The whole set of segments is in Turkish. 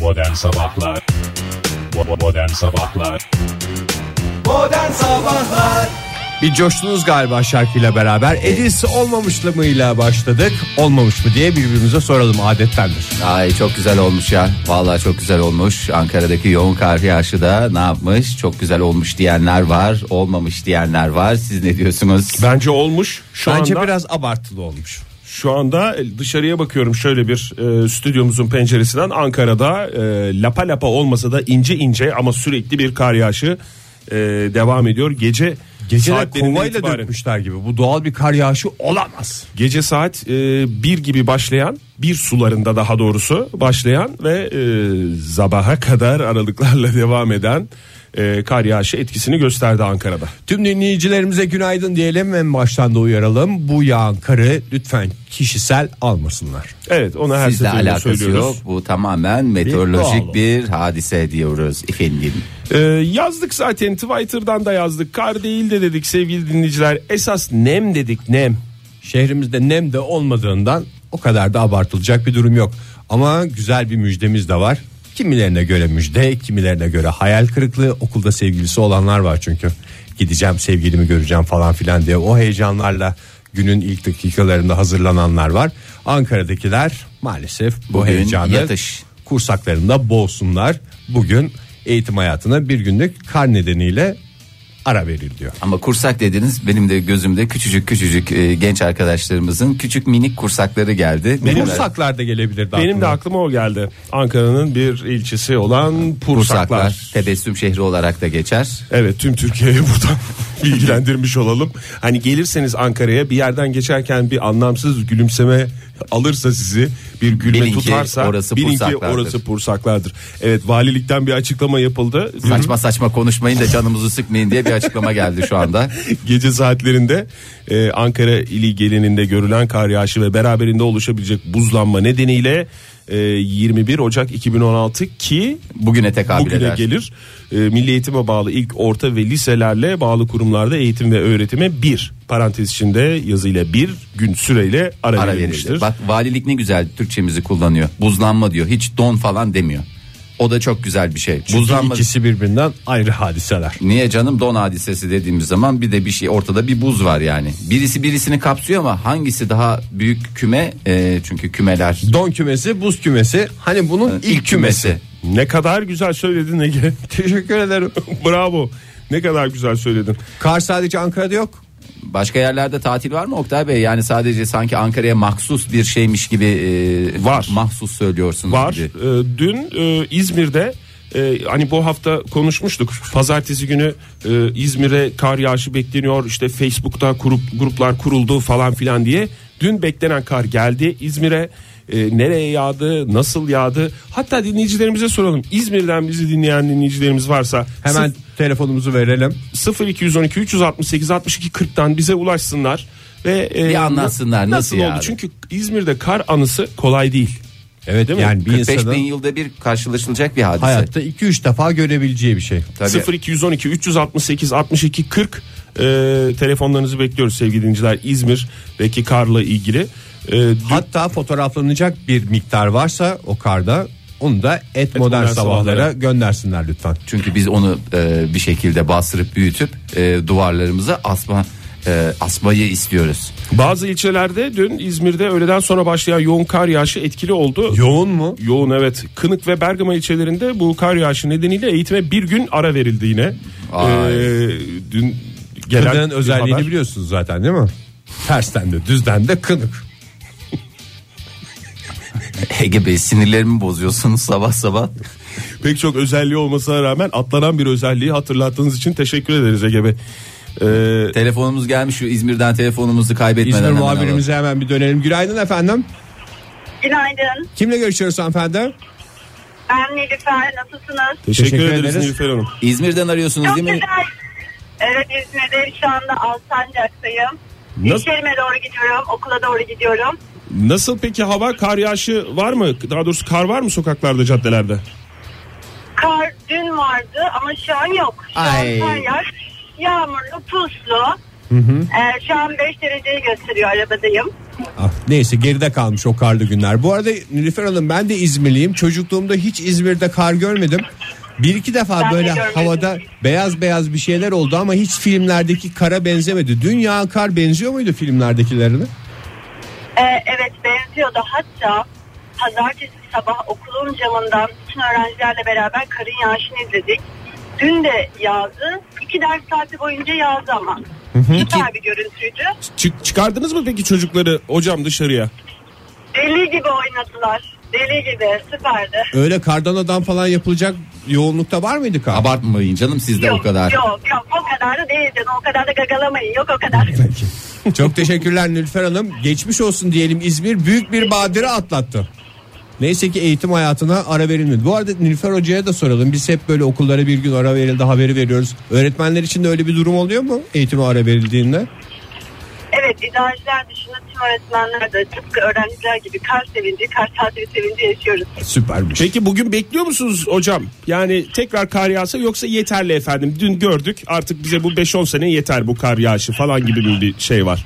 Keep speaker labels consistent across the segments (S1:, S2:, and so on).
S1: Modern Sabahlar Bo- Modern Sabahlar
S2: Modern Sabahlar
S3: Bir coştunuz galiba şarkıyla beraber. Edis olmamış mıyla başladık. Olmamış mı diye birbirimize soralım adettendir.
S2: Ay çok güzel olmuş ya Vallahi çok güzel olmuş Ankara'daki yoğun kar yağışı da ne yapmış Çok güzel olmuş diyenler var Olmamış diyenler var Siz ne diyorsunuz
S4: Bence olmuş. Şu
S3: Bence
S4: anda
S3: biraz abartılı olmuş.
S4: şu anda e, dışarıya bakıyorum şöyle bir e, stüdyomuzun penceresinden Ankara'da e, lapa lapa olmasa da ince ince ama sürekli bir kar yağışı e, devam ediyor. Gece
S3: Gece de
S4: saatlerinden
S3: kovayla
S4: itibaren-
S3: dökmüşler gibi. Bu doğal bir kar yağışı olamaz.
S4: Gece saat e, bir gibi başlayan bir sularında daha doğrusu başlayan ve e, sabaha kadar aralıklarla devam eden e, kar yağışı etkisini gösterdi Ankara'da.
S3: Tüm dinleyicilerimize günaydın diyelim ve en baştan da uyaralım. Bu yağan karı lütfen kişisel almasınlar.
S4: Evet ona her
S2: Sizle
S4: seferinde
S2: alakası
S4: söylüyoruz.
S2: yok Bu tamamen meteorolojik
S3: doğal.
S2: bir hadise diyoruz Efendim
S4: Ee, yazdık zaten Twitter'dan da yazdık. Kar değil de dedik sevgili dinleyiciler. Esas nem dedik nem.
S3: Şehrimizde nem de olmadığından o kadar da abartılacak bir durum yok. Ama güzel bir müjdemiz de var. Kimilerine göre müjde, kimilerine göre hayal kırıklığı. Okulda sevgilisi olanlar var çünkü. Gideceğim sevgilimi göreceğim falan filan diye o heyecanlarla günün ilk dakikalarında hazırlananlar var. Ankara'dakiler maalesef bu
S2: Bugün
S3: heyecanı
S2: yatış.
S3: kursaklarında boğsunlar. Bugün eğitim hayatına bir günlük kar nedeniyle ara veriliyor.
S2: Ama kursak dediniz benim de gözümde küçücük küçücük e, genç arkadaşlarımızın küçük minik kursakları geldi. Ne kadar-
S3: Kursaklar da gelebilirdi
S4: Benim de
S3: aklıma.
S4: aklıma o geldi. Ankara'nın bir ilçesi olan Pursaklar.
S2: kursaklar tebessüm şehri olarak da geçer.
S4: Evet tüm Türkiye'ye buradan bilgilendirmiş olalım. Hani gelirseniz Ankara'ya bir yerden geçerken bir anlamsız gülümseme alırsa sizi bir gülme
S2: Bilin ki
S4: tutarsa
S2: orası
S4: bilin ki
S2: Pursaklardır.
S4: orası Pursaklardır. Evet valilikten bir açıklama yapıldı. Dün
S2: Saçma saçma konuşmayın da canımızı sıkmayın diye bir açıklama geldi şu anda.
S4: Gece saatlerinde e, Ankara ili geleninde görülen kar yağışı ve beraberinde oluşabilecek buzlanma nedeniyle e, 21 Ocak 2016 ki
S2: Bugüne tekabül
S4: bugüne
S2: eder.
S4: gelir. E, Milli Eğitim'e bağlı ilk orta ve liselerle bağlı kurumlarda eğitim ve öğretime bir parantez içinde yazıyla bir gün süreyle ara,
S2: Ara
S4: verilmiştir.
S2: verildi. Bak valilik ne güzel Türkçemizi kullanıyor. Buzlanma diyor. Hiç don falan demiyor. O da çok güzel bir şey. Buzlanma
S3: ikisi birbirinden ayrı hadiseler.
S2: Niye canım don hadisesi dediğimiz zaman bir de bir şey ortada bir buz var yani. Birisi birisini kapsıyor ama hangisi daha büyük küme e, çünkü kümeler Ee,
S3: Don kümesi, buz kümesi. Hani bunun ilk,
S2: ilk
S3: kümesi.
S2: kümesi.
S4: Ne kadar güzel söyledin Ege.
S3: Teşekkür ederim.
S4: Bravo. Ne kadar güzel söyledin.
S3: Kar sadece Ankara'da yok.
S2: Başka yerlerde tatil var mı Oktay Bey? Yani sadece sanki Ankara'ya mahsus bir şeymiş gibi e,
S4: Var.
S2: Mahsus söylüyorsunuz
S4: Var.
S2: gibi.
S4: Ee, dün e, İzmir'de e, hani bu hafta konuşmuştuk. Pazartesi günü e, İzmir'e kar yağışı bekleniyor. İşte Facebook'ta grup, gruplar kuruldu falan filan diye. Dün beklenen kar geldi İzmir'e. E, nereye yağdı, nasıl yağdı? Hatta dinleyicilerimize soralım. İzmir'den bizi dinleyen dinleyicilerimiz varsa
S3: Hemen telefonumuzu verelim.
S4: 0212 368 62 40'tan bize ulaşsınlar ve e,
S2: Bir anlatsınlar nasıl
S4: oldu?
S2: yağdı?
S4: Çünkü İzmir'de kar anısı kolay değil.
S3: Evet
S4: Değil mi?
S3: yani bir
S2: 45 bin
S3: insanın
S2: yılda bir karşılaşılacak bir hadise.
S3: hayatta 2-3 defa görebileceği bir şey.
S2: Tabii.
S4: 0212 368 62 40 e, telefonlarınızı bekliyoruz sevgili dinleyiciler İzmir'deki karla ilgili. E, dün-
S3: Hatta fotoğraflanacak bir miktar varsa o karda onu da et, modern,
S4: modern
S3: sabahlara
S4: sabahlara.
S3: göndersinler lütfen.
S2: Çünkü biz onu e, bir şekilde bastırıp büyütüp e, duvarlarımıza asma e, asmayı istiyoruz.
S4: bazı ilçelerde dün İzmir'de öğleden sonra başlayan yoğun kar yağışı etkili oldu.
S3: Yoğun mu?
S4: Yoğun evet. Kınık ve Bergama ilçelerinde bu kar yağışı nedeniyle eğitime bir gün ara verildi yine.
S2: Ay.
S4: E, dün gelen
S3: Kınığın
S4: bir
S3: özelliğini
S4: haber.
S3: biliyorsunuz zaten değil mi? Tersten de düzden de kınık.
S2: Ege Bey sinirlerimi bozuyorsunuz sabah sabah.
S4: Pek çok özelliği olmasına rağmen atlanan bir özelliği hatırlattığınız için teşekkür ederiz Ege Bey. E,
S2: Telefonumuz gelmiş şu İzmir'den telefonumuzu kaybetmeden
S3: İzmir
S2: hemen alalım.
S3: muhabirimize hemen bir dönelim. Günaydın efendim.
S5: Günaydın.
S3: Kimle görüşüyoruz hanımefendi?
S5: Ben Nilüfer. Nasılsınız?
S4: teşekkür,
S3: Teşekkür
S4: ederiz
S3: ederiz.
S4: Nilüfer Hanım.
S2: İzmir'den arıyorsunuz
S5: Çok
S2: değil mi?
S5: güzel. Evet İzmir'de şu anda Alsancak'tayım.
S4: Nasıl-
S5: İş yerime doğru gidiyorum. Okula doğru gidiyorum.
S4: Nasıl peki hava kar yağışı var mı? Daha doğrusu kar var mı sokaklarda caddelerde?
S5: Kar dün vardı ama şu an yok. Şu
S2: Ay.
S5: an her yer yağmurlu, puslu. Ee, şu an 5 dereceyi gösteriyor arabadayım.
S3: Ah, neyse geride kalmış o karlı günler. Bu arada Nilüfer Hanım ben de İzmirliyim. Çocukluğumda hiç İzmir'de kar görmedim. Bir iki defa
S5: Ben de
S3: böyle
S5: görmedim.
S3: havada beyaz beyaz bir şeyler oldu ama hiç filmlerdeki kara benzemedi. Dünya kar benziyor muydu filmlerdekilerine?
S5: Ee, evet benziyordu. Hatta pazartesi sabah okulun camından bütün öğrencilerle beraber karın yağışını izledik. Dün de yağdı. İki ders saati boyunca yağdı ama. Süper bir görüntüydü.
S4: Çık- çıkardınız mı peki çocukları hocam dışarıya?
S5: Deli gibi oynadılar. Deli gibi süperdi.
S3: Öyle kardan adam falan yapılacak yoğunlukta var mıydı kar?
S2: Abartmayın canım sizde o kadar.
S5: Yok yok o kadar da değil canım. O kadar da gagalamayın. Yok o kadar.
S3: Çok teşekkürler Nilüfer Hanım. Geçmiş olsun diyelim İzmir büyük bir badire atlattı. Neyse ki eğitim hayatına ara verilmedi. Bu arada Nilüfer Hoca'ya da soralım. Biz hep böyle okullara bir gün ara verildi haberi veriyoruz. Öğretmenler için de öyle bir durum oluyor mu? Eğitime ara verildiğinde.
S5: Evet idareciler dışında tüm öğretmenler de tıpkı öğrenciler gibi kar sevinci, kar tatili sevinci yaşıyoruz.
S3: Süpermiş.
S4: Peki bugün bekliyor musunuz hocam? Yani tekrar kar yağsa yoksa yeterli efendim. Dün gördük artık bize bu 5-10 sene yeter bu kar yağışı falan gibi bir- bir şey var.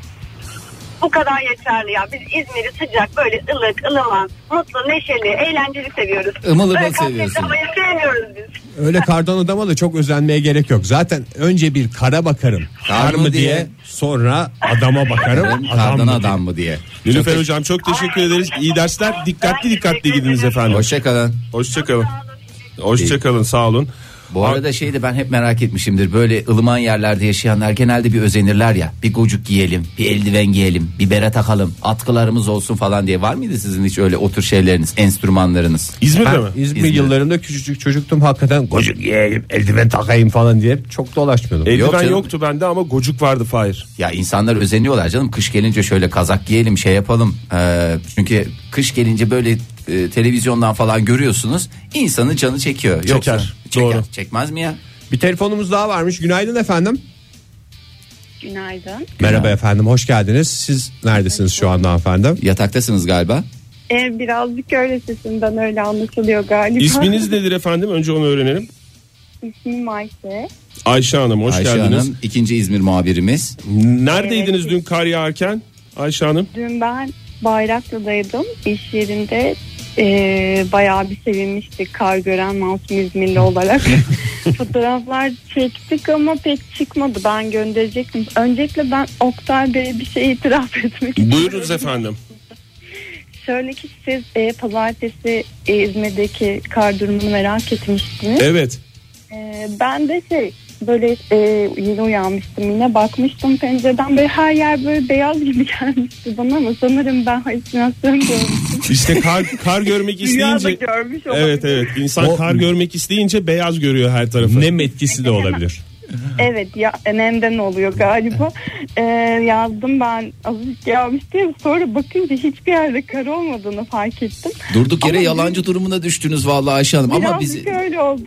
S5: Bu kadar yeterli ya. Biz İzmir'i sıcak, böyle ılık, ılıman, mutlu, neşeli, eğlenceli seviyoruz.
S2: Imalı
S5: Böyle
S2: ılık
S5: kasvetli
S2: seviyorsun.
S5: havayı sevmiyoruz biz.
S3: Öyle kardan adama da çok özenmeye gerek yok. Zaten önce bir kara bakarım. Kar,
S2: Kar
S3: mı
S2: mı
S3: diye.
S2: diye.
S3: sonra adama bakarım.
S2: Kardan
S3: mı diye.
S2: adam mı diye.
S4: Nilüfer hocam çok teşekkür ederiz. İyi dersler. Dikkatli dikkatli gidiniz efendim.
S2: Hoşçakalın.
S4: Hoşçakalın. Hoşçakalın sağ olun.
S2: Bu arada şeyi de ben hep merak etmişimdir. Böyle ılıman yerlerde yaşayanlar genelde bir özenirler ya. Bir gocuk giyelim, bir eldiven giyelim, bir bere takalım, atkılarımız olsun falan diye. Var mıydı sizin hiç öyle o tür şeyleriniz, enstrümanlarınız?
S4: İzmir'de
S3: Ben
S4: mi?
S3: İzmir,
S2: İzmir.
S3: yıllarında küçücük çocuktum hakikaten gocuk yiyeyim eldiven takayım falan diye çok dolaşmıyordum.
S4: Eldiven
S2: Yok canım.
S4: yoktu bende ama gocuk vardı Fahir.
S2: Ya insanlar özeniyorlar canım. Kış gelince şöyle kazak giyelim, şey yapalım. Ee, çünkü kış gelince böyle e, televizyondan falan görüyorsunuz. insanın canı çekiyor. Yoksa,
S4: Çeker, doğru.
S2: Çekmez mi ya?
S3: Bir telefonumuz daha varmış günaydın efendim.
S6: Günaydın.
S3: Merhaba efendim hoş geldiniz siz neredesiniz şu anda efendim?
S2: Yataktasınız galiba.
S6: Ee, birazcık öyle sesimden öyle anlaşılıyor galiba.
S4: İsminiz nedir efendim? Önce onu öğrenelim.
S6: İsmim Ayşe.
S4: Ayşe Hanım hoş
S2: Ayşe
S4: geldiniz.
S2: Hanım ikinci İzmir muhabirimiz.
S4: Neredeydiniz
S6: Evet.
S4: dün kar yağarken Ayşe Hanım?
S6: Dün ben Bayraklı'daydım. İş yerinde ee, bayağı bir sevinmiştik kar gören Masum İzmirli olarak. Fotoğraflar çektik ama pek çıkmadı. Ben gönderecektim. Öncelikle ben Oktay Bey'e bir şey itiraf etmek
S4: Buyurunuz efendim.
S6: Şöyle ki siz ee, pazartesi ee, İzmir'deki kar durumunu merak etmiştiniz.
S4: Evet.
S6: Ee, ben de şey böyle e, yeni uyanmıştım yine bakmıştım pencereden böyle her yer böyle beyaz gibi gelmişti bana ama sanırım ben halüsinasyon görmüştüm.
S4: İşte kar, kar görmek
S6: Rüyada
S4: isteyince
S6: görmüş olabilirim.
S4: Evet evet insan
S3: O-
S4: kar görmek isteyince beyaz görüyor her tarafı.
S3: Nem etkisi de olabilir.
S6: Evet ya nemden oluyor galiba. Ee, yazdım ben azıcık yağmıştı ya, sonra bakınca hiçbir yerde kar olmadığını fark ettim.
S2: Durduk yere
S6: Ama
S2: yalancı durumuna düştünüz vallahi Ayşe Hanım. Ama
S6: Birazcık
S2: biz
S6: öyle oldu.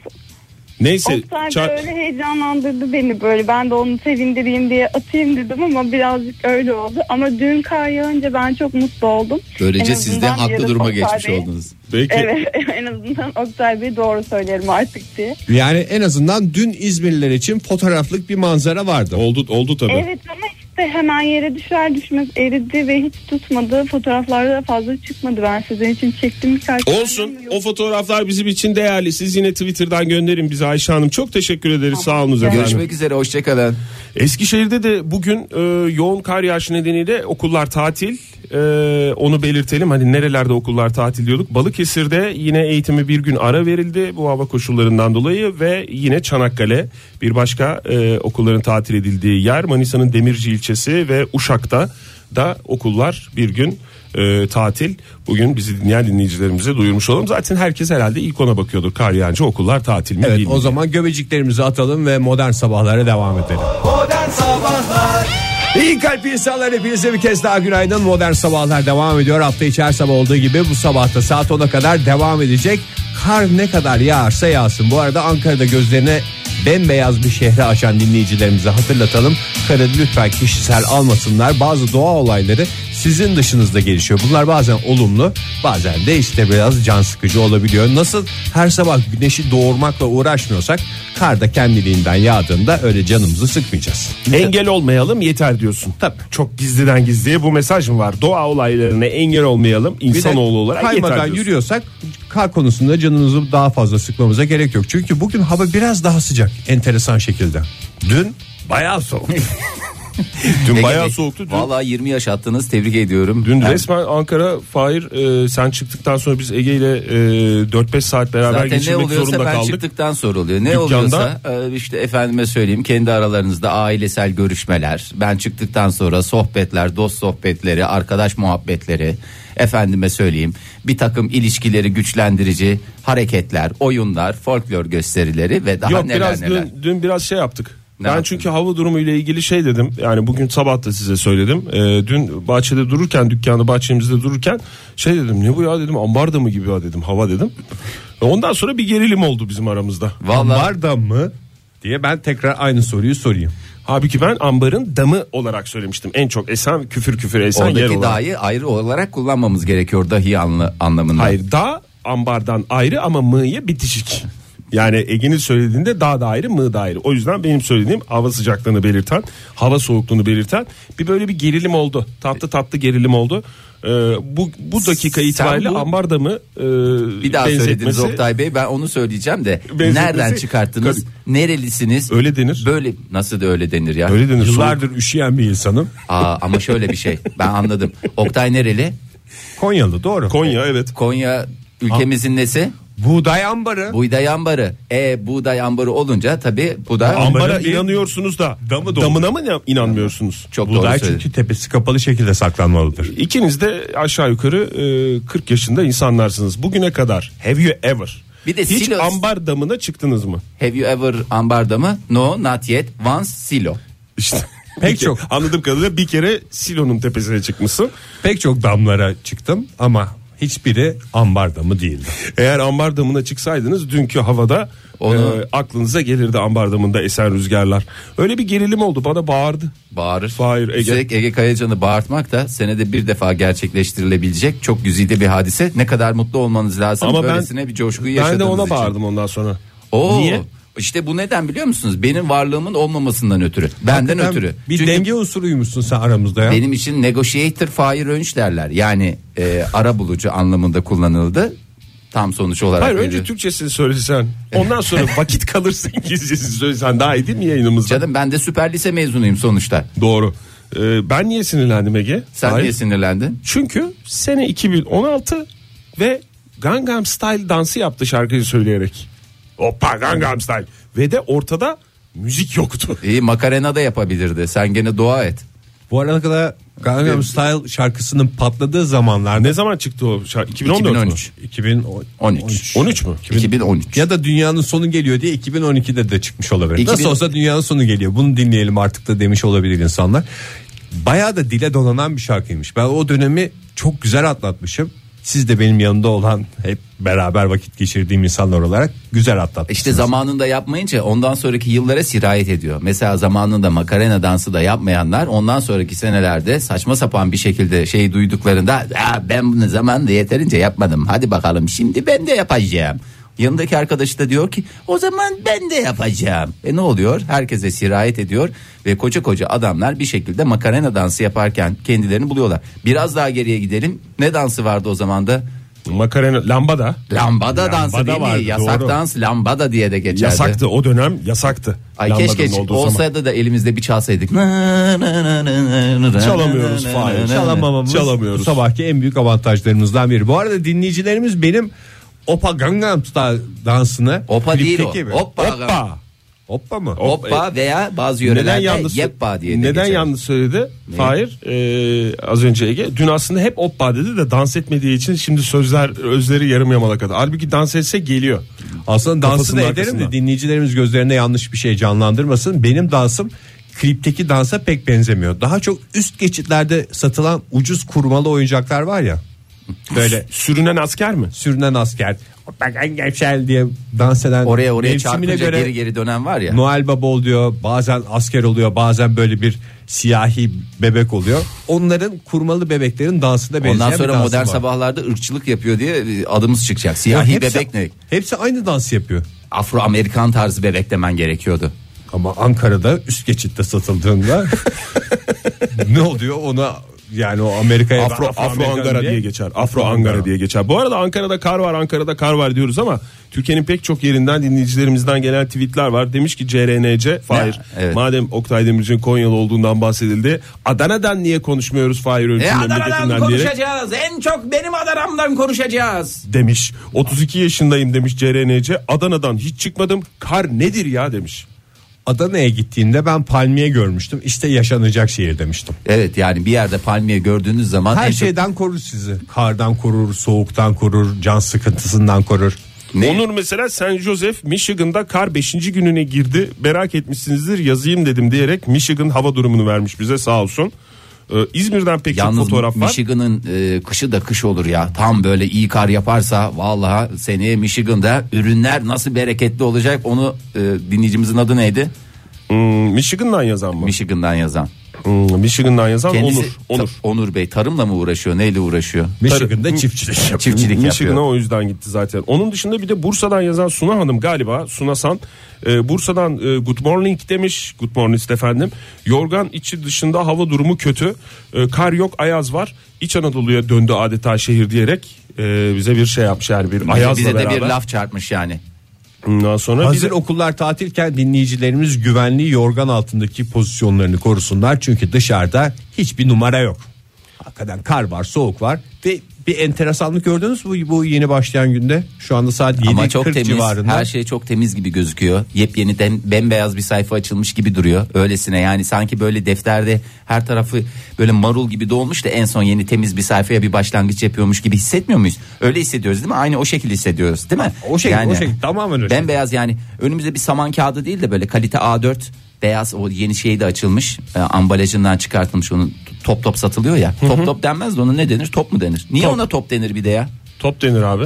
S4: Neyse
S6: Oktay
S4: çar-
S6: böyle heyecanlandırdı beni böyle. Ben de onu sevindireyim diye atayım dedim ama birazcık öyle oldu. Ama dün kar yağınca ben çok mutlu oldum.
S2: böylece
S6: En
S2: siz de
S6: azından
S2: haklı
S6: yarın
S2: duruma
S6: Oktay
S2: geçmiş
S6: Bey-
S2: oldunuz.
S4: Peki.
S6: Evet en azından Oktay Bey doğru söylerim artık diye.
S3: Yani en azından dün İzmirliler için fotoğraflık bir manzara vardı.
S4: Oldu oldu tabii.
S6: Evet ama işte hemen yere düşer düşmez eridi ve hiç tutmadı. Fotoğraflarda da fazla çıkmadı. Ben sizin için çektim birkaç tane
S4: Olsun
S6: ama
S4: o
S6: yok.
S4: fotoğraflar bizim için değerli. Siz yine Twitter'dan gönderin bize Ayşe Hanım. Çok teşekkür ederiz. Sağ olun efendim.
S2: Görüşmek üzere hoşçakalın.
S4: Eskişehir'de de bugün e, yoğun kar yağışı nedeniyle okullar tatil. E, onu belirtelim. Hani nerelerde okullar tatil diyorduk. Balıkesir'de yine eğitimi bir gün ara verildi bu hava koşullarından dolayı ve yine Çanakkale bir başka e, okulların tatil edildiği yer. Manisa'nın Demirci ilçesi ve Uşak'ta da okullar bir gün e, tatil. Bugün bizi dinleyen dinleyicilerimize duyurmuş olalım. Zaten herkes herhalde ilk ona bakıyordur. Kar yağınca okullar tatil mi
S3: Evet
S4: değil mi?
S3: o zaman göbeciklerimizi atalım ve modern sabahlara devam edelim. Modern sabahlar. İyi kalp insanlar hepinize bir kez daha günaydın. Modern sabahlar devam ediyor. Hafta içi her sabah olduğu gibi bu sabahta saat 10'a kadar devam edecek. Kar ne kadar yağarsa yağsın. Bu arada Ankara'da gözlerine bembeyaz bir şehre açan dinleyicilerimize hatırlatalım. Karı lütfen kişisel almasınlar. Bazı doğa olayları sizin dışınızda gelişiyor. Bunlar bazen olumlu bazen de işte biraz can sıkıcı olabiliyor. Nasıl her sabah güneşi doğurmakla uğraşmıyorsak kar da kendiliğinden yağdığında öyle canımızı sıkmayacağız.
S4: Engel olmayalım yeter diyorsun.
S3: Tabii.
S4: Çok gizliden gizliye bu mesaj mı var? Doğa olaylarına engel olmayalım
S3: Bir de
S4: insanoğlu olarak yeter
S3: kaymadan
S4: diyorsun.
S3: yürüyorsak kar konusunda canınızı daha fazla sıkmamıza gerek yok. Çünkü bugün hava biraz daha sıcak enteresan şekilde. Dün bayağı soğuk.
S4: Dün
S2: Ege
S4: bayağı
S2: Bey,
S4: soğuktu. Dün,
S2: Vallahi 20 yaş attınız tebrik ediyorum.
S4: dün
S2: Yani
S4: resmen Ankara Fahir e, sen çıktıktan sonra biz Ege ile e, 4-5 saat beraber
S2: Zaten ne
S4: geçirmek
S2: oluyorsa
S4: zorunda
S2: ben
S4: kaldık.
S2: çıktıktan sonra oluyor. Ne
S4: Dükkanda-
S2: oluyorsa e, işte efendime söyleyeyim kendi aralarınızda ailesel görüşmeler. Ben çıktıktan sonra sohbetler, dost sohbetleri, arkadaş muhabbetleri. Efendime söyleyeyim bir takım ilişkileri güçlendirici hareketler, oyunlar, folklor gösterileri ve daha
S4: Yok
S2: neler
S4: biraz
S2: neler.
S4: Dün, dün biraz şey yaptık.
S2: Ne
S4: ben
S2: yaptın?
S4: çünkü hava durumu ile ilgili şey dedim. Yani bugün sabah da size söyledim. Ee, dün bahçede dururken dükkanda bahçemizde dururken şey dedim. Ne bu ya dedim. Ambarda mı gibi ya dedim. Hava dedim. Ondan sonra bir gerilim oldu bizim aramızda.
S2: Vallahi
S3: Var da mı diye ben tekrar aynı soruyu sorayım.
S4: Halbuki ben ambarın damı olarak söylemiştim. En çok esen küfür küfür esen yer
S2: oradaki
S4: olarak.
S2: dahi ayrı olarak kullanmamız gerekiyor dahi anlı, anlamında.
S4: Hayır dağ ambardan ayrı ama mı'ya bitişik. Yani Ege'nin söylediğinde dağ da ayrı mı da ayrı. O yüzden benim söylediğim hava sıcaklığını belirten, hava soğukluğunu belirten bir böyle bir gerilim oldu. Tatlı tatlı gerilim oldu. Ee, bu bu dakika
S2: Sen
S4: itibariyle
S2: bu-
S4: ambarda mı e,
S2: Bir daha söylediniz
S4: benzetmesi-
S2: Oktay Bey ben onu söyleyeceğim de
S4: Benzetmesi-
S2: nereden çıkarttınız? Nerelisiniz?
S4: Öyle denir.
S2: Böyle nasıl da öyle denir ya?
S4: Öyle denir.
S3: Yıllardır üşüyen bir insanım.
S2: Aa, ama şöyle bir şey ben anladım. Oktay nereli?
S3: Konyalı doğru.
S4: Konya evet.
S2: Konya ülkemizin nesi?
S3: Buğday ambarı.
S2: Buğday ambarı. E buğday ambarı olunca tabii bu da
S3: Ambarın
S4: Ambara
S3: bir-
S4: inanıyorsunuz da
S3: Damı doğru.
S4: damına mı inan- inanmıyorsunuz?
S2: çok doğru
S3: Buğday
S2: söyledi.
S3: çünkü tepesi kapalı şekilde saklanmalıdır.
S4: İkiniz de aşağı yukarı e, 40 yaşında insanlarsınız. Bugüne kadar have you ever
S2: Bir de
S4: hiç
S2: Silos-
S4: ambar damına çıktınız mı?
S2: Have you ever ambarda mı? No not yet. Once silo.
S4: İşte
S3: Pek
S4: bir ke-
S3: çok.
S4: Anladığım kadarıyla bir kere silonun tepesine çıkmışsın.
S3: Pek çok damlara çıktım ama hiçbiri ambar damı değildi.
S4: Eğer ambar damına çıksaydınız dünkü havada
S2: Onu-
S4: e, aklınıza gelirdi ambar damında esen rüzgarlar. Öyle bir gerilim oldu bana bağırdı.
S2: Bağırır.
S4: Hayır, Ege.
S2: Üstelik Ege Kayacan'ı bağırtmak da senede bir defa gerçekleştirilebilecek çok güzide bir hadise. Ne kadar mutlu olmanız lazım.
S4: Ama
S2: Böylesine
S4: ben
S2: bir coşkuyu
S4: ben de
S2: yaşadığınız
S4: ona
S2: için.
S4: bağırdım ondan sonra.
S2: Oo,
S4: Niye?
S2: İşte bu neden biliyor musunuz? Benim varlığımın olmamasından ötürü. Benden
S3: Hakikaten
S2: ötürü.
S3: Bir
S2: Çünkü
S3: denge unsuruymuşsun sen aramızda ya.
S2: benim için negotiator Fahir Önç derler. Yani e, ara bulucu anlamında kullanıldı. Tam sonuç olarak.
S4: Hayır
S2: öyle.
S4: önce Türkçesini söylesen. Ondan sonra vakit kalırsın İngilizcesini söylesen daha iyi değil mi yayınımızda?
S2: Canım ben de süper lise mezunuyum sonuçta.
S4: Doğru. E, ben niye sinirlendim Ege?
S2: Sen
S4: Hayır.
S2: niye sinirlendin?
S4: Çünkü sene 2016 ve Gangnam Style dansı yaptı şarkıyı söyleyerek. Hoppa Gangnam Style. Ve de ortada müzik yoktu.
S2: İyi makarena da yapabilirdi. Sen gene dua et.
S3: Bu arada kadar Gangnam Style şarkısının patladığı zamanlarda
S4: Ne zaman çıktı o şarkı? 2014
S2: 2013.
S3: 2013.
S4: 13 mü?
S2: 2013.
S3: Ya da dünyanın sonu geliyor diye 2012'de de çıkmış olabilir.
S2: 2000
S3: Nasıl olsa dünyanın sonu geliyor. Bunu dinleyelim artık da demiş olabilir insanlar. Bayağı da dile dolanan bir şarkıymış. Ben o dönemi çok güzel atlatmışım. Siz de benim yanımda olan hep beraber vakit geçirdiğim insanlar olarak güzel atlatmışsınız.
S2: İşte zamanında yapmayınca ondan sonraki yıllara sirayet ediyor. Mesela zamanında makarena dansı da yapmayanlar ondan sonraki senelerde saçma sapan bir şekilde şey duyduklarında "Aa, ben bunu zamanında yeterince yapmadım. Hadi bakalım şimdi ben de yapacağım. Yanındaki arkadaşı da diyor ki o zaman ben de yapacağım. E ne oluyor? Herkese sirayet ediyor ve koca koca adamlar bir şekilde makarena dansı yaparken kendilerini buluyorlar. Biraz daha geriye gidelim. Ne dansı vardı o zaman da?
S4: Makarena lambada.
S2: Lambada, dansı
S4: Lambada
S2: değil mi?
S4: vardı,
S2: Yasak
S4: doğru.
S2: dans lambada diye de geçerdi.
S4: Yasaktı o dönem yasaktı.
S2: Ay
S4: Lambadanın
S2: keşke
S4: olduğu zaman.
S2: olsaydı da elimizde bir çalsaydık.
S4: Çalamıyoruz Fahir,
S3: çalamamamız
S4: Çalamıyoruz.
S3: bu sabahki en büyük avantajlarımızdan biri. Bu arada dinleyicilerimiz benim Opa Gangnam Style dansını
S2: Opa değil
S3: klipteki
S2: o.
S3: gibi-
S2: Hoppa.
S3: Hoppa. Hoppa mı?
S2: Hoppa veya bazı
S4: e, Neden
S2: yörelerde
S4: yanlış?
S2: yeppa diye de
S4: neden
S2: geçer.
S4: yanlış söyledi? Fahir e, az önce Ege dün aslında hep oppa dedi de dans etmediği için şimdi sözler özleri yarım yamalak kadar. Halbuki dans etse geliyor.
S3: Aslında dansı
S4: Kafasının
S3: da ederim
S4: arkasından.
S3: de dinleyicilerimiz gözlerine yanlış bir şey canlandırmasın. Benim dansım klipteki dansa pek benzemiyor. Daha çok üst geçitlerde satılan ucuz kurmalı oyuncaklar var ya. Böyle
S4: Sürünen asker mi?
S3: sürünen asker bak engel diye dans eden
S2: Oraya oraya
S3: mevsimine
S2: çarpınca
S3: göre
S2: geri geri dönen var ya.
S3: Noel Baba oluyor bazen asker oluyor bazen böyle bir siyahi bebek oluyor. Onların kurmalı bebeklerin dansına benzeyen
S2: Ondan
S3: bir
S2: sonra
S3: dansı
S2: modern
S3: var.
S2: sabahlarda ırkçılık yapıyor diye e, adımız çıkacak.
S3: Ya
S2: Siyahi
S3: hepsi-
S2: bebek ne?
S3: Hepsi aynı dansı yapıyor.
S2: Afro Amerikan tarzı bebek demen gerekiyordu.
S3: Ama Ankara'da üst geçitte satıldığında ne oluyor ona yani o Amerika'ya
S4: Afro, Afro, Ankara diye geçer. Afro Ankara diye geçer. Bu arada Ankara'da kar var, Ankara'da kar var diyoruz ama Türkiye'nin pek çok yerinden dinleyicilerimizden gelen tweetler var. Demiş ki CRNC Fahir.
S2: evet.
S4: Madem Oktay Demirci'nin Konyalı olduğundan bahsedildi. Adana'dan niye konuşmuyoruz Fahir
S2: E
S4: Öğüt'ün
S2: Adana'dan
S4: memleketinden diyerek
S2: konuşacağız. En çok benim Adana'mdan konuşacağız.
S4: demiş. 32 yaşındayım demiş CRNC. Adana'dan hiç çıkmadım. Kar nedir ya demiş.
S3: Adana'ya gittiğinde ben palmiye görmüştüm. İşte yaşanacak şehir demiştim.
S2: Evet yani bir yerde palmiye gördüğünüz zaman en
S3: Her
S2: çok-
S3: şeyden korur sizi. Kardan korur, soğuktan korur, can sıkıntısından korur.
S4: Onur mesela San Joseph Michigan'da kar 5. gününe girdi. Merak etmişsinizdir yazayım dedim diyerek Michigan hava durumunu vermiş bize sağ olsun. Ee, İzmir'den pek çok
S2: Yalnız
S4: fotoğraf var.
S2: Michigan'ın e, kışı da kış olur ya. Tam böyle iyi kar yaparsa vallahi seneye Michigan'da ürünler nasıl bereketli olacak onu e, dinleyicimizin adı neydi?
S4: Hmm, Michigan'dan yazan mı?
S2: Michigan'dan yazan.
S4: Hmm, Michigan'dan yazan Onur.
S2: Ta-
S4: Onur.
S2: Onur Bey tarımla mı uğraşıyor? Neyle uğraşıyor?
S3: Michigan'da çiftçilik yapıyor.
S2: Çiftçilik yapıyor.
S4: Michigan'a o yüzden gitti zaten. Onun dışında bir de Bursa'dan yazan Suna Hanım galiba Suna San. Ee, Bursa'dan e, good morning demiş. Good morning efendim. Yorgan içi dışında hava durumu kötü. Ee, kar yok ayaz var. İç Anadolu'ya döndü adeta şehir diyerek e, bize bir şey yapmış yani bir ayazla
S2: bize de
S4: beraber.
S2: bir laf çarpmış yani.
S4: Ondan sonra
S3: Hazır
S4: bir de-
S3: okullar tatilken dinleyicilerimiz güvenli yorgan altındaki pozisyonlarını korusunlar. Çünkü dışarıda hiçbir numara yok. Hakikaten kar var, soğuk var ve bir enteresanlık gördünüz mü bu yeni başlayan günde? Şu anda saat
S2: Ama çok
S3: 7.40
S2: temiz.
S3: civarında.
S2: Her şey çok temiz gibi gözüküyor. Yepyeniden bembeyaz bir sayfa açılmış gibi duruyor. Öylesine yani sanki böyle defterde her tarafı böyle marul gibi dolmuş da en son yeni temiz bir sayfaya bir başlangıç yapıyormuş gibi hissetmiyor muyuz? Öyle hissediyoruz değil mi? Aynı o şekilde hissediyoruz değil mi?
S3: O şekil, o şekil. Tamamen öyle.
S2: Bembeyaz yani önümüzde bir saman kağıdı değil de böyle kalite A4 beyaz o yeni şey de açılmış. E, ambalajından çıkartılmış onun top top satılıyor ya. Top top denmez de ona ne denir? Top mu denir? Niye ona top denir bir de ya?
S4: top denir abi.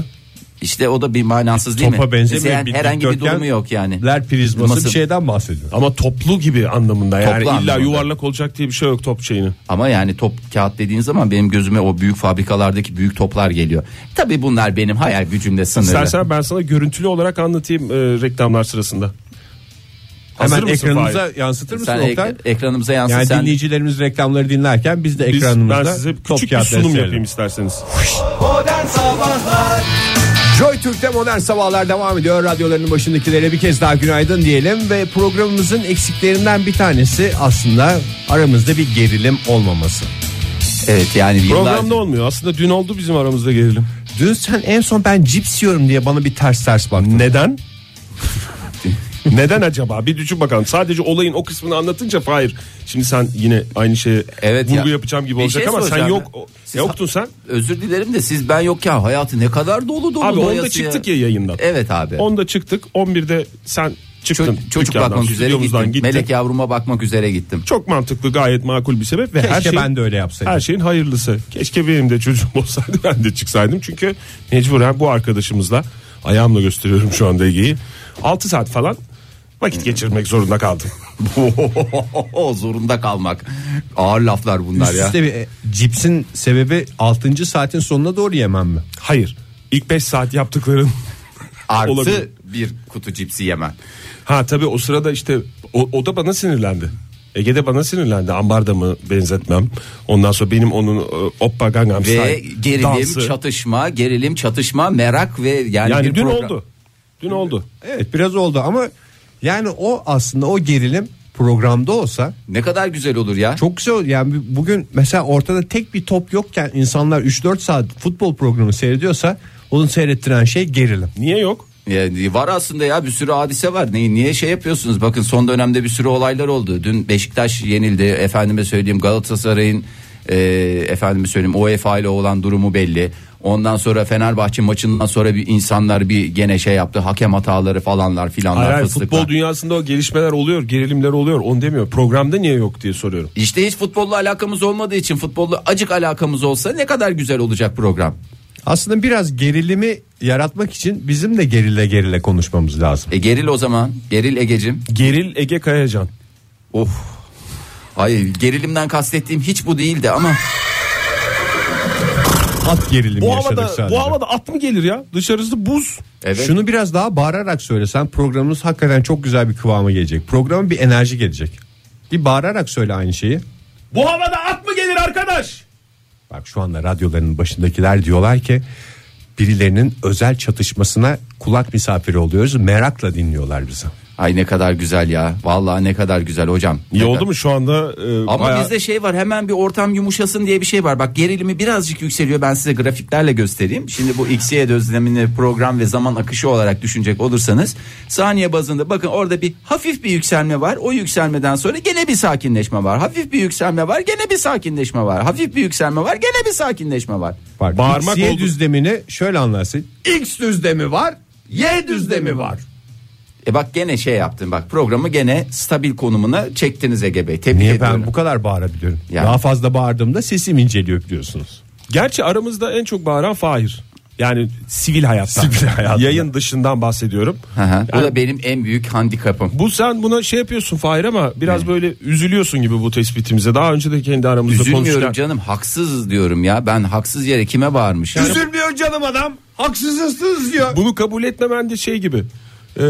S2: İşte o da bir manasız değil
S3: Topa
S2: mi?
S3: benzemiyor.
S2: Yani
S3: Bir
S2: herhangi bir
S3: dikdörtgen,
S2: durumu yok yani.
S3: Ler prizması
S2: Prizması.
S3: bir şeyden bahsediyor.
S4: Ama toplu gibi anlamında şey yani
S2: Toplu
S4: illa
S2: anlamında.
S4: yuvarlak olacak diye bir şey yok top şeyinin.
S2: Ama yani top kağıt dediğin zaman benim gözüme o büyük fabrikalardaki büyük toplar geliyor. Tabii bunlar benim hayal gücümde sınırlı.
S4: İstersen ben sana görüntülü olarak anlatayım e, reklamlar sırasında. Hazır
S3: Hemen
S4: mısın
S3: ekranınıza
S4: Fahir?
S3: yansıtır mısın
S2: Sen ek-
S3: Oktay?
S2: ekranımıza yansın
S3: Yani
S2: sen.
S3: dinleyicilerimiz reklamları dinlerken biz de
S4: Biz, ben
S3: ekranımızda
S4: size
S3: top
S4: küçük bir
S3: kağıtları
S4: sunum
S3: serelim.
S4: yapayım isterseniz.
S3: Joy Türk'te modern sabahlar devam ediyor. Radyolarının başındakilere bir kez daha günaydın diyelim ve programımızın eksiklerinden bir tanesi aslında aramızda bir gerilim olmaması.
S2: Evet yani yıllar...
S4: Programda olmuyor. Aslında dün oldu bizim aramızda gerilim.
S3: Dün sen en son ben cips yiyorum diye bana bir ters ters baktın.
S4: Neden? Neden acaba? Bir düşün bakalım. Sadece olayın o kısmını anlatınca Fahir. Şimdi sen yine aynı şeye
S2: Evet
S4: vurgu
S2: ya.
S4: yapacağım gibi
S2: Bir
S4: olacak
S2: şey
S4: ama sen
S2: soracağım
S4: yok
S2: ya.
S4: o-
S2: Siz-
S4: yoktun sen.
S2: Özür dilerim de siz ben yokken hayatı ne kadar dolu dolu
S4: Abi onda
S2: doyasıya-
S4: çıktık ya yayından.
S2: Evet abi.
S4: 10'da çıktık. 11'de sen çıktın.
S2: Ço- çocuk
S4: dükkandan,
S2: bakmak üzere
S4: stüdyomuzdan
S2: gittim.
S4: gittin.
S2: Melek yavruma bakmak üzere gittim.
S4: Çok mantıklı gayet makul bir sebep ve
S3: Keşke
S4: her şey şeyin,
S3: şey- ben de öyle yapsaydım.
S4: Her şeyin hayırlısı. Keşke benim de çocuğum olsaydı ben de çıksaydım. Çünkü mecburen bu arkadaşımızla ayağımla gösteriyorum şu anda Ege'yi. 6 saat falan vakit geçirmek zorunda kaldım.
S2: Zorunda kalmak. Ağır laflar bunlar
S3: Üst
S2: ya.
S3: üste bir e, cipsin sebebi 6. saatin sonuna doğru yemem mi?
S4: Hayır. İlk 5 saat yaptıkların
S2: Artı
S4: olabilir.
S2: bir kutu cipsi yemen.
S4: Ha tabii o sırada işte o, o da bana sinirlendi. Ege'de bana sinirlendi. Ambarda mı benzetmem. Ondan sonra benim onun e, oppa
S2: Ve
S4: gangnam Style
S2: gerilim,
S4: dansı.
S2: çatışma, gerilim, çatışma, merak ve yani,
S4: Yani
S2: bir
S4: dün
S2: program-
S4: oldu. Dün oldu.
S3: Evet biraz oldu ama yani o aslında o gerilim programda olsa
S2: Ne kadar güzel olur ya.
S3: Çok güzel oldu. yani bu- bugün mesela ortada tek bir top yokken insanlar 3-4 saat futbol programı seyrediyorsa onu seyrettiren şey gerilim.
S4: Niye yok?
S2: Yani var aslında ya bir sürü hadise var. Niye, niye şey yapıyorsunuz? Bakın son dönemde bir sürü olaylar oldu. Dün Beşiktaş yenildi. Efendime söyleyeyim Galatasaray'ın e, efendime söyleyeyim UEFA ile olan durumu belli. Ondan sonra Fenerbahçe maçından sonra bir insanlar bir gene şey yaptı. Hakem hataları falanlar filanlar
S4: Hayır, hayır,
S2: fıstıklar.
S4: futbol dünyasında o gelişmeler oluyor, gerilimler oluyor. Onu demiyor. Programda niye yok diye soruyorum.
S2: İşte hiç futbolla alakamız olmadığı için futbolla acık alakamız olsa ne kadar güzel olacak program.
S3: Aslında biraz gerilimi yaratmak için bizim de gerile gerile konuşmamız lazım.
S2: E geril o zaman. Geril Egecim.
S4: Geril Ege Kayacan.
S2: Of. Hayır gerilimden kastettiğim hiç bu değildi ama
S3: At gerilimi
S4: Bu
S3: yaşadık
S4: havada,
S3: sadece.
S4: bu havada at mı gelir ya? Dışarısı buz.
S2: evet.
S3: Şunu biraz daha bağırarak söylesen programımız hakikaten çok güzel bir kıvama gelecek. Programa bir enerji gelecek. Bir bağırarak söyle aynı şeyi.
S4: Bu havada at mı gelir arkadaş?
S3: Bak şu anda radyoların başındakiler diyorlar ki birilerinin özel çatışmasına kulak misafiri oluyoruz. Merakla dinliyorlar bizi.
S2: Ay ne kadar güzel ya. Vallahi ne kadar güzel hocam.
S4: İyi
S2: Ne
S4: oldu
S2: kadar-
S4: mu şu anda? e,
S2: Ama
S4: bayağı-
S2: bizde şey var hemen bir ortam yumuşasın diye bir şey var. Bak gerilimi birazcık yükseliyor ben size grafiklerle göstereyim. Şimdi bu XY özlemini program ve zaman akışı olarak düşünecek olursanız saniye bazında bakın orada bir hafif bir yükselme var. O yükselmeden sonra gene bir sakinleşme var. Hafif bir yükselme var gene bir sakinleşme var. Hafif bir yükselme var gene bir sakinleşme var.
S3: Bak,
S4: Bağırmak
S3: Bağırmak Y
S4: oldu.
S3: düzlemini şöyle anlarsın.
S2: X düzlemi var Y düzlemi var. E bak gene şey yaptın bak programı gene stabil konumuna çektiniz Ege Bey. Tebrik
S3: Niye
S2: ediyorum.
S3: ben bu kadar bağırabiliyorum?
S2: Yani.
S3: Daha fazla bağırdığımda sesim inceliyor biliyorsunuz.
S4: Gerçi aramızda en çok bağıran Fahir. Yani sivil hayatta.
S3: Sivil hayatta.
S4: Yayın dışından bahsediyorum.
S2: Hı hı. O da benim en büyük handikapım.
S4: Bu sen buna şey yapıyorsun Fahir ama biraz böyle üzülüyorsun gibi bu tespitimize. Daha önce de kendi aramızda
S2: Üzülmüyorum
S4: konuştuk.
S2: canım haksız diyorum ya ben haksız yere kime bağırmışım
S3: Üzülmüyor canım adam. Haksızsınız diyor.
S4: Bunu kabul etmemen de şey gibi. Ee,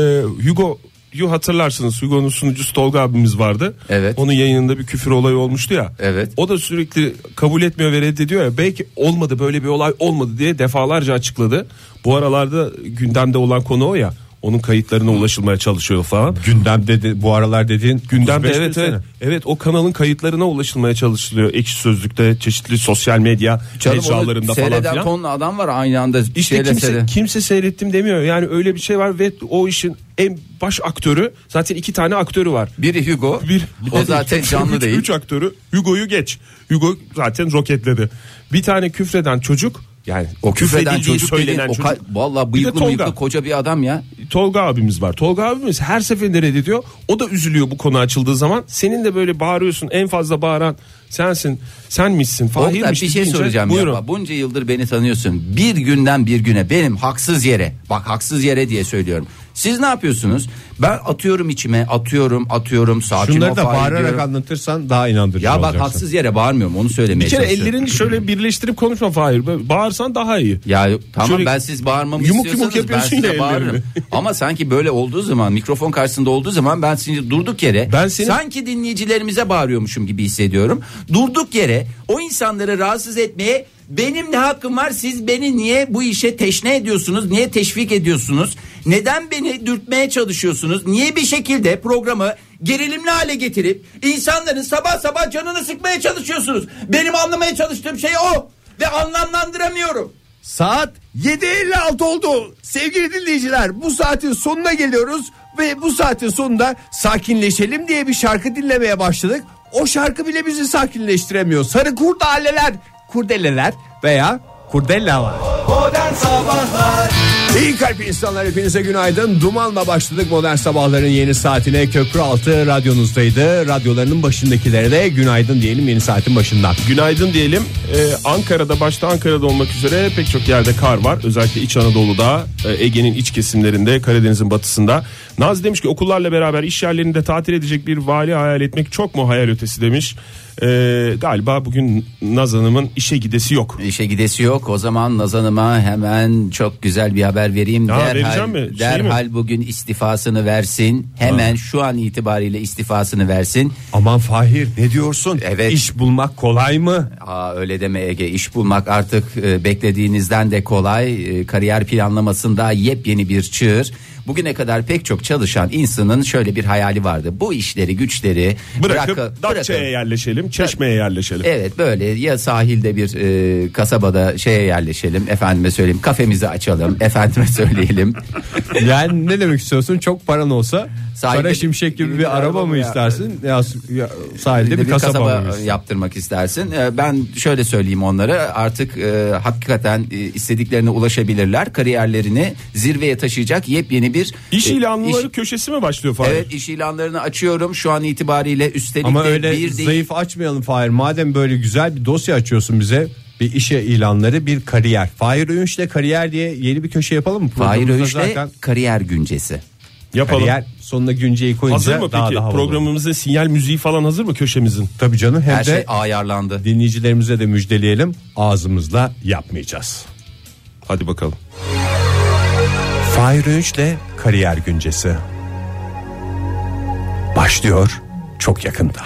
S4: Hugo Yu hatırlarsınız Hugo'nun sunucusu Tolga abimiz vardı.
S2: Evet.
S4: Onun yayınında bir küfür olayı olmuştu ya.
S2: Evet.
S4: O da sürekli kabul etmiyor ve reddediyor ya. Belki olmadı böyle bir olay olmadı diye defalarca açıkladı. Bu aralarda gündemde olan konu o ya. Onun kayıtlarına ulaşılmaya çalışıyor falan.
S3: Gündem dedi bu aralar dediğin
S4: Gündemde
S3: 35
S4: evet
S3: desene.
S4: evet. Evet o kanalın kayıtlarına ulaşılmaya çalışılıyor. Ekşi Sözlük'te çeşitli sosyal medya
S2: Canım onu
S4: mecralarında falan
S2: seyreden
S4: filan.
S2: tonla adam var aynı anda
S4: İşte
S2: şeyle
S4: kimse,
S2: seyreden.
S4: kimse seyrettim demiyor. Yani öyle bir şey var ve o işin en baş aktörü zaten iki tane aktörü var.
S2: Biri Hugo
S4: Bir,
S2: o zaten
S4: üç-
S2: canlı
S4: üç-
S2: değil
S4: Üç aktörü Hugo'yu geç. Hugo zaten roketledi. Bir tane küfreden çocuk yani
S2: o küfreden
S4: küfredildiği
S2: çocuk değil
S4: söylenen
S2: o ka-
S4: çocuk.
S2: valla
S4: Bir de
S2: bıyıklı
S4: Tolga.
S2: bıyıklı koca bir adam ya
S4: Tolga abimiz var. Tolga abimiz her seferinde reddediyor. O da üzülüyor bu konu açıldığı zaman. Senin de böyle bağırıyorsun. En fazla bağıran sensin. Sen misin?
S2: Oktay,
S4: Fahir'miş
S2: bir şey
S4: deyince,
S2: soracağım ya.
S4: Buyurun.
S2: Bak, Bunca yıldır beni tanıyorsun. Bir günden bir güne benim haksız yere. Bak haksız yere diye söylüyorum. Siz ne yapıyorsunuz? Ben atıyorum içime, atıyorum, atıyorum, sakin
S3: Şunları
S2: ol
S3: da
S2: Fahir
S3: bağırarak
S2: diyorum.
S3: anlatırsan daha inandırıcı
S2: Ya bak
S3: olacaksın.
S2: haksız yere bağırmıyorum onu söylemeye
S4: Bir kere
S2: çalışıyorum.
S4: ellerini şöyle birleştirip konuşma Fahir. Böyle Bağırsan daha iyi.
S2: Ya tamam
S4: Şöyle
S2: ben siz bağırmamı
S4: yumuk yumuk
S2: istiyorsanız ben
S4: yapıyorsun
S2: size
S4: ya ellerini.
S2: bağırırım. Ama sanki böyle olduğu zaman mikrofon karşısında olduğu zaman ben şimdi durduk yere
S4: Ben senin-
S2: sanki dinleyicilerimize bağırıyormuşum gibi hissediyorum. Durduk yere o insanları rahatsız etmeye benim ne hakkım var siz beni niye bu işe teşne ediyorsunuz niye teşvik ediyorsunuz neden beni dürtmeye çalışıyorsunuz niye bir şekilde programı gerilimli hale getirip insanların sabah sabah canını sıkmaya çalışıyorsunuz benim anlamaya çalıştığım şey o ve anlamlandıramıyorum
S7: Saat 7.56 oldu. Sevgili dinleyiciler bu saatin sonuna geliyoruz ve bu saatin sonunda sakinleşelim diye bir şarkı dinlemeye başladık. O şarkı bile bizi sakinleştiremiyor. Sarı kurdaleler, kurdeleler veya kurdelalar.
S3: İyi kalp insanlar hepinize günaydın. Dumanla başladık modern sabahların yeni saatine. Köprü altı radyonuzdaydı. Radyolarının başındakilere de günaydın diyelim yeni saatin başından.
S4: Günaydın diyelim. Ee, Ankara'da başta Ankara'da olmak üzere pek çok yerde kar var. Özellikle İç Anadolu'da, e, Ege'nin iç kesimlerinde, Karadeniz'in batısında. Naz demiş ki okullarla beraber iş yerlerinde tatil edecek bir vali hayal etmek çok mu hayal ötesi demiş. Ee, galiba bugün Naz Hanım'ın işe gidesi yok.
S2: İşe gidesi yok. O zaman Naz Hanım'a hemen çok güzel bir haber vereyim.
S4: Ha,
S2: derhal
S4: vereceğim mi? Şey
S2: derhal bugün istifasını versin. Hemen şu an itibariyle istifasını versin.
S3: Aman Fahir ne diyorsun?
S2: Evet.
S3: İş bulmak kolay mı?
S2: Aa, öyle deme Ege. İş bulmak artık e, beklediğinizden de kolay. E, kariyer planlamasında yepyeni bir çığır. Bugüne kadar pek çok çalışan insanın şöyle bir hayali vardı. Bu işleri güçleri
S4: Bırakıp
S2: bırakı-
S4: Datça'ya yerleşelim, Çeşme'ye yerleşelim.
S2: Evet böyle ya sahilde bir e, kasabada şeye yerleşelim efendime söyleyeyim kafemizi açalım efendime söyleyelim.
S3: Yani ne demek istiyorsun? Çok paran olsa
S2: Sahilde
S3: Kara Şimşek gibi bir araba mı
S2: ya?
S3: istersin? Ya, ya sahilde bir,
S2: bir
S3: kasaba,
S2: kasaba
S3: mı istersin?
S2: yaptırmak istersin. E, Ben şöyle söyleyeyim onlara artık e, hakikaten e, istediklerine ulaşabilirler. Kariyerlerini zirveye taşıyacak yepyeni bir
S4: İş
S2: e,
S4: ilanları
S2: iş-
S4: köşesi mi başlıyor Fahir?
S2: Evet iş ilanlarını açıyorum şu an itibariyle üstelik
S3: Ama
S2: de
S3: öyle
S2: bir değil.
S3: zayıf açmayalım Fahir. Madem böyle güzel bir dosya açıyorsun bize bir işe ilanları bir kariyer. Fahir Öğünç'le kariyer diye yeni bir köşe yapalım mı?
S2: Fahir
S3: Programımızda
S2: Öğünç'le
S3: zaten
S2: kariyer güncesi.
S4: Yapalım.
S3: kariyer sonuna günceyi koyunca
S4: Hazır mı
S3: daha
S4: peki?
S3: da havalı.
S4: Programımızın sinyal müziği falan hazır mı köşemizin?
S3: Tabii canım hem
S2: Her
S3: de
S2: şey ayarlandı.
S3: dinleyicilerimize de müjdeleyelim ağzımızla yapmayacağız.
S4: Hadi bakalım.
S3: Fahir Öğünç'le kariyer güncesi başlıyor çok yakında.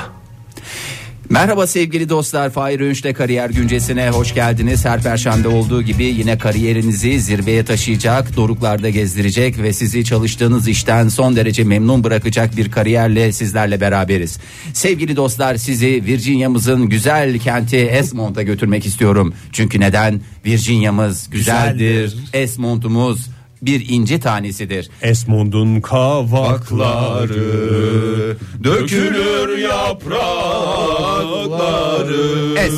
S2: Merhaba sevgili dostlar. Fahir Öğünç'le Kariyer Güncesi'ne hoş geldiniz. Her perşembe olduğu gibi yine kariyerinizi zirveye taşıyacak, doruklarda gezdirecek ve sizi çalıştığınız işten son derece memnun bırakacak bir kariyerle sizlerle beraberiz. Sevgili dostlar sizi Virginia'mızın güzel kenti Esmond'a götürmek istiyorum. Çünkü neden? Virginia'mız güzeldir. Esmond'umuz bir inci tanesidir.
S3: Esmond'un kavakları
S4: Dökülür yaprakları.
S2: Es.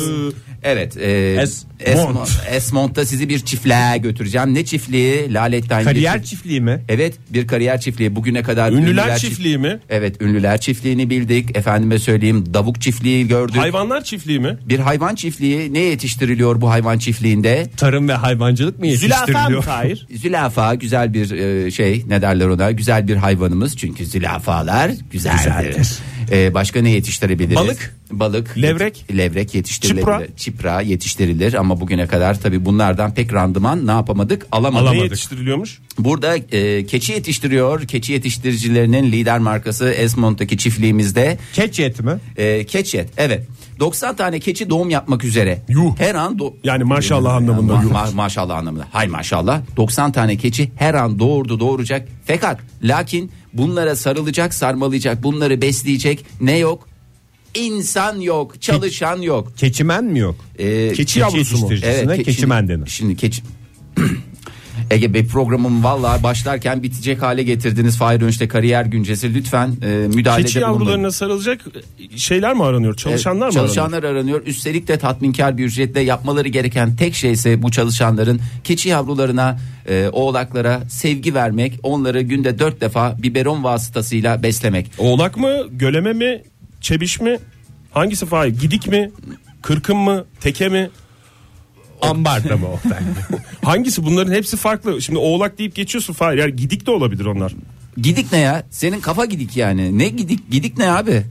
S2: Evet. E,
S3: Esmont.
S2: Esmont. Esmont'ta sizi bir çiftliğe götüreceğim. Ne çiftliği? Laletten
S3: Kariyer
S2: geçip-
S3: çiftliği mi?
S2: Evet bir kariyer çiftliği bugüne kadar
S4: Ünlüler
S2: çift-
S4: çiftliği mi?
S2: Evet ünlüler çiftliğini bildik efendime söyleyeyim davuk çiftliği gördük
S4: Hayvanlar çiftliği mi?
S2: Bir hayvan çiftliği ne yetiştiriliyor bu hayvan çiftliğinde
S3: Tarım ve hayvancılık mı yetiştiriliyor?
S4: Fahir?
S2: Zülafa güzel bir e, şey ne derler ona güzel bir hayvanımız çünkü zülafalar güzeldir.
S3: Güzeldir.
S2: E, başka ne yetiştirebiliriz?
S4: Balık.
S2: Balık.
S4: Levrek.
S2: Levrek yetiştirilebilir.
S4: Çipra.
S2: Çipra. yetiştirilir ama bugüne kadar tabi bunlardan pek randıman ne yapamadık alamadık.
S4: Ne yetiştiriliyormuş?
S2: Burada e, keçi yetiştiriyor. Keçi yetiştiricilerinin lider markası Esmont'taki çiftliğimizde
S3: Keçi eti mi?
S2: e, keçet. Evet. 90 tane keçi doğum yapmak üzere.
S4: Yuh.
S2: Her an do-
S4: Yani maşallah anlamında
S2: Ma-
S4: yuh.
S2: ma- maşallah anlamında. Hay maşallah. 90 tane keçi her an doğurdu doğuracak. Fakat lakin bunlara sarılacak, sarmalayacak, bunları besleyecek ne yok? İnsan yok, çalışan yok.
S3: Keçimen mi yok?
S2: Ee, keçi
S3: yavrusu mu? yetiştiricisine
S2: ke-
S3: keçimen
S2: şimdi-
S3: denir.
S2: Şimdi keçi Ege Bey programım vallahi başlarken bitecek hale getirdiniz. Fahir Önç'te kariyer güncesi lütfen e, müdahalede
S4: Keçi
S2: bulunmayın.
S4: yavrularına sarılacak şeyler mi aranıyor? Çalışanlar mı aranıyor?
S2: Çalışanlar aranıyor. Üstelik de tatminkar bir ücretle yapmaları gereken tek şey ise bu çalışanların keçi yavrularına, e, oğlaklara sevgi vermek, onları günde dört defa biberon vasıtasıyla beslemek.
S4: Oğlak mı? Göleme mi? Çebiş mi? Hangisi Fahir? Gidik mi? Kırkın mı? Teke mi?
S3: Ambarda mı o?
S4: Hangisi? Bunların hepsi farklı. Şimdi oğlak deyip geçiyorsun Fahir. Yani gidik de olabilir onlar.
S2: Gidik ne ya? Senin kafa gidik yani. Ne gidik? Gidik ne abi?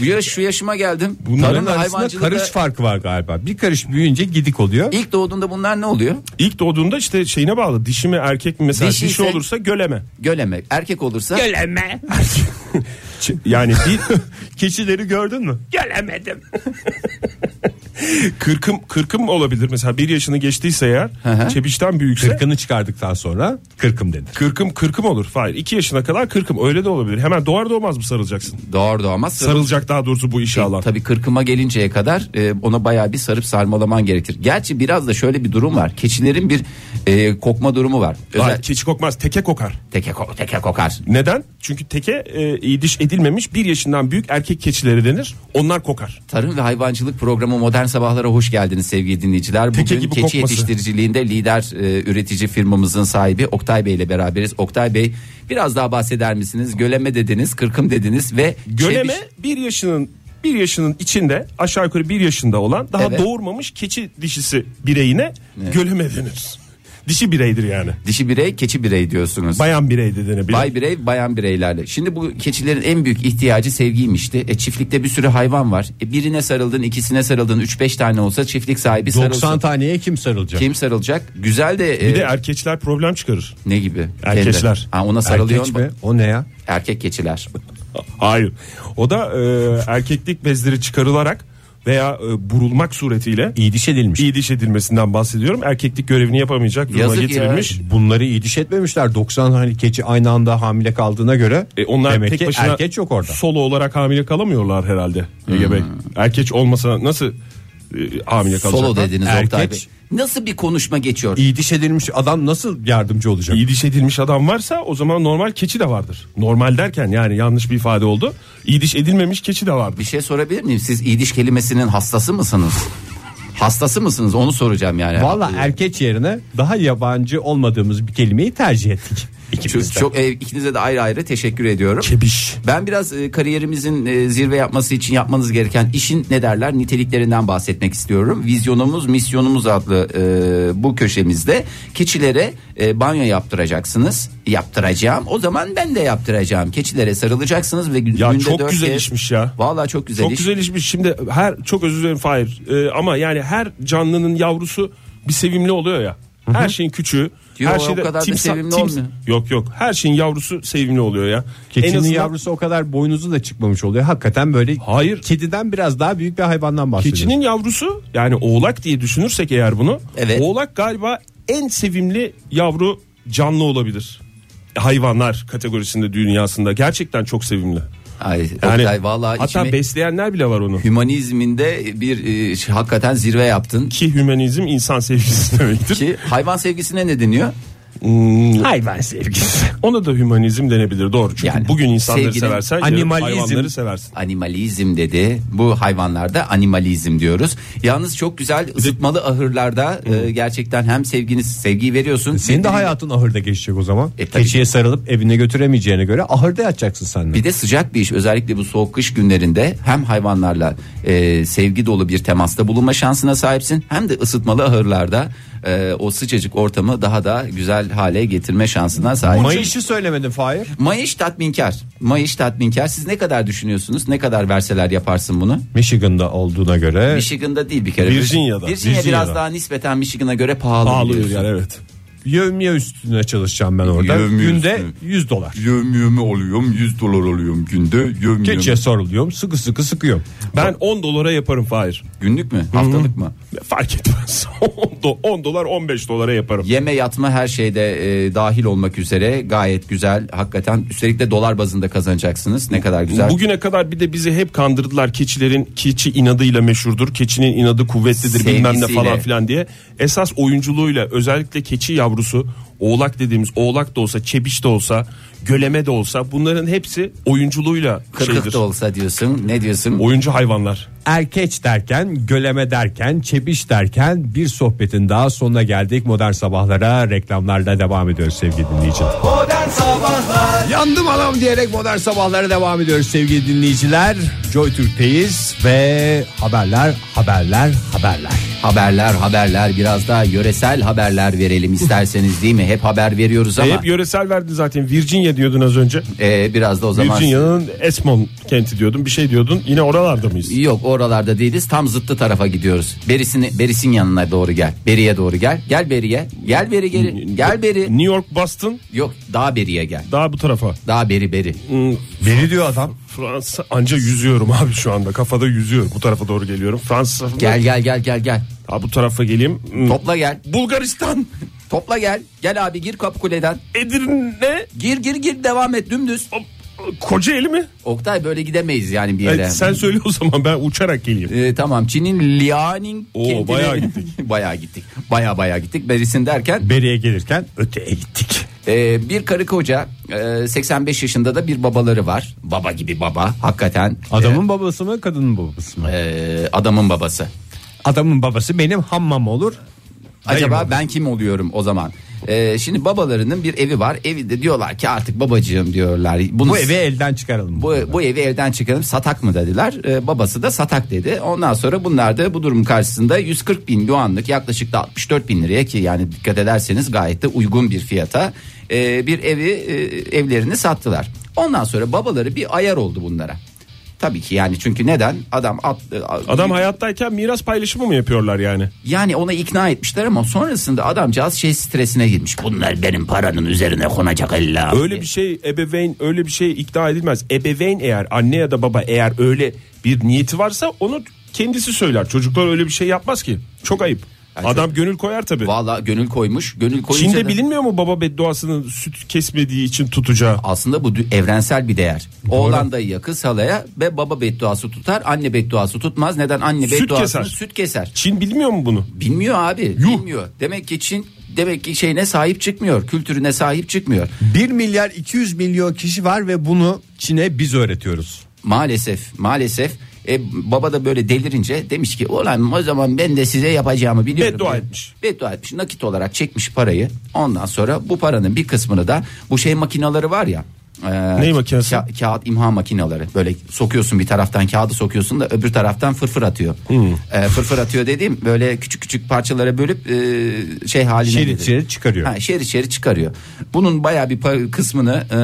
S2: Bu yaş, şu yaşıma geldim.
S3: Bunların
S2: Tarım ve
S3: arasında
S2: hayvancılıkta
S3: karış farkı var galiba. Bir karış büyüyünce gidik oluyor.
S2: ilk doğduğunda bunlar ne oluyor?
S4: İlk doğduğunda işte şeyine bağlı. Dişi mi erkek mi? Mesela
S2: Dişi
S4: dişi,
S2: ise-
S4: olursa göleme.
S2: Göleme. Erkek olursa
S3: Göleme.
S4: Ç- Yani bir
S3: Keçileri gördün mü?
S4: Gelemedim. kırkım kırkım olabilir mesela bir yaşını geçtiyse eğer
S2: hı.
S4: çebişten büyükse
S3: Kırkını çıkardıktan sonra kırkım denir.
S4: kırkım kırkım olur. Hayır iki yaşına kadar kırkım öyle de olabilir. Hemen doğar doğmaz mı sarılacaksın?
S2: doğar doğmaz
S4: Sarılacak daha doğrusu bu işe alan.
S2: E, Tabii kırkıma gelinceye kadar e, ona bayağı bir sarıp sarmalaman gerekir. Gerçi biraz da şöyle bir durum var. Keçilerin bir e, kokma durumu var. Özel,
S4: Hayır, keçi kokmaz teke kokar.
S2: teke, ko- teke kokar.
S4: Neden? Çünkü teke e, iyi diş edilmemiş bir yaşından büyük erkek keçileri denir. Onlar kokar.
S2: Tarım ve Hayvancılık Programı Modern Sabahlara hoş geldiniz sevgili dinleyiciler. Bugün
S4: Teke
S2: keçi
S4: gibi kokması.
S2: yetiştiriciliğinde lider e, üretici firmamızın sahibi Oktay Bey ile beraberiz. Oktay Bey biraz daha bahseder misiniz? Göleme dediniz, kırkım dediniz ve
S4: Göleme
S2: çeviş-
S4: bir yaşının bir yaşının içinde aşağı yukarı bir yaşında olan daha
S2: Evet.
S4: doğurmamış keçi dişisi bireyine göleme denir. Dişi bireydir yani.
S2: dişi birey, keçi birey diyorsunuz.
S4: Bayan birey de denebilir.
S2: Bay birey bayan bireylerle. Şimdi bu keçilerin en büyük ihtiyacı sevgiymişti. E çiftlikte bir sürü hayvan var. E, birine sarıldın, ikisine sarıldın, 3-5 tane olsa çiftlik sahibi
S3: 90
S2: sarılsın.
S3: taneye kim sarılacak?
S2: Kim sarılacak? Güzel de, e,
S4: Bir de er- erkeçler problem çıkarır.
S2: ne gibi?
S4: Erkeçler.
S2: Kendi. Ha, ona sarılıyor.
S3: Erkek
S2: Erkek,
S3: mi? O ne ya?
S2: erkek keçiler.
S4: Hayır. O da e, erkeklik bezleri çıkarılarak veya e, burulmak suretiyle
S3: İyidiş edilmiş.
S4: iyiliş edilmesinden bahsediyorum. Erkeklik görevini yapamayacak duruma
S2: Yazık ya.
S4: getirilmiş.
S3: Bunları iyiliş etmemişler. 90 hani keçi aynı anda hamile kaldığına göre
S4: E onlar
S3: demek
S4: tek
S3: ki
S4: başına
S3: erkeç yok orada.
S4: Solo olarak hamile kalamıyorlar herhalde Ege Bey. Erkeç olmasa nasıl e, hamile kalacaklar?
S2: Solo dediniz Oktay
S3: Erkek-
S2: Bey. Nasıl bir konuşma geçiyor?
S3: İyidiş edilmiş adam nasıl yardımcı olacak?
S4: İyi diş edilmiş adam varsa o zaman normal keçi de vardır. Normal derken yani yanlış bir ifade oldu. İyi diş edilmemiş keçi de vardır.
S2: Bir şey sorabilir miyim? Siz iyidiş kelimesinin hastası mısınız? hastası mısınız? Onu soracağım yani.
S3: Valla erkeç yerine daha yabancı olmadığımız bir kelimeyi tercih ettik.
S2: Çok, çok e, ikinize de ayrı ayrı teşekkür ediyorum.
S3: kebiş.
S2: Ben biraz e, kariyerimizin e, zirve yapması için yapmanız gereken işin ne derler niteliklerinden bahsetmek istiyorum. Vizyonumuz, misyonumuz adlı e, bu köşemizde keçilere e, banyo yaptıracaksınız. Yaptıracağım. O zaman ben de yaptıracağım. Keçilere sarılacaksınız ve gün,
S4: Ya
S2: günde
S4: çok
S2: dört
S4: güzel
S2: kez-
S4: işmiş ya.
S2: Vallahi çok güzel
S4: Çok
S2: iş.
S4: güzel işmiş. Şimdi her çok özür dilerim Fahir. Ee, ama yani her canlının yavrusu bir sevimli oluyor ya. Her şeyin küçüğü.
S2: Yo,
S4: her
S2: o kadar da sevimli olmuyor.
S4: Yok yok. Her şeyin yavrusu sevimli oluyor ya.
S3: Keçinin
S4: En azından-
S3: yavrusu o kadar boynuzu da çıkmamış oluyor. Hakikaten böyle
S4: Hayır.
S3: kediden biraz daha büyük bir hayvandan bahsediyoruz.
S4: Keçinin yavrusu yani oğlak diye düşünürsek eğer bunu.
S2: Evet.
S4: Oğlak galiba en sevimli yavru canlı olabilir. Hayvanlar kategorisinde dünyasında gerçekten çok sevimli.
S2: Ay,
S4: Yani
S2: Oktay, vallahi
S4: hatta
S2: içime-
S4: besleyenler bile var onu.
S2: hümanizminde bir e, şey, hakikaten zirve yaptın.
S4: Ki hümanizm insan sevgisi demektir.
S2: Ki hayvan sevgisine ne deniyor?
S3: hayvan sevgisi.
S4: Hmm. Ona da hümanizm denebilir doğru. Çünkü
S2: Yani
S4: bugün insanları
S2: sevginin
S4: seversen yarın
S3: animalizm-
S4: hayvanları seversin.
S2: Animalizm dedi. Bu hayvanlarda animalizm diyoruz. Yalnız çok güzel ısıtmalı ahırlarda e, gerçekten hem sevginiz sevgiyi veriyorsun.
S3: E, Senin de
S2: Bir-
S3: hayatın ahırda geçecek o zaman.
S2: E, tabii.
S3: Keçiye sarılıp evine götüremeyeceğine göre ahırda yatacaksın sen de.
S2: Bir de sıcak bir iş özellikle bu soğuk kış günlerinde hem hayvanlarla e, sevgi dolu bir temasta bulunma şansına sahipsin hem de ısıtmalı ahırlarda e, o sıcacık ortamı daha da güzel hale getirme şansına sahipsin.
S3: Mayışı söylemedin Fahir.
S2: Mayış tatminkar. Mayış tatminkar. Siz ne kadar düşünüyorsunuz? Ne kadar verseler yaparsın bunu?
S3: Michigan'da olduğuna göre
S2: Michigan'da değil bir kere.
S4: Virginia'da.
S2: Virginia biraz
S4: Virginia'da.
S2: daha nispeten Michigan'a göre pahalı.
S4: Ağlıyor
S2: biliyorsun.
S4: yani evet.
S3: yevmiye üstüne çalışacağım ben orada.
S2: Yevmiye
S3: Günde
S2: üstüne.
S3: 100 dolar.
S2: Yövmüyümü oluyorum 100 dolar alıyorum günde. Yövmüyümü.
S3: Keçiye sarılıyorum sıkı sıkı sıkıyorum.
S4: Ben 10 dolara yaparım Fahir.
S2: Günlük mü? Haftalık mı?
S4: Fark etmez. 10, do- 10 dolar 15 dolara yaparım.
S2: Yeme yatma her şeyde e, dahil olmak üzere gayet güzel. Hakikaten üstelik de dolar bazında kazanacaksınız. Ne kadar güzel.
S4: Bugüne kadar bir de bizi hep kandırdılar keçilerin keçi inadıyla meşhurdur. Keçinin inadı kuvvetlidir bilmem ne
S2: Sevgisiyle.
S4: falan filan diye. Esas oyunculuğuyla özellikle keçi yavrusu oğlak dediğimiz oğlak da olsa çebiş de olsa göleme de olsa bunların hepsi oyunculuğuyla
S2: Kırkık
S4: şeydir.
S2: da olsa diyorsun. Ne diyorsun?
S4: Oyuncu hayvanlar.
S3: Erkeç derken, göleme derken, çebiş derken bir sohbetin daha sonuna geldik. Modern sabahlara reklamlarla devam ediyoruz sevgili dinleyiciler.
S7: Modern Sabahlar
S3: Yandım adam diyerek modern sabahlara devam ediyoruz sevgili dinleyiciler. Joy Türk'teyiz ve haberler haberler haberler.
S2: Haberler haberler biraz daha yöresel haberler verelim isterseniz değil mi? Hep haber veriyoruz ama
S4: Hep yöresel verdin zaten Virginia diyordun az önce.
S2: e, biraz da o zaman
S4: Virginia'nın Esmond kenti diyordun bir şey diyordun yine oralarda mıyız?
S2: Yok oralarda değiliz. Tam zıttı tarafa gidiyoruz. Berisini Beris'in yanına doğru gel. Beri'ye doğru gel. Gel Beri'ye. Gel Beri geri. Gel Beri.
S4: New York Boston
S2: Yok daha Beri'ye gel.
S4: daha bu tarafa.
S2: Daha Beri Beri.
S3: Beni diyor adam.
S4: Fransa anca yüzüyorum abi şu anda kafada yüzüyorum bu tarafa doğru geliyorum. Fransa
S2: Gel gel gel gel gel.
S4: Ha bu tarafa geleyim. Hmm.
S2: Topla gel.
S4: Bulgaristan,
S2: Topla gel. Gel abi gir Kapıkule'den.
S4: Edirne,
S2: Gir gir gir devam et dümdüz.
S4: Kocaeli mi?
S2: Oktay böyle gidemeyiz yani bir
S4: Ay,
S2: yere.
S4: sen söyle o zaman ben uçarak geleyim.
S2: Ee, tamam Çin'in Liaoning
S4: Oo,
S2: kentine-
S4: bayağı gittik.
S2: bayağı gittik. Bayağı bayağı gittik. Berisin derken
S3: Beri'ye gelirken öteye gittik.
S2: Ee, bir karı koca e, 85 yaşında da bir babaları var. Baba gibi baba hakikaten.
S3: Adamın babası mı kadının babası mı?
S2: Ee, adamın babası.
S3: Adamın babası benim hammam olur.
S2: Acaba
S3: Hayır,
S2: ben kim oluyorum o zaman? Ee, şimdi babalarının bir evi var. Evi de diyorlar ki artık babacığım diyorlar. Bunu
S3: Bu evi elden çıkaralım.
S2: bu, bu evi elden çıkaralım satak mı dediler. Ee, babası da satak dedi. Ondan sonra bunlar da bu durum karşısında 140 bin yuanlık yaklaşık da 64 bin liraya ki yani dikkat ederseniz gayet de uygun bir fiyata e, bir evi e, evlerini sattılar. Ondan sonra babaları bir ayar oldu bunlara. Tabii ki yani çünkü neden adam e, at,
S4: Adam hayattayken miras paylaşımı mı yapıyorlar yani?
S2: yani ona ikna etmişler ama sonrasında adamcağız şey stresine girmiş. Bunlar benim paranın üzerine konacak illa.
S4: Öyle bir şey ebeveyn öyle bir şey ikna edilmez. Ebeveyn eğer anne ya da baba eğer öyle bir niyeti varsa onu kendisi söyler. Çocuklar öyle bir şey yapmaz ki. Çok ayıp. Adam gönül koyar tabii.
S2: Valla gönül koymuş. Gönül koyunca
S4: Çin'de
S2: da-
S4: bilinmiyor mu baba bedduasının süt kesmediği için tutacağı?
S2: aslında bu dü- evrensel bir değer. Oğlan dayıya, kız halaya ve baba bedduası tutar. Anne bedduası tutmaz. Neden? Anne
S4: Süt
S2: bedduasını
S4: keser.
S2: süt keser.
S4: Çin bilmiyor mu bunu?
S2: Bilmiyor abi. Bilmiyor. Demek ki Çin demek ki şeyine sahip çıkmıyor. Kültürüne sahip çıkmıyor.
S3: 1 milyar 200 milyon kişi var ve bunu Çin'e biz öğretiyoruz.
S2: Maalesef maalesef e, baba da böyle delirince demiş ki ulan o zaman ben de size yapacağımı biliyorum.
S4: Beddua etmiş.
S2: Beddua etmiş nakit olarak çekmiş parayı ondan sonra bu paranın bir kısmını da bu şey makinaları var ya. e,
S4: Ney makinesi?
S2: ka- kağıt imha makineleri böyle sokuyorsun bir taraftan kağıdı sokuyorsun da öbür taraftan fırfır atıyor. E, fırfır atıyor dediğim böyle küçük küçük parçalara bölüp e, şey haline
S3: Şerit
S2: gelir.
S3: şerit çıkarıyor.
S2: Ha, şerit şerit çıkarıyor. Bunun bayağı bir pa- kısmını e,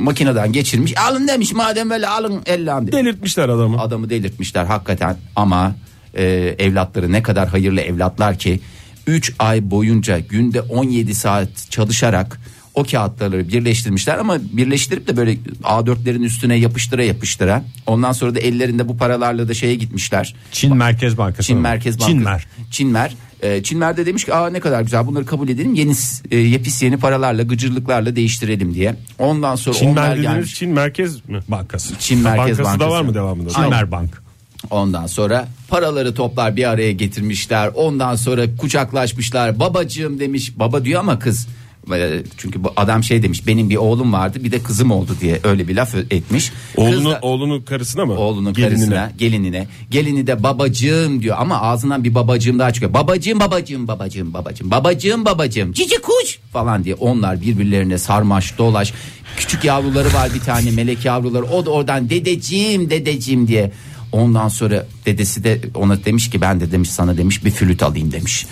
S2: makineden geçirmiş. Alın demiş madem böyle alın ellan demiş.
S4: Delirtmişler adamı.
S2: Adamı delirtmişler hakikaten ama e, evlatları ne kadar hayırlı evlatlar ki 3 ay boyunca günde 17 saat çalışarak o kağıtları birleştirmişler ama birleştirip de böyle A4'lerin üstüne yapıştıra yapıştıra ondan sonra da ellerinde bu paralarla da şeye gitmişler.
S3: Çin Merkez Bankası.
S2: Çin Merkez Bankası.
S3: Çinmer.
S2: Çinmer. Ee, Çinmer de demiş ki aa ne kadar güzel bunları kabul edelim yeni e, yepis yeni paralarla gıcırlıklarla değiştirelim diye. Ondan sonra onlar
S4: Çinler dediğiniz
S2: gelmiş.
S4: Çin Merkez mi?
S3: Bankası.
S2: Çin Merkez
S4: Bankası da
S2: Bankası.
S4: var mı devamında?
S2: Aynen.
S3: Çinmer Bank.
S2: Ondan sonra paraları toplar bir araya getirmişler. Ondan sonra kucaklaşmışlar. Babacığım demiş. Baba diyor ama kız. Ee, Çünkü bu adam şey demiş. Benim bir oğlum vardı bir de kızım oldu diye öyle bir laf etmiş. Kız
S4: Oğlunun,
S2: da-
S4: oğlunun karısına mı?
S2: oğlunun
S4: Gelinine.
S2: karısına, gelinine. Gelini de babacığım diyor ama ağzından bir babacığım daha çıkıyor. Babacığım, babacığım, babacığım, babacığım, babacığım, babacığım. Cici kuş falan diye onlar birbirlerine sarmaş dolaş. Küçük yavruları var bir tane melek yavruları. O da oradan dedeciğim, dedeciğim diye. Ondan sonra dedesi de ona demiş ki ben de demiş sana demiş bir flüt alayım demiş.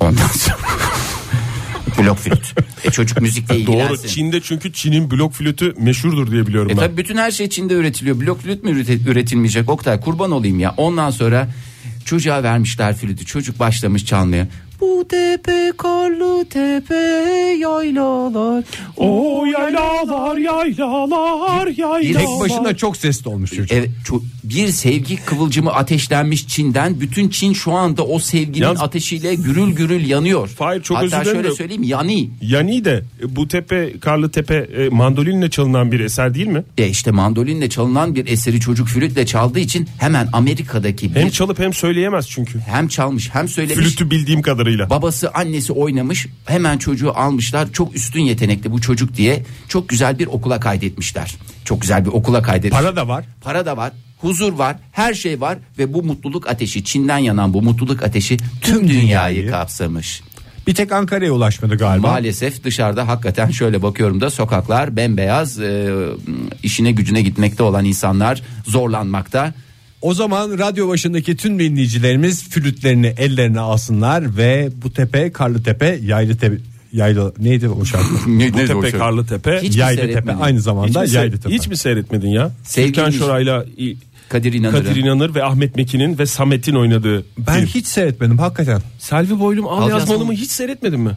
S2: Ondan sonra blok flüt. E çocuk müzikle ilgilensin.
S4: Doğru Çin'de çünkü Çin'in blok flütü meşhurdur diye biliyorum
S2: E
S4: ben.
S2: tabii bütün her şey Çin'de üretiliyor. Blok flüt mü ürete- üretilmeyecek? Oktay kurban olayım ya. Ondan sonra çocuğa vermişler flütü. Çocuk başlamış çalmaya. Bu tepe karlı tepe yaylalar.
S4: O yaylalar yaylalar yaylalar.
S3: Tek başına çok sesli olmuş çocuk.
S2: Evet, ço- bir sevgi kıvılcımı ateşlenmiş Çin'den. Bütün Çin şu anda o sevginin
S4: Yalnız-
S2: ateşiyle gürül gürül yanıyor.
S4: Fahir, çok
S2: Hatta
S4: özür dilerim
S2: şöyle
S4: de-
S2: söyleyeyim yani.
S4: Yani de e, bu tepe Karlı Tepe e, mandolinle çalınan bir eser değil mi?
S2: E işte mandolinle çalınan bir eseri çocuk flütle çaldığı için hemen Amerika'daki
S4: Hem
S2: bir-
S4: çalıp hem söyleyemez çünkü.
S2: hem çalmış hem söylemiş.
S4: Flütü bildiğim kadarıyla.
S2: Babası annesi oynamış hemen çocuğu almışlar çok üstün yetenekli bu çocuk diye çok güzel bir okula kaydetmişler. Çok güzel bir okula kaydetmişler.
S3: Para da var.
S2: Para da var huzur var her şey var ve bu mutluluk ateşi Çin'den yanan bu mutluluk ateşi tüm dünyayı kapsamış.
S3: Bir tek Ankara'ya ulaşmadı galiba.
S2: Maalesef dışarıda hakikaten şöyle bakıyorum da sokaklar bembeyaz e, işine gücüne gitmekte olan insanlar zorlanmakta.
S3: O zaman radyo başındaki tüm dinleyicilerimiz flütlerini ellerine alsınlar ve bu tepe Karlıtepe Yaylı Tepe Yaylı neydi o şarkı?
S2: Ne-
S4: bu
S2: ne
S4: tepe
S2: zor-
S4: Karlı Tepe.
S2: Hiç mi
S3: Yaylı Tepe
S2: seyretmedin?
S3: aynı
S4: Hiç
S3: zamanda
S4: mi,
S3: Yaylı
S4: se-
S3: Tepe.
S4: hiç mi seyretmedin ya?
S2: Sevgili
S4: Türkan
S2: Müjde-
S4: Şoray'la i-
S2: Kadir İnanır'ın.
S4: Kadir İnanır ve Ahmet Mekin'in ve Samet'in oynadığı
S3: Ben
S4: film.
S3: hiç seyretmedim hakikaten.
S4: Selvi Boylum Al,
S2: Al
S4: Yazmalım'ı
S2: Yazmalım.
S4: hiç seyretmedin mi?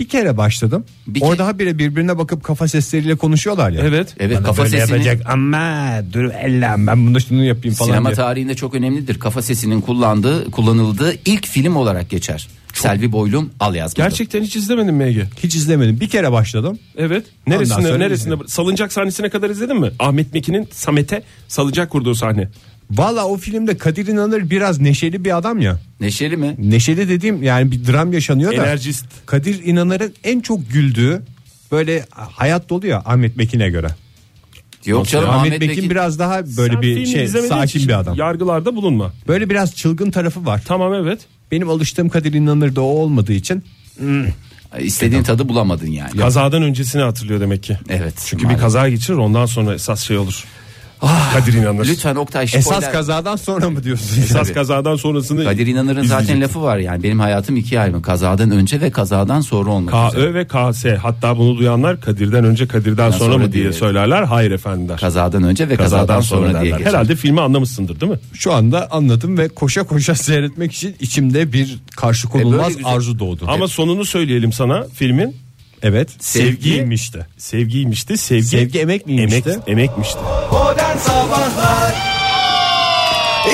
S3: Bir kere başladım.
S2: Bir
S3: Orada
S2: kere-
S3: habire birbirine bakıp kafa sesleriyle konuşuyorlar ya.
S4: Evet.
S2: Evet kafa sesini
S3: ama dur ellem ben bunu şunu yapayım falan
S2: Sinema
S3: diye.
S2: tarihinde çok önemlidir. Kafa sesinin kullandığı, kullanıldığı ilk film olarak geçer. Selvi Boylum Al Yazmalı.
S4: Gerçekten hiç izlemedin mi Ege?
S3: Hiç izlemedim. Bir kere başladım.
S4: Evet.
S3: Ondan sonra
S4: Neresinde neresinde
S3: izledim.
S4: salıncak sahnesine kadar izledin mi? Ahmet Mekin'in Samet'e salıncak kurduğu sahne.
S3: Valla o filmde Kadir İnanır biraz neşeli bir adam ya.
S2: Neşeli mi?
S3: Neşeli dediğim yani bir dram yaşanıyor da.
S4: Enerjist.
S3: Kadir İnanır'ın en çok güldüğü böyle hayat dolu ya Ahmet Mekin'e göre.
S2: Yok canım
S3: Ahmet, Mekin, biraz daha böyle
S4: Sen
S3: bir
S4: filmi
S3: şey
S4: izlemediğin
S3: sakin
S4: için
S3: bir adam.
S4: Yargılarda bulunma.
S3: Böyle biraz çılgın tarafı var.
S4: Tamam evet.
S3: Benim alıştığım Kadir İnanır'da o olmadığı için
S4: Hmm.
S2: istediğin tadı bulamadın yani.
S4: Kazadan öncesini hatırlıyor demek ki.
S2: Evet.
S4: Çünkü bir
S2: maalesef. Ah.
S4: kaza geçirir ondan sonra esas şey olur. Kadir İnanır.
S2: Lütfen Oktay
S3: esas
S2: spoiler-
S3: kazadan sonra mı diyorsun?
S4: Esas
S2: Tabii.
S4: kazadan sonrasını
S2: Kadir İnanır'ın zaten
S4: izleyecek.
S2: lafı var yani benim hayatım ikiye ayrılmış. Kazadan önce ve kazadan sonra olmak üzere.
S4: KÖ ve KS hatta bunu duyanlar Kadir'den önce Kadir'den sonra,
S2: sonra
S4: mı diye
S2: diye.
S4: söylerler. Hayır efendim der.
S2: Kazadan
S3: E,
S2: önce ve kazadan, sonra, diye
S4: derler.
S2: geçer.
S4: Herhalde filmi anlamışsındır değil mi?
S3: Şu anda anladım ve koşa koşa seyretmek için içimde bir
S4: E,
S3: karşı konulmaz
S2: güzel-
S3: arzu doğdu.
S4: Ama sonunu söyleyelim sana filmin.
S3: evet.
S2: Sevgi-
S3: Sevgiymişti.
S4: Sevgiymişti. Sevgi,
S3: Sevgi emek miymişti?
S4: Emek, emekmişti.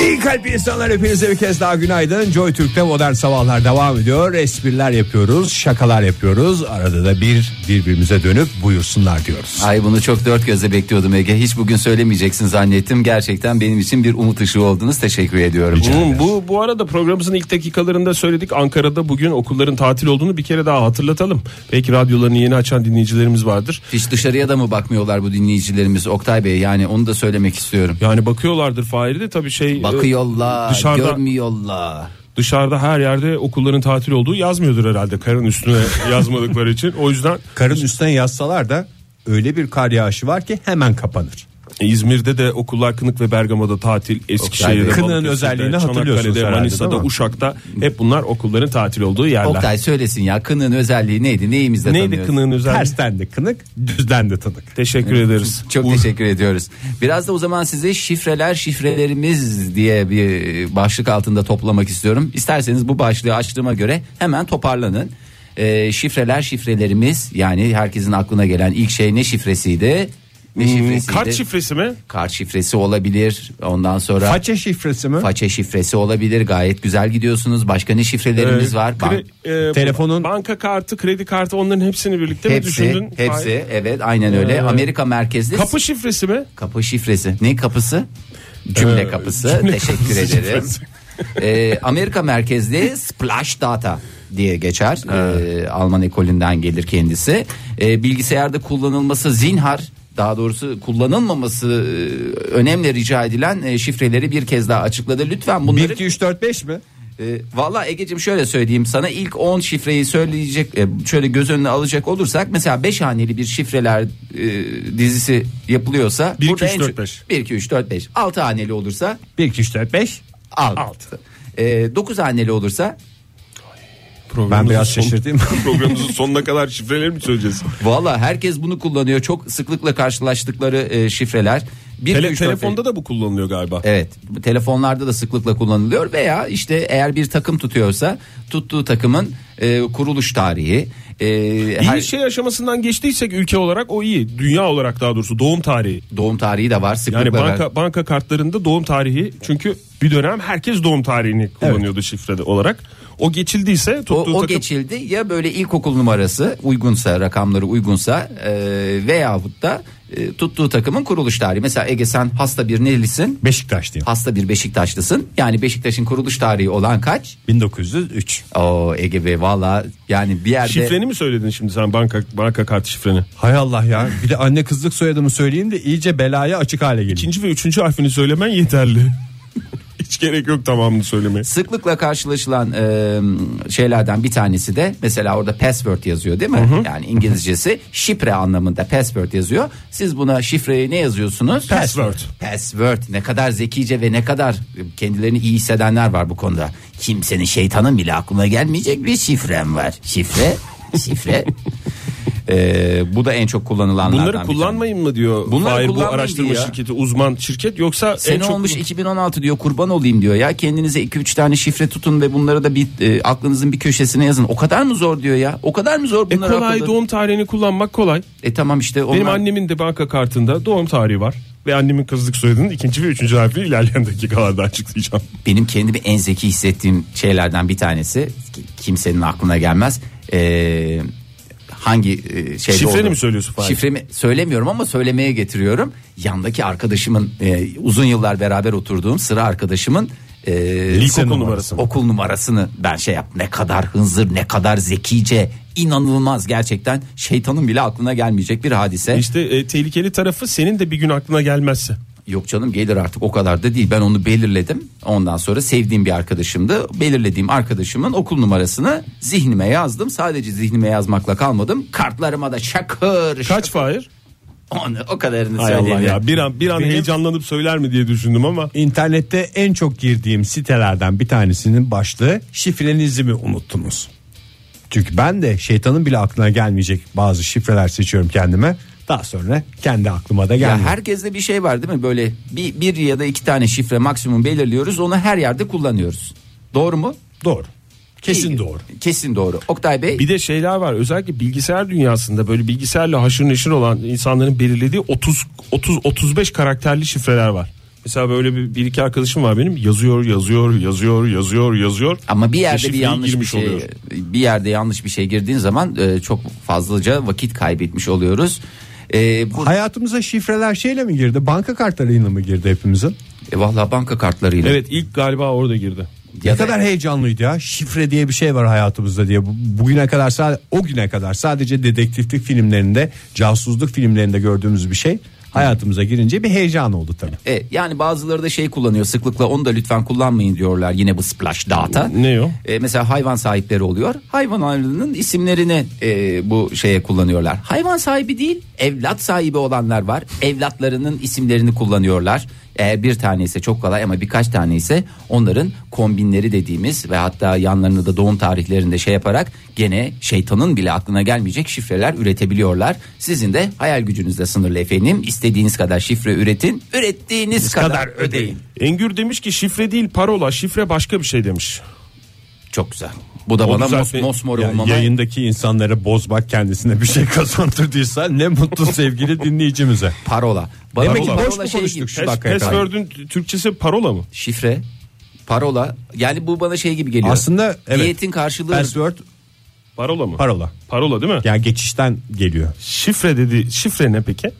S3: İyi kalp insanlar hepinize bir kez daha günaydın. Joy Türk'te modern sabahlar devam ediyor. Espriler yapıyoruz, şakalar yapıyoruz. Arada da bir birbirimize dönüp buyursunlar diyoruz.
S2: Ay bunu çok dört gözle bekliyordum Ege. Hiç bugün söylemeyeceksin zannettim. Gerçekten benim için bir umut ışığı oldunuz. Teşekkür ediyorum.
S4: Hmm, bu bu arada programımızın ilk dakikalarında söyledik Ankara'da bugün okulların tatil olduğunu bir kere daha hatırlatalım. Belki radyolarını yeni açan dinleyicilerimiz vardır.
S2: Hiç dışarıya da mı bakmıyorlar bu dinleyicilerimiz Oktay Bey? Yani onu da söylemek istiyorum.
S4: Yani bakıyorlardır Fahir'e de tabii şey e,
S2: Bakıyorlar,
S4: dışarıda
S2: görmüyorlar.
S4: dışarıda her yerde okulların tatil olduğu yazmıyordur herhalde karın üstüne yazmadıkları için. O yüzden
S3: Karın üstüne yazsalar da öyle bir kar yağışı var ki hemen kapanır.
S4: İzmir'de de okullar Kınık ve Bergama'da tatil, Eskişehir'de,
S3: Kınık'ın
S4: Balıkesir'de,
S3: özelliğini
S4: Çanakkale'de,
S3: hatırlıyorsunuz herhalde,
S4: Manisa'da,
S3: değil mi?
S4: Uşak'ta hep bunlar okulların tatil olduğu yerler.
S2: Oktay söylesin ya kının özelliği neydi? Neyimizde
S4: Neydi
S2: tanıyoruz?
S4: Kınık'ın özelliği?
S3: Tersten de kınık, düzden de tınık.
S4: Teşekkür ederiz.
S2: Çok teşekkür ediyoruz. Biraz da o zaman size şifreler şifrelerimiz diye bir e, başlık altında toplamak istiyorum. İsterseniz bu başlığı açtığıma göre hemen toparlanın. Ee, şifreler şifrelerimiz yani herkesin aklına gelen ilk şey ne şifresiydi?
S4: Hmm,
S2: Ne şifresiydi?
S4: Kart şifresi mi?
S2: Kart şifresi olabilir. Ondan sonra
S3: Faça şifresi mi?
S2: faça şifresi olabilir. Gayet güzel gidiyorsunuz. Başka ne şifrelerimiz
S4: Ee,
S2: var?
S4: kre-
S2: Bank-
S4: e,
S3: Telefonun-
S4: banka kartı, kredi kartı onların hepsini birlikte mi
S2: hepsi,
S4: düşündün?
S2: hepsi.
S4: Hayır.
S2: Evet, aynen öyle.
S4: Ee,
S2: Amerika merkezli.
S4: Kapı şifresi mi?
S2: Kapı şifresi. Ne kapısı? Cümle
S4: Ee,
S2: kapısı.
S4: cümle
S2: Teşekkür
S4: kapısı
S2: ederim.
S4: şifresi.
S2: Ee, Amerika merkezli Splash Data diye geçer. Ee, Alman ekolünden gelir kendisi. Ee, bilgisayarda kullanılması zinhar daha doğrusu kullanılmaması e, önemli rica edilen e, şifreleri bir kez daha açıkladı. Lütfen bunları
S3: 1, 2, 3, 4, 5 mi?
S2: e, Valla Ege'cim şöyle söyleyeyim sana ilk 10 şifreyi söyleyecek e, şöyle göz önüne alacak olursak mesela 5 haneli bir şifreler e, dizisi yapılıyorsa
S4: Bir, iki,
S2: burada
S4: üç,
S2: en
S4: dört,
S2: çok-
S4: beş.
S2: 1 2 3 4 5 6 haneli olursa
S3: 1, 2, 3, 4, 5.
S2: 6 9 haneli olursa
S4: Programımızın
S3: biraz şaşırdım.
S4: programımızın sonuna kadar şifreleri mi söyleyeceğiz?
S2: valla herkes bunu kullanıyor çok sıklıkla karşılaştıkları e, şifreler 1 2
S4: Tele-
S2: 3 4
S4: telefonda da bu kullanılıyor galiba.
S2: Evet bu telefonlarda da sıklıkla kullanılıyor veya işte eğer bir takım tutuyorsa tuttuğu takımın e, kuruluş tarihi e,
S4: İyi şey aşamasından geçtiysek ülke olarak o iyi. Dünya olarak daha doğrusu doğum tarihi.
S2: doğum tarihi de var
S4: Yani
S2: sıklıkla. var.
S4: banka banka kartlarında doğum tarihi çünkü bir dönem herkes doğum tarihini kullanıyordu şifrede olarak. O geçildiyse
S2: O,
S4: tuttuğu
S2: o
S4: takım
S2: geçildi ya böyle ilkokul numarası uygunsa rakamları uygunsa e, veyahut da e, tuttuğu takımın kuruluş tarihi. Mesela Ege sen hasta bir nelisin?
S3: Beşiktaş diyeyim.
S2: Hasta bir Beşiktaşlısın. Yani Beşiktaş'ın kuruluş tarihi olan kaç?
S3: 1903.
S2: O Ege Bey valla yani bir yerde
S4: şifreni mi söyledin şimdi sen banka banka kartı şifreni?
S3: Hay Allah ya. Bir de anne kızlık soyadımı söyleyeyim de iyice belaya açık hale geleyim.
S4: İkinci ve üçüncü harfini söylemen yeterli. Hiç gerek yok tamamını söylemeye.
S2: sıklıkla karşılaşılan e, şeylerden bir tanesi de mesela orada password yazıyor değil mi? Yani İngilizcesi şifre anlamında password yazıyor. Siz buna şifreyi ne yazıyorsunuz?
S4: Password.
S2: Password. Ne kadar zekice ve ne kadar kendilerini iyi hissedenler var bu konuda. Kimsenin şeytanın bile aklına gelmeyecek bir şifrem var. Şifre, şifre. E, bu da en çok kullanılanlardan
S4: Bunları
S2: bir tanesi.
S4: kullanmayın mı diyor
S2: Bunları
S4: Hayır, bu
S2: kullanmayın
S4: araştırma
S2: diyor ya.
S4: şirketi uzman şirket yoksa en
S2: Sene
S4: E, çok
S2: olmuş 2016 diyor kurban olayım diyor ya kendinize 2-3 tane şifre tutun ve bunları da bir e, aklınızın bir köşesine yazın. O kadar mı zor diyor ya o kadar mı zor
S4: E
S2: bunları
S4: kolay
S2: akılda-
S4: doğum tarihini kullanmak kolay.
S2: E tamam işte onlar...
S4: Benim annemin de banka kartında doğum tarihi var. Ve annemin kızlık soyadının ikinci ve üçüncü harfini ilerleyen dakikalarda açıklayacağım.
S2: benim kendimi en zeki hissettiğim şeylerden bir tanesi ki kimsenin aklına gelmez. Ee, hangi e, şeyde
S4: Şifreni
S2: olduğunu-
S4: mi söylüyorsun Fahir?
S2: Şifremi söylemiyorum ama söylemeye getiriyorum. Yandaki arkadaşımın e, uzun yıllar beraber oturduğum sıra arkadaşımın e,
S4: İlkokul
S2: okul
S4: numarası mı?
S2: Okul numarasını ben şey yap ne kadar hınzır ne kadar zekice inanılmaz gerçekten şeytanın bile aklına gelmeyecek bir hadise.
S4: İşte e, tehlikeli tarafı senin de bir gün aklına gelmezse.
S2: Yok canım gelir artık o kadar da değil. Ben onu belirledim. Ondan sonra sevdiğim bir arkadaşımdı. Belirlediğim arkadaşımın okul numarasını zihnime yazdım. Sadece zihnime yazmakla kalmadım. Kartlarıma da şakır.
S4: Kaç Fahir?
S2: Onu o kadarını
S4: Hay Allah
S2: söyleyeyim.
S4: ya bir an bir an heyecanlanıp söyler mi diye düşündüm ama
S3: İnternette en çok girdiğim sitelerden bir tanesinin başlığı şifrenizi mi unuttunuz? Çünkü ben de şeytanın bile aklına gelmeyecek bazı şifreler seçiyorum kendime. Daha sonra kendi aklıma da
S2: Ya
S3: gelmiyor.
S2: herkeste bir şey var değil mi? Böyle bir, bir ya da iki tane şifre maksimum belirliyoruz. Onu her yerde kullanıyoruz. Doğru mu?
S3: Doğru. Kesin
S2: İyi.
S3: doğru.
S2: Kesin doğru. Oktay Bey
S4: bir de şeyler var özellikle bilgisayar dünyasında böyle bilgisayarla haşır neşir olan insanların belirlediği 30 30 35 karakterli şifreler var. Mesela böyle bir, bir iki arkadaşım var benim yazıyor yazıyor yazıyor yazıyor yazıyor.
S2: Ama bir yerde bir
S4: Şifreyi
S2: yanlış bir
S4: girmiş
S2: şey
S4: oluyor.
S2: bir yerde yanlış bir şey girdiğin zaman e, çok fazlaca vakit kaybetmiş oluyoruz. E, bu
S3: Hayatımıza şifreler şeyle mi girdi? Banka kartlarıyla mı girdi hepimizin?
S2: e, vallahi banka kartlarıyla.
S4: Evet ilk galiba orada girdi.
S2: Ya
S3: ne
S2: da-
S3: kadar heyecanlıydı ya. Şifre diye bir şey var hayatımızda diye. Bu- Bugüne kadar sa- o güne kadar sadece dedektiflik filmlerinde, casusluk filmlerinde gördüğümüz bir şey hayatımıza girince bir heyecan oldu tabii.
S2: Evet, yani bazıları da şey kullanıyor sıklıkla onu da lütfen kullanmayın diyorlar yine bu splash data.
S4: Ne o?
S2: E, mesela hayvan sahipleri oluyor. Hayvanlarının isimlerini e, bu şeye kullanıyorlar. Hayvan sahibi değil, evlat sahibi olanlar var. Evlatlarının isimlerini kullanıyorlar. Eğer bir tane ise çok kolay ama birkaç tane ise onların kombinleri dediğimiz ve hatta yanlarını da doğum tarihlerinde şey yaparak gene şeytanın bile aklına gelmeyecek şifreler üretebiliyorlar. Sizin de hayal gücünüzde sınırlı efendim. İstediğiniz kadar şifre üretin, ürettiğiniz kadar, ödeyin.
S4: Engür demiş ki şifre değil parola şifre başka bir şey demiş.
S2: Çok güzel. Bu da
S4: O
S2: bana
S4: güzel
S2: mos,
S4: bir-
S2: mosmor
S3: Yani
S2: olmama
S3: yayındaki insanları bozmak kendisine bir şey kazandırdıysa ne mutlu sevgili dinleyicimize.
S2: Parola.
S3: Demek ki
S2: Parola.
S3: boş
S2: Parola
S3: mu
S2: şey
S3: konuştuk
S2: gibi.
S3: şu
S4: Pas-
S3: dakikaya kadar?
S4: Password'ün Türkçesi parola mı?
S2: Şifre, parola. Yani bu bana şey gibi geliyor.
S3: Aslında evet.
S2: Diyetin karşılığı.
S3: Password
S4: Parola mı?
S3: parola.
S4: Parola değil mi?
S3: Yani geçişten geliyor.
S4: Şifre dedi. Şifre ne peki?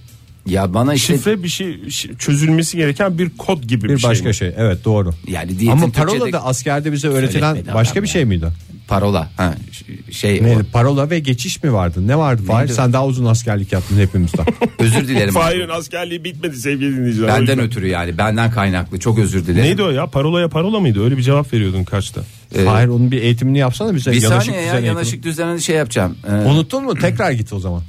S2: ya bana işte
S4: Şifre bir şey şi- çözülmesi gereken bir kod gibi bir,
S3: Bir,
S4: şey.
S3: başka
S4: mi?
S3: şey. Evet doğru.
S2: Yani diyetin
S3: Ama parola
S2: Türkçe'de-
S3: da askerde bize öğretilen
S2: Öğretmedi
S3: başka
S2: adam
S3: bir
S2: ya.
S3: şey miydi?
S2: parola. Ha, ş- şey
S3: Ne,
S2: o-
S3: parola ve geçiş mi vardı? Ne vardı? Fahir sen daha uzun askerlik yaptın hepimizden.
S2: özür dilerim.
S4: Fahir'in askerliği bitmedi sevgili dinleyiciler. O
S2: Benden
S4: yüzden-
S2: ötürü yani benden kaynaklı çok özür dilerim.
S4: Neydi o ya? Parolaya parola mıydı? Öyle bir cevap veriyordun kaçta?
S3: Ee, Fahir onun bir eğitimini yapsana
S4: şey?
S3: bize.
S2: Bir
S3: yanaşık
S2: saniye ya
S3: düzen eğitimi.
S2: yanaşık düzenen şey yapacağım. Ee,
S3: Unuttun mu? Tekrar git o zaman.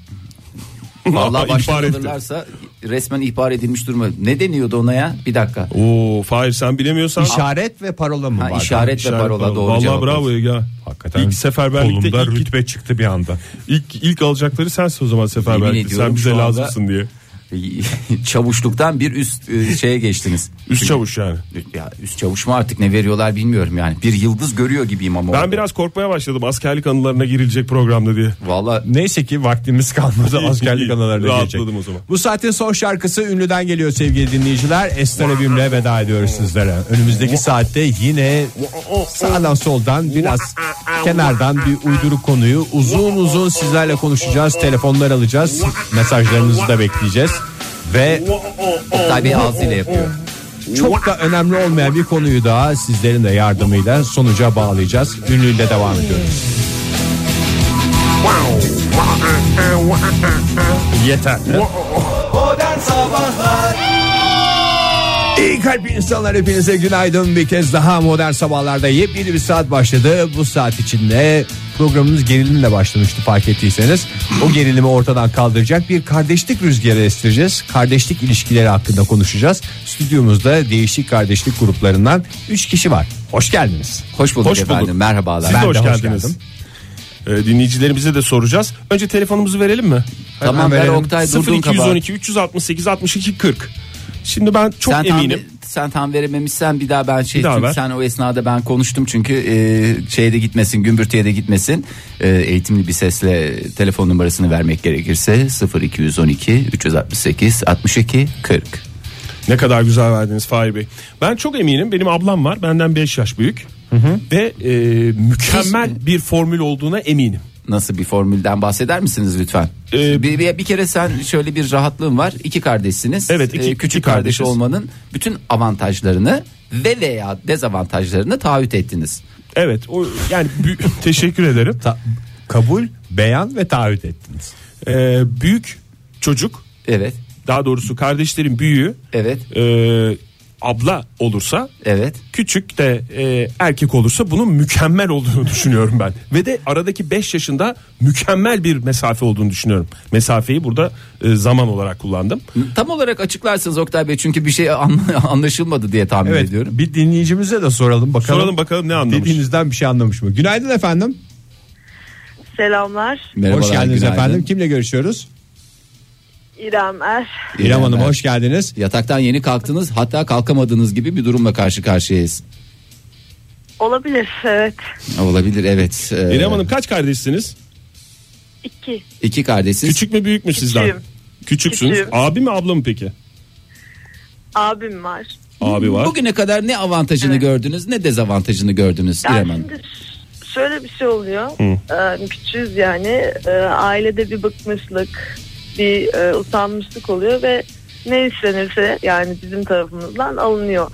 S2: vallahi
S4: İhbar
S2: baştan
S4: etti.
S2: alırlarsa resmen ihbar edilmiş durma. Ne deniyordu ona ya? Bir dakika.
S4: Oo Fahir sen bilemiyorsan.
S3: İşaret ve parola mı
S2: Ha,
S3: vardı?
S2: işaret ve
S4: İşaret
S2: parola doğru
S4: Vallahi
S2: cevap.
S4: bravo Ege.
S3: Hakikaten.
S4: İlk seferberlikte
S3: Kolumda
S4: ilk-
S3: rütbe çıktı bir anda.
S4: İlk, ilk alacakları sensin o zaman
S2: Yemin
S4: seferberlikte.
S2: ediyorum
S4: Sen bize
S2: şu anda-
S4: lazımsın diye.
S2: Çavuşluktan bir üst e, şeye geçtiniz.
S4: Üst çavuş yani.
S2: Ya üst çavuş mu artık ne veriyorlar bilmiyorum yani. Bir yıldız görüyor gibiyim ama. orada.
S4: Ben biraz korkmaya başladım askerlik anılarına girilecek programda diye.
S2: Valla
S3: Neyse ki vaktimiz kalmadı
S4: İyi,
S3: askerlik
S4: iyi.
S3: analarına
S4: Rahatladım
S3: gelecek.
S4: o zaman.
S3: Bu saatin son şarkısı ünlüden geliyor sevgili dinleyiciler. Ester Ebim'le veda ediyoruz sizlere. Önümüzdeki saatte yine sağdan soldan biraz kenardan bir uyduruk konuyu uzun uzun sizlerle konuşacağız. Telefonlar alacağız. Mesajlarınızı da bekleyeceğiz. Ve
S2: Oktay Bey ağzıyla yapıyor.
S3: çok da önemli olmayan bir konuyu daha sizlerin de yardımıyla sonuca bağlayacağız. Ünlüyle devam ediyoruz. Yeter. İyi kalp insanlar hepinize günaydın bir kez daha modern sabahlarda yepyeni bir saat başladı. Bu saat içinde programımız gerilimle başlamıştı fark ettiyseniz. O gerilimi ortadan kaldıracak bir kardeşlik rüzgarı estireceğiz. Kardeşlik ilişkileri hakkında konuşacağız. Stüdyomuzda değişik kardeşlik gruplarından 3 kişi var. Hoş geldiniz.
S2: Hoş bulduk
S4: Hoş bulduk.
S2: efendim merhabalar.
S4: Siz
S2: Ben-
S4: de hoş
S3: hoş
S4: geldiniz.
S3: geldim.
S4: Ee, dinleyicilerimize de soracağız. Önce telefonumuzu verelim mi?
S2: Tamam ver
S3: verelim.
S2: Oktay durduğun kabahat.
S4: 0212 368 62 40. Şimdi ben çok
S2: sen
S4: eminim.
S2: Tam, sen tam verememişsen bir daha ben şey
S4: Bir daha
S2: çünkü
S4: ver.
S2: sen o esnada ben konuştum çünkü e, şeyde gitmesin gümbürtüye de gitmesin E, eğitimli bir sesle telefon numarasını vermek gerekirse 0212 368 62 40
S4: Ne kadar güzel verdiniz Fahir Bey. Ben çok eminim benim ablam var benden 5 yaş büyük. Ve e, mükemmel bir formül olduğuna eminim.
S2: nasıl bir formülden bahseder misiniz lütfen?
S4: Ee,
S2: bir, bir, bir kere sen şöyle bir rahatlığın var. İki kardeşsiniz. E,
S4: Evet, iki-
S2: küçük
S4: iki
S2: kardeş
S4: kardeşiz.
S2: olmanın bütün avantajlarını ve veya dezavantajlarını taahhüt ettiniz.
S4: Evet o yani bü- teşekkür ederim.
S3: Ta- kabul, beyan
S2: E,
S3: ve taahhüt ettiniz.
S4: Ee, büyük çocuk
S2: Evet.
S4: daha doğrusu kardeşlerin büyüğü
S2: Evet.
S4: e, abla olursa
S2: Evet.
S4: küçük de e, erkek olursa bunun mükemmel olduğunu düşünüyorum ben. Ve de aradaki 5 yaşında mükemmel bir mesafe olduğunu düşünüyorum. Mesafeyi burada e, zaman olarak kullandım.
S2: Tam olarak açıklarsınız Oktay Bey çünkü bir şey anla- anlaşılmadı diye tahmin
S3: Evet
S2: ediyorum.
S3: bir dinleyicimize de soralım bakalım.
S4: Soralım bakalım ne anlamış.
S3: Dediğinizden bir şey anlamış mı? Günaydın efendim.
S5: Selamlar
S2: Merhabalar,
S3: hoş geldiniz
S2: günaydın.
S3: efendim. Kimle görüşüyoruz?
S5: İrem Er.
S2: İrem
S3: İrem Hanım
S2: ben.
S3: hoş geldiniz.
S2: Yataktan yeni kalktınız hatta kalkamadığınız gibi bir durumla karşı karşıyayız.
S5: Olabilir evet.
S2: Olabilir evet. Ee,
S4: İrem Hanım kaç kardeşsiniz?
S5: İki.
S2: İki kardeşsiniz.
S4: Küçük mü büyük mü sizden?
S5: Küçüğüm.
S4: Küçüksünüz.
S5: Küçüğüm.
S4: Abi mi abla mı peki?
S5: Abim var.
S4: abi var.
S2: Bugüne kadar ne avantajını gördünüz ne dezavantajını gördünüz
S8: Yani
S2: İrem Hanım?
S8: şimdi ş- şöyle bir şey oluyor. Ee, küçüğüz yani. Ee, ailede bir bıkmışlık, bir e, utanmışlık oluyor ve ne istenirse yani bizim tarafımızdan alınıyor.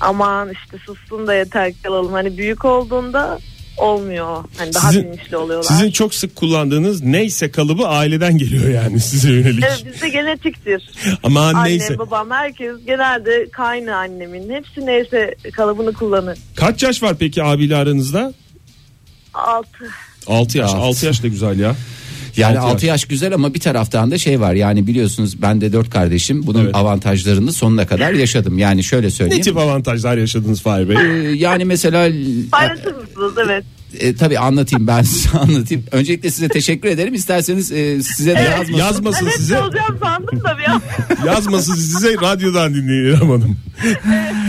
S8: Aman işte sussun da yeter ki alalım. Hani büyük olduğunda olmuyor. Hani daha
S4: Sizin-
S8: bilinçli oluyorlar.
S4: Sizin çok sık kullandığınız neyse kalıbı aileden geliyor yani size yönelik.
S8: Evet, bizde genetiktir.
S4: Aman
S8: Annem,
S4: neyse.
S8: babam, herkes genelde kaynı annemin. Hepsi neyse kalıbını kullanır.
S4: Kaç yaş var peki abiyle aranızda?
S8: Altı.
S4: 6 yaş.
S2: Altı.
S4: 6 yaş da güzel ya.
S2: Yani
S4: Altı
S2: 6 yaş güzel ama bir taraftan da şey var yani biliyorsunuz ben de 4 kardeşim bunun
S4: Evet.
S2: avantajlarını sonuna kadar yaşadım. Yani şöyle
S4: Ne
S2: söyleyeyim.
S4: tip avantajlar yaşadınız Fahir Bey?
S2: Ee, yani mesela
S8: Paylaşır mısınız? Evet.
S2: e, tabii anlatayım ben size anlatayım. Öncelikle size teşekkür ederim. İsterseniz e, size de yazmasın.
S4: Yazmasın
S8: Evet
S4: size.
S8: olacağım sandım da bir an.
S4: Yazmasın size radyodan dinleyin İrem Hanım.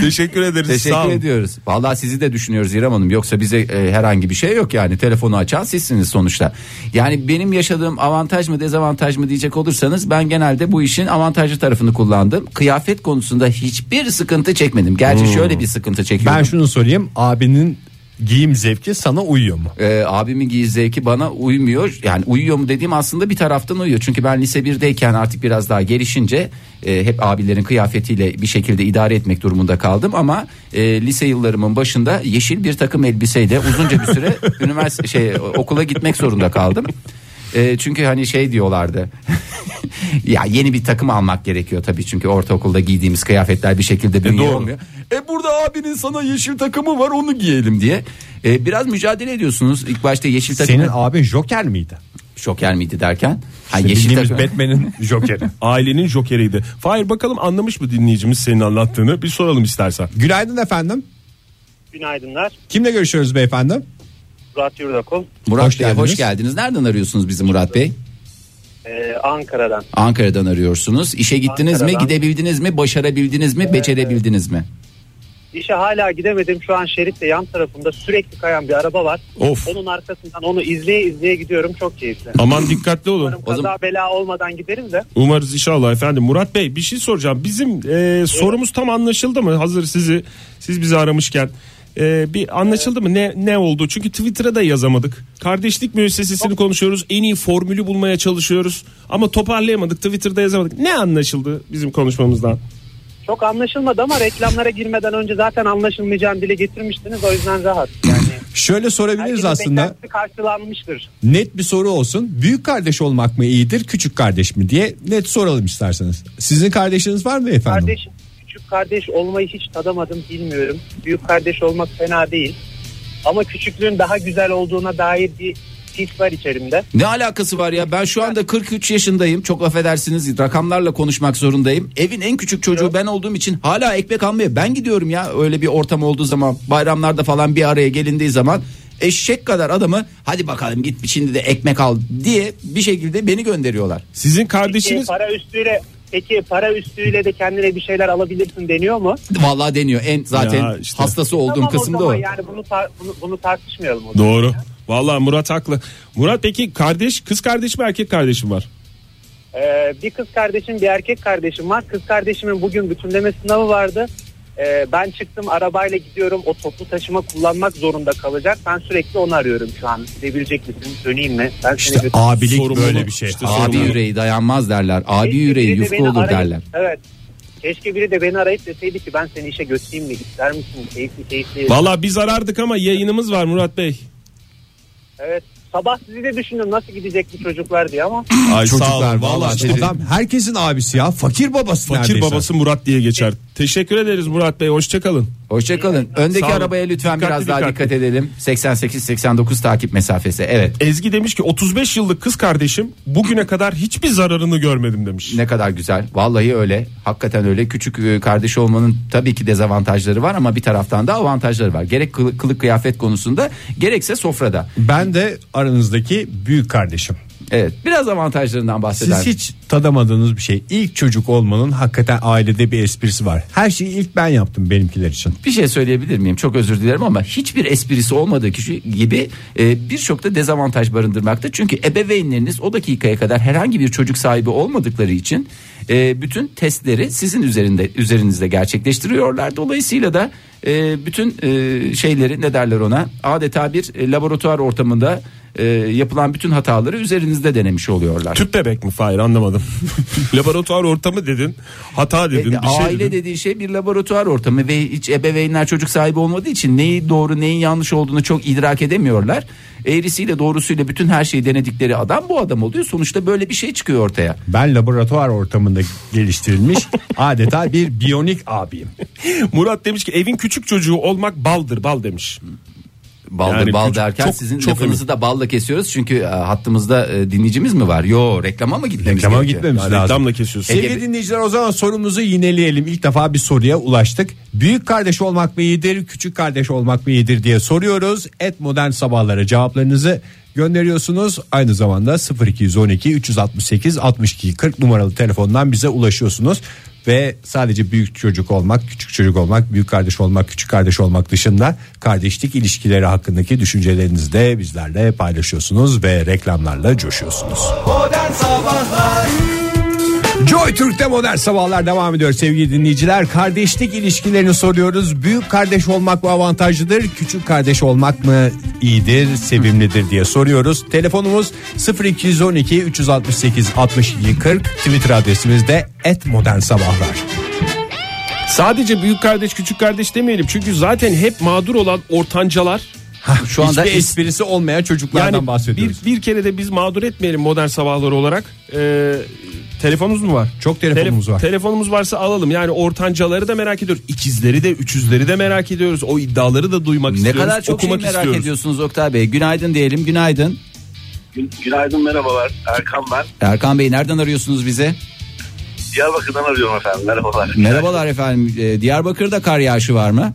S4: Teşekkür ederiz. sağ
S2: Teşekkür
S4: olun.
S2: ediyoruz. Vallahi sizi de düşünüyoruz İrem Hanım. Yoksa bize e, herhangi bir şey yok yani. Telefonu açan sizsiniz sonuçta. Yani benim yaşadığım avantaj mı dezavantaj mı diyecek olursanız ben genelde bu işin avantajlı tarafını kullandım. Kıyafet konusunda hiçbir sıkıntı çekmedim. Gerçi
S4: Hmm.
S2: şöyle bir sıkıntı çekiyordum.
S3: Ben şunu sorayım abinin giyim zevki sana uyuyor mu?
S2: Ee, abimin giyiz zevki bana uymuyor. Yani uyuyor mu dediğim aslında bir taraftan uyuyor. Çünkü ben lise 1'deyken artık biraz daha gelişince e, hep abilerin kıyafetiyle bir şekilde idare etmek durumunda kaldım. Ama e, lise yıllarımın başında yeşil bir takım elbiseyle uzunca bir süre üniversite şey okula gitmek zorunda kaldım. E, çünkü hani şey diyorlardı. ya yeni bir takım almak gerekiyor tabii çünkü ortaokulda giydiğimiz kıyafetler bir şekilde bünye
S4: doğru.
S2: olmuyor. E burada abinin sana yeşil takımı var onu giyelim diye. E, biraz mücadele ediyorsunuz. İlk başta yeşil takım
S3: Senin abin Joker miydi?
S2: şoker miydi derken? Ha yeşil
S3: Bildiğimiz
S2: takım.
S3: Batman'in Joker'i.
S4: Ailenin jokeriydi. Fahir bakalım anlamış mı dinleyicimiz senin anlattığını? Bir soralım istersen.
S3: Günaydın efendim.
S9: Günaydınlar.
S3: Kimle görüşüyoruz beyefendi?
S9: Murat Yurdakul.
S2: Murat
S3: Hoş
S2: Bey
S3: geldiniz.
S2: hoş geldiniz. Nereden arıyorsunuz bizi Murat Bey?
S9: Ee, Ankara'dan.
S2: Ankara'dan arıyorsunuz. İşe gittiniz mi?
S9: Ankara'dan.
S2: Gidebildiniz mi? Başarabildiniz mi? Becerebildiniz mi?
S9: İşe hala gidemedim. Şu an şeritte yan tarafımda sürekli kayan bir araba var.
S4: Of.
S9: Onun arkasından onu izleye izleye gidiyorum. Çok keyifli.
S4: Aman dikkatli olun.
S9: Umarım
S2: O zaman-
S9: kaza bela olmadan gideriz de.
S4: Umarız inşallah efendim. Murat Bey bir şey soracağım. Bizim e, sorumuz tam anlaşıldı mı? Hazır sizi siz bizi aramışken E, bir anlaşıldı mı? Ne ne oldu? Çünkü Twitter'a da yazamadık. Kardeşlik müessesesini konuşuyoruz. En iyi formülü bulmaya çalışıyoruz ama toparlayamadık. Twitter'da yazamadık. Ne anlaşıldı bizim konuşmamızdan?
S9: Çok anlaşılmadı ama reklamlara girmeden önce zaten anlaşılmayacağını dile getirmiştiniz. O yüzden rahat. Yani
S3: Şöyle sorabiliriz
S9: herkesin
S3: aslında.
S9: beklentisi karşılanmıştır.
S3: Net bir soru olsun. Büyük kardeş olmak mı iyidir, küçük kardeş mi diye net soralım isterseniz. Sizin kardeşiniz var mı efendim?
S9: Kardeş, küçük kardeş olmayı hiç tadamadım bilmiyorum. Büyük kardeş olmak fena değil. Ama küçüklüğün daha güzel olduğuna dair bir his var içerimde.
S2: Ne alakası var ya? Ben şu anda 43 yaşındayım. Çok affedersiniz rakamlarla konuşmak zorundayım. Evin en küçük çocuğu ben olduğum için hala ekmek almaya ben gidiyorum ya. Öyle bir ortam olduğu zaman bayramlarda falan bir araya gelindiği zaman eşek kadar adamı hadi bakalım git şimdi de ekmek al diye bir şekilde beni gönderiyorlar.
S4: Sizin
S9: Peki
S4: kardeşiniz
S9: para üstüyle peki para üstüyle de kendine bir şeyler alabilirsin deniyor mu?
S2: Vallahi deniyor. En zaten
S4: Ya işte.
S2: hastası olduğum
S9: Tamam
S2: kısım
S9: o
S2: da o.
S9: zaman yani bunu, tar- bunu, bunu tartışmayalım o zaman.
S4: doğru. Vallahi Murat haklı. Murat peki kardeş kız kardeş mi erkek kardeşim var?
S9: Ee, bir kız kardeşim bir erkek kardeşim var. Kız kardeşimin bugün bütünleme sınavı vardı. Ee, ben çıktım arabayla gidiyorum. O toplu taşıma kullanmak zorunda kalacak. Ben sürekli onu arıyorum şu an. Gidebilecek misin? Döneyim mi? Ben seni
S3: İşte
S9: götür-
S3: abilik
S4: Sorumluluk.
S3: böyle bir şey.
S4: İşte
S2: Abi
S4: sorumluluk.
S2: yüreği dayanmaz derler. Abi
S9: Keşke
S2: yüreği
S9: biri de beni
S2: yufka olur
S9: arayıp-
S2: derler.
S9: Evet. Keşke biri de beni arayıp deseydi ki ben seni işe götüreyim mi? İster misin? Keyifli keyifli.
S4: Vallahi biz arardık ama yayınımız var Murat Bey.
S9: Evet. Sabah sizi de düşündüm nasıl gidecek bu çocuklar diye ama.
S4: Ay
S3: Çocuklar vallahi
S4: Vallahi
S3: adam herkesin abisi ya. Fakir babası
S4: Fakir
S3: neredeyse.
S4: babası Murat diye geçer. Teşekkür ederiz Murat Bey. Hoşçakalın.
S2: Hoşçakalın. Öndeki
S4: Sağ olun.
S2: arabaya lütfen
S4: Dikkatli,
S2: biraz daha
S4: dikkatli.
S2: dikkat edelim. 88-89 takip mesafesi. Evet.
S4: Ezgi demiş ki 35 yıllık kız kardeşim bugüne kadar hiçbir zararını görmedim demiş.
S2: Ne kadar güzel. Vallahi öyle. Hakikaten öyle. Küçük e, kardeş olmanın tabii ki dezavantajları var ama bir taraftan da avantajları var. Gerek kılı- kılık kıyafet konusunda gerekse sofrada.
S3: Ben de aranızdaki büyük kardeşim.
S2: Evet. Biraz avantajlarından bahseder.
S3: Siz hiç tadamadığınız bir şey. İlk çocuk olmanın hakikaten ailede bir esprisi var. Her şeyi ilk ben yaptım benimkiler için.
S2: bir şey söyleyebilir miyim? Çok özür dilerim ama hiçbir esprisi olmadığı kişi gibi e, birçok da dezavantaj barındırmakta. Çünkü ebeveynleriniz o dakikaya kadar herhangi bir çocuk sahibi olmadıkları için e, bütün testleri sizin üzerinde üzerinizde gerçekleştiriyorlar. Dolayısıyla da e, bütün e, şeyleri ne derler ona adeta bir e, laboratuvar ortamında e, yapılan bütün hataları üzerinizde denemiş oluyorlar.
S4: Tüp bebek mi Fahir anlamadım. Laboratuvar ortamı dedin. Hata dedin.
S2: E,
S4: bir şey
S2: aile
S4: dedin.
S2: dediği şey bir laboratuvar ortamı ve hiç ebeveynler çocuk sahibi olmadığı için neyi doğru neyin yanlış olduğunu çok idrak edemiyorlar. Eğrisiyle doğrusuyla bütün her şeyi denedikleri adam bu adam oluyor. Sonuçta böyle bir şey çıkıyor ortaya.
S3: Ben laboratuvar ortamında geliştirilmiş adeta bir biyonik abiyim.
S4: Murat demiş ki evin küçük çocuğu olmak baldır bal demiş.
S2: Baldır
S4: Yani
S2: bal
S4: küçük-
S2: derken
S4: çok-
S2: sizin
S4: çok
S2: lafınızı da balla kesiyoruz. Çünkü e, hattımızda e, dinleyicimiz mi var? Yo reklama mı gitmemiz
S3: Reklama
S2: gerekiyor?
S3: gitmemiz
S4: Yani
S3: lazım.
S4: reklamla kesiyorsun.
S3: Sevgili dinleyiciler o zaman sorumuzu yineleyelim. İlk defa bir soruya ulaştık. Büyük kardeş olmak mı iyidir, küçük kardeş olmak mı iyidir diye soruyoruz. Et modern sabahlara cevaplarınızı gönderiyorsunuz. Aynı zamanda 0212 368 62 40 numaralı telefondan bize ulaşıyorsunuz. Ve sadece büyük çocuk olmak, küçük çocuk olmak, büyük kardeş olmak, küçük kardeş olmak dışında kardeşlik ilişkileri hakkındaki düşüncelerinizi de bizlerle paylaşıyorsunuz ve reklamlarla coşuyorsunuz. Joy Türk'te modern sabahlar devam ediyor sevgili dinleyiciler. Kardeşlik ilişkilerini soruyoruz. Büyük kardeş olmak mı avantajlıdır? Küçük kardeş olmak mı iyidir, sevimlidir diye soruyoruz. Telefonumuz 0212 368 62 40. Twitter adresimiz de @modernsabahlar.
S4: Sadece büyük kardeş küçük kardeş demeyelim. Çünkü zaten hep mağdur olan ortancalar.
S2: Şu anda
S3: Hiçbir
S2: es-
S3: esprisi olmayan çocuklardan
S4: Yani
S3: bahsediyoruz.
S4: bir, bir kere de biz mağdur etmeyelim modern sabahları olarak. Ee, telefonumuz mu var?
S3: Çok telefonumuz
S4: Telef-
S3: var.
S4: Telefonumuz varsa alalım. Yani ortancaları da merak ediyoruz. İkizleri de üçüzleri de merak ediyoruz. O iddiaları da duymak
S2: ne
S4: istiyoruz.
S2: kadar çok şey
S4: okumak
S2: merak
S4: istiyoruz.
S2: ediyorsunuz Oktay Bey. Günaydın diyelim. Günaydın.
S7: Günaydın merhabalar. Erkan ben.
S2: Erkan Bey nereden arıyorsunuz bize?
S7: Diyarbakır'dan arıyorum efendim. Merhabalar.
S2: Merhabalar efendim. E, Diyarbakır'da kar yağışı var mı?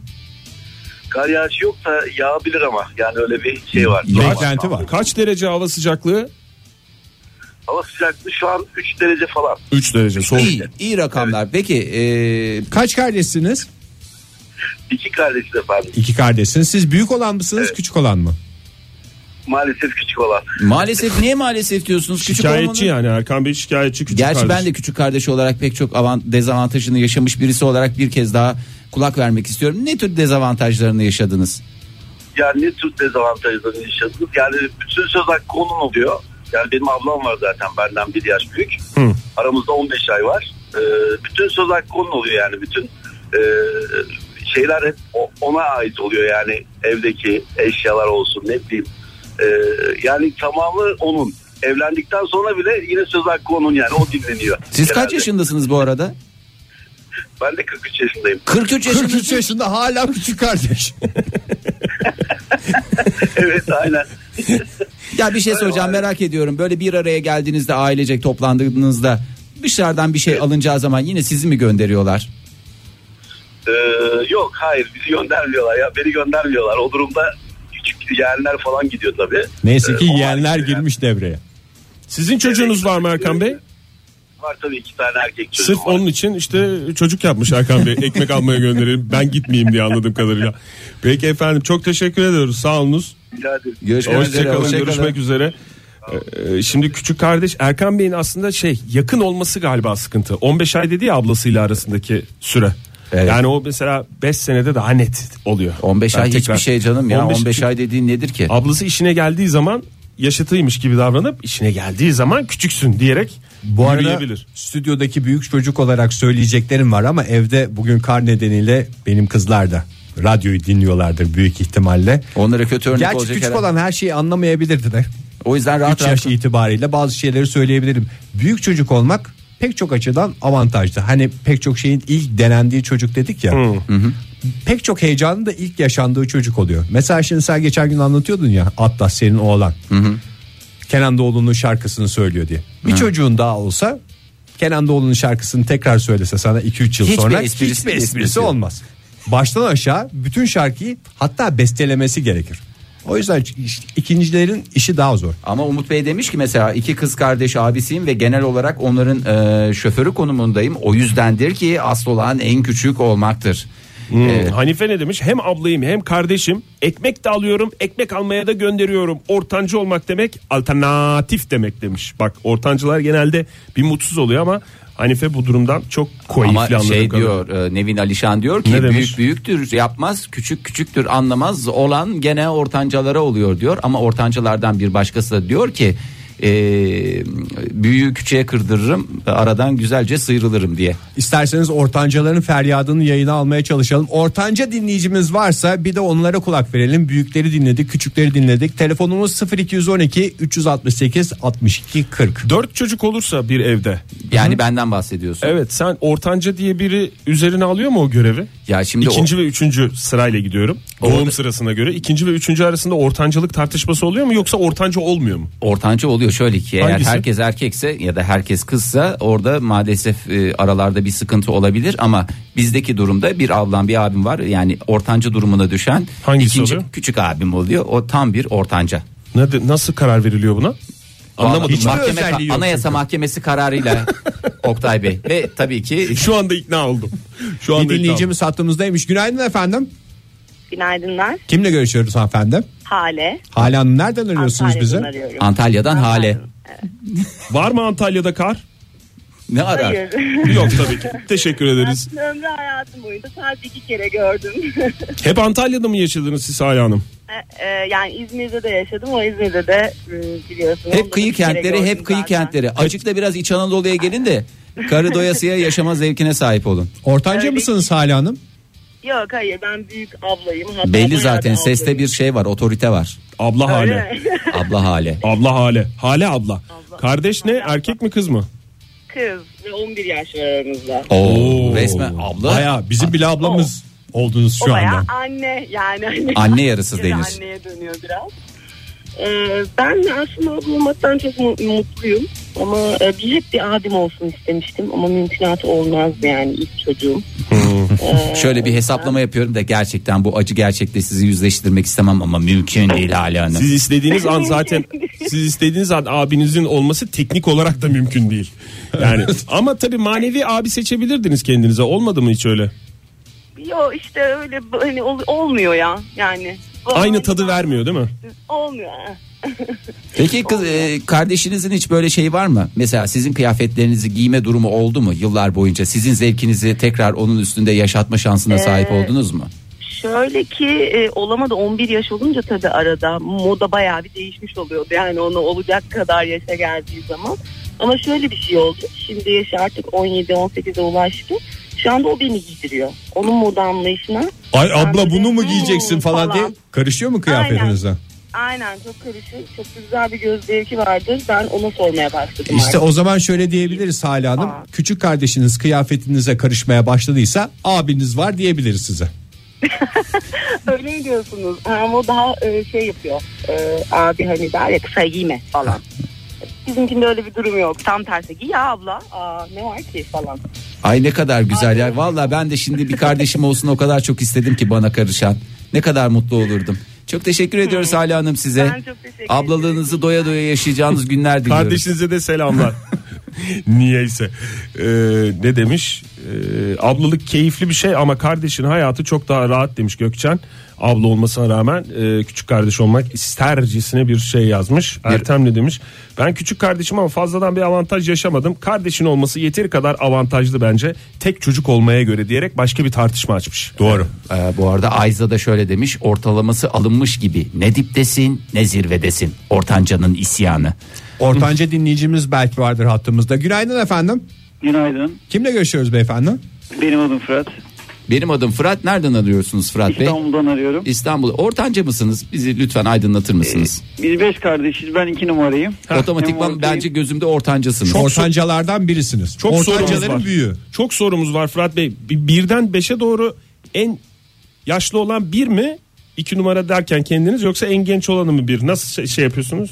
S7: Kar yağışı yoksa yağabilir ama. Yani öyle bir şey var.
S3: Beklenti var.
S4: Kaç derece hava sıcaklığı?
S7: Hava sıcaklığı şu an 3 derece falan.
S4: 3 derece soğuk.
S2: İyi, iyi rakamlar. Peki e,
S3: Kaç kardeşsiniz?
S7: İki kardeşiz efendim.
S3: İki kardeşsiniz. Siz büyük olan mısınız, küçük olan mı?
S7: Maalesef küçük olan.
S2: maalesef niye maalesef diyorsunuz? Küçük
S4: Şikayetçi
S2: olmanın-
S4: yani Erkan Bey şikayetçi küçük
S2: Gerçi
S4: kardeş.
S2: ben de küçük kardeş olarak pek çok avant dezavantajını yaşamış birisi olarak bir kez daha kulak vermek istiyorum. Ne tür dezavantajlarını yaşadınız?
S7: Yani ne tür dezavantajlarını yaşadınız? Yani bütün söz hakkı onun oluyor. Yani benim ablam var zaten benden bir yaş büyük. Aramızda 15 ay var. Ee, bütün söz hakkı onun oluyor yani. Bütün e, şeyler hep o- ona ait oluyor yani. Evdeki eşyalar olsun ne bileyim. Ee, yani tamamı onun. Evlendikten sonra bile yine söz hakkı onun yani o dinleniyor.
S2: Siz kaç
S7: Genelde.
S2: yaşındasınız bu arada?
S7: Ben de 43 yaşındayım.
S2: 43 yaşındasınız.
S3: 43 yaşında hala küçük kardeş.
S7: evet aynen.
S2: Ya bir şey soracağım merak ediyorum. Böyle bir araya geldiğinizde ailecek toplandığınızda dışarıdan bir şey alınacağı zaman yine sizi mi gönderiyorlar?
S7: Ee, yok hayır bizi göndermiyorlar ya beni göndermiyorlar o durumda küçük yeğenler falan gidiyor tabii.
S3: Neyse ki
S7: Ee, o
S3: yeğenler
S7: halde
S3: girmiş devreye.
S4: Sizin çocuğunuz var mı Erkan Bey?
S7: Var tabii iki tane erkek çocuğum
S4: Sırf
S7: var.
S4: onun için işte çocuk yapmış Erkan Bey. Ekmek almaya gönderelim. Ben gitmeyeyim diye anladığım kadarıyla. Peki efendim çok teşekkür ediyoruz. Sağolunuz.
S7: Rica ederim.
S2: Görüşmek üzere,
S4: Hoşçakalın.
S2: hoşça kalın.
S4: Görüşmek üzere. Ee, Şimdi küçük kardeş Erkan Bey'in aslında şey yakın olması galiba sıkıntı. 15 ay dedi ya ablasıyla arasındaki süre.
S2: Evet.
S4: Yani o mesela 5 senede daha net oluyor.
S2: 15
S4: Ben
S2: ay
S4: tekrar-
S2: hiçbir şey canım ya. 15,
S4: 15
S2: ay dediğin nedir ki?
S4: Ablası işine geldiği zaman yaşıtıymış gibi davranıp işine geldiği zaman küçüksün diyerek
S3: Bu arada
S4: yürüyebilir.
S3: stüdyodaki büyük çocuk olarak söyleyeceklerim var ama evde bugün kar nedeniyle benim kızlar da radyoyu dinliyorlardır büyük ihtimalle.
S2: Onlara kötü örnek
S3: Gerçi
S2: olacak
S3: küçük
S2: herhalde.
S3: olan her şeyi anlamayabilirdi de.
S2: O yüzden rahat
S3: 3
S2: rahat.
S3: yaş itibariyle bazı şeyleri söyleyebilirim. Büyük çocuk olmak pek çok açıdan avantajlı. Hani pek çok şeyin ilk denendiği çocuk dedik ya.
S2: Hmm.
S3: Pek çok heyecanın da ilk yaşandığı çocuk oluyor. Mesela şimdi sen geçen gün anlatıyordun ya Atlas senin oğlan. Kenan Doğulu'nun şarkısını söylüyor diye. Bir çocuğun daha olsa Kenan Doğulu'nun şarkısını tekrar söylese sana 2-3 yıl
S2: Hiçbir
S3: sonra
S2: esprisi-
S3: hiçbir esprisi
S2: esprisi yok.
S3: olmaz. Baştan aşağı bütün şarkıyı hatta bestelemesi gerekir. O yüzden iş- ikincilerin işi daha zor.
S2: Ama Umut Bey demiş ki mesela iki kız kardeş abisiyim ve genel olarak onların e, şoförü konumundayım. O yüzdendir ki asıl olan en küçük olmaktır. E,
S4: Hmm. Hanife ne demiş? Hem ablayım hem kardeşim. Ekmek de alıyorum, ekmek almaya da gönderiyorum. Ortancı olmak demek alternatif demek demiş. Bak ortancılar genelde bir mutsuz oluyor ama Hanife bu durumdan çok koyifli
S2: ama
S4: anladık.
S2: şey diyor e, Nevin Alişan diyor ki
S4: Ne demiş?
S2: büyük büyüktür yapmaz küçük küçüktür anlamaz olan gene ortancalara oluyor diyor. Ama ortancalardan bir başkası da diyor ki e, büyüğü küçüğe kırdırırım aradan güzelce sıyrılırım diye.
S3: İsterseniz ortancaların feryadını yayına almaya çalışalım. Ortanca dinleyicimiz varsa bir de onlara kulak verelim. Büyükleri dinledik, küçükleri dinledik. Telefonumuz 0212 368 62 40.
S4: Dört çocuk olursa bir evde.
S2: Yani benden bahsediyorsun.
S4: Evet sen ortanca diye biri üzerine alıyor mu o görevi?
S2: Ya şimdi o-
S4: İkinci ve üçüncü sırayla gidiyorum. Doğum sırasına göre. ikinci ve üçüncü arasında ortancılık tartışması oluyor mu yoksa ortanca olmuyor mu?
S2: ortanca oluyor şöyle ki eğer
S4: Hangisi?
S2: herkes erkekse ya da herkes kızsa orada maalesef e, aralarda bir sıkıntı olabilir ama bizdeki durumda bir ablam bir abim var yani ortanca durumuna düşen
S4: Hangisi
S2: ikinci
S4: oluyor?
S2: küçük abim oluyor o tam bir ortanca.
S4: Ne- Nasıl karar veriliyor buna? Anlamadım.
S2: Hiçbir
S4: Bak,
S2: mahkeme- anayasa mahkemesi kararıyla Oktay Bey ve tabii ki
S4: Şu anda ikna oldum. Şu
S3: Bir
S4: anda ikna oldum.
S3: dinleyicimiz hattımızdaymış. Günaydın efendim.
S8: Günaydınlar.
S3: Kimle görüşüyoruz hanımefendi?
S8: Hale.
S3: Hale Hanım nereden arıyorsunuz
S8: Antalya'dan
S3: bizi?
S8: arıyorum.
S2: Antalya'dan hale
S4: Var mı Antalya'da kar?
S2: ne arar?
S8: Hayır.
S4: Yok tabii ki. Teşekkür ederiz.
S8: Ömrü hayatım boyunca sadece iki kere gördüm.
S4: Hep Antalya'da mı yaşadınız siz Hale Hanım?
S8: E, e, yani İzmir'de de yaşadım. O İzmir'de de e, biliyorsunuz.
S2: Hep kıyı kentleri hep kıyı kentleri acık da biraz İç Anadolu'ya gelin de karı doyasıya yaşama zevkine sahip olun.
S3: Ortanca
S8: Öyle.
S3: mısınız Hale Hanım?
S8: Yok hayır ben büyük ablayım. Hatta
S2: Belli
S8: bayağı
S2: zaten
S8: da
S2: seste
S8: ablayım.
S2: bir şey var otorite var
S4: Abla Hale.
S8: Öyle.
S2: abla hale.
S4: Abla Hale. Hale abla. Kardeş ne? Erkek mi kız mı?
S8: Kız ve 11 yaş var aramızda.
S2: Oo, resmen abla
S3: Baya bizim bile ablamız oldunuz
S8: o
S3: şu
S8: bayağı
S3: anda.
S8: anne yani. Hani
S2: Anne yarısı
S8: Yine
S2: denir.
S8: Anneye dönüyor biraz. Ee, ben de aslında abla olmaktan çok mu- mutluyum. Ama e, bir hep bir abim olsun istemiştim. Ama mümkünatı olmazdı yani ilk çocuğum.
S2: Şöyle bir hesaplama yapıyorum da gerçekten bu acı gerçekle sizi yüzleştirmek istemem ama mümkün değil Hale Hanım.
S4: Siz istediğiniz an zaten siz istediğiniz an abinizin olması teknik olarak da mümkün değil. Yani ama tabii manevi abi seçebilirdiniz kendinize. Olmadı mı hiç öyle?
S8: Yo işte öyle b- hani ol- olmuyor ya yani. Bu-
S4: Aynı tadı vermiyor değil mi?
S8: Olmuyor.
S2: Peki kız, e, kardeşinizin hiç böyle şeyi var mı? Mesela sizin kıyafetlerinizi giyme durumu oldu mu yıllar boyunca? Sizin zevkinizi tekrar onun üstünde yaşatma şansına sahip
S8: Ee,
S2: oldunuz mu?
S8: Şöyle ki e, olamadı 11 yaş olunca tabii arada moda bayağı bir değişmiş oluyordu. Yani ona olacak kadar yaşa geldiği zaman. Ama şöyle bir şey oldu. Şimdi yaşı artık 17-18'e ulaştı. Şu anda o beni giydiriyor. Onun moda anlayışına.
S3: Ay
S8: Ben
S3: abla
S8: de-
S3: bunu mu
S8: Hmm,
S3: giyeceksin falan
S8: falan.
S3: diye karışıyor mu kıyafetinize?
S8: Aynen çok karışık. Çok güzel bir göz zevki vardır. Ben ona sormaya başladım.
S3: İşte
S8: artık.
S3: o zaman şöyle diyebiliriz Hale Hanım.
S8: Aa.
S3: Küçük kardeşiniz kıyafetinize karışmaya başladıysa abiniz var diyebiliriz size.
S8: Öyle mi diyorsunuz? Ama o daha e, şey yapıyor. E, abi hani der ya kısa giyme falan. Bizimkinde öyle bir durum yok. Tam tersi giy ya abla. Aa, ne var ki falan.
S2: Ay ne kadar güzel ya. Valla ben de şimdi bir kardeşim olsun o kadar çok istedim ki bana karışan. Ne kadar mutlu olurdum. Çok teşekkür ediyoruz Hale Hanım size.
S8: Ben çok teşekkür ederim.
S2: Ablalığınızı doya doya yaşayacağınız günler diliyorum.
S4: Kardeşinize de selamlar. Niyeyse. Ee, ne demiş? Ee, ablalık keyifli bir şey ama kardeşin hayatı çok daha rahat demiş Gökçen. Abla olmasına rağmen e, küçük kardeş olmak istercesine bir şey yazmış. Ertem ne demiş? Ben küçük kardeşim ama fazladan bir avantaj yaşamadım. Kardeşin olması yeteri kadar avantajlı bence. Tek çocuk olmaya göre diyerek başka bir tartışma açmış. Doğru.
S2: Ee, bu arada Ayza da şöyle demiş ortalaması alınmış gibi ne diptesin ne zirvedesin ortancanın isyanı.
S3: Ortanca dinleyicimiz belki vardır hattımızda. Günaydın efendim.
S10: Günaydın.
S3: Kimle görüşüyoruz beyefendi?
S10: Benim adım Fırat.
S2: Benim adım Fırat nereden arıyorsunuz Fırat Bey?
S10: İstanbul'dan arıyorum.
S2: İstanbul ortanca mısınız bizi lütfen aydınlatır mısınız?
S10: Biz beş kardeşiz. Ben iki numarayım.
S2: Otomatikman
S10: Ben
S2: bence gözümde ortancasınız.
S3: Ortancalardan birisiniz.
S4: Çok sorunuz
S3: Ortancaların
S4: var.
S3: büyüğü.
S4: Çok sorumuz var Fırat Bey. Bir- Birden beşe doğru en yaşlı olan bir mi? İki numara derken kendiniz yoksa en genç olanı mı bir? Nasıl şey, şey yapıyorsunuz?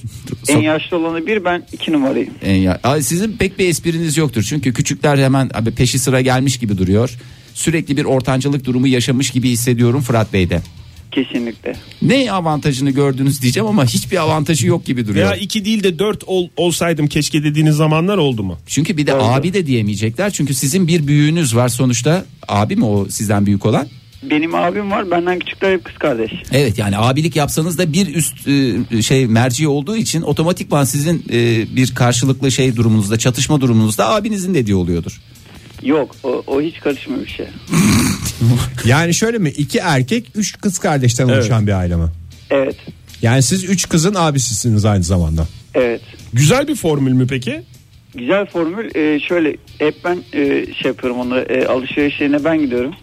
S10: En yaşlı olanı bir ben iki numarayım.
S2: En E, ya- Ay, sizin pek bir espriniz yoktur çünkü küçükler hemen abi peşi sıra gelmiş gibi duruyor. Sürekli bir ortancılık durumu yaşamış gibi hissediyorum Fırat Bey'de.
S10: Kesinlikle.
S2: Ne avantajını gördünüz diyeceğim ama hiçbir avantajı yok gibi duruyor.
S4: Veya iki değil de dört ol, olsaydım keşke dediğiniz zamanlar oldu mu?
S2: Çünkü bir de abi de diyemeyecekler. Çünkü sizin bir büyüğünüz var sonuçta. Abi mi o sizden büyük olan?
S10: Benim abim var benden küçükler hep kız kardeş.
S2: Evet yani abilik yapsanız da bir üst e, şey merci olduğu için otomatikman sizin e, bir karşılıklı şey durumunuzda çatışma durumunuzda abinizin dediği oluyordur.
S10: Yok o, o hiç karışmıyor bir şey.
S3: Yani şöyle mi? iki erkek, üç kız kardeşten oluşan bir aile mi?
S10: Evet.
S3: Yani siz üç kızın abisisiniz aynı zamanda.
S10: Evet.
S4: Güzel bir formül mü peki?
S10: Güzel formül e, şöyle hep ben e, şey yapıyorum onu e, alışveriş yerine ben gidiyorum.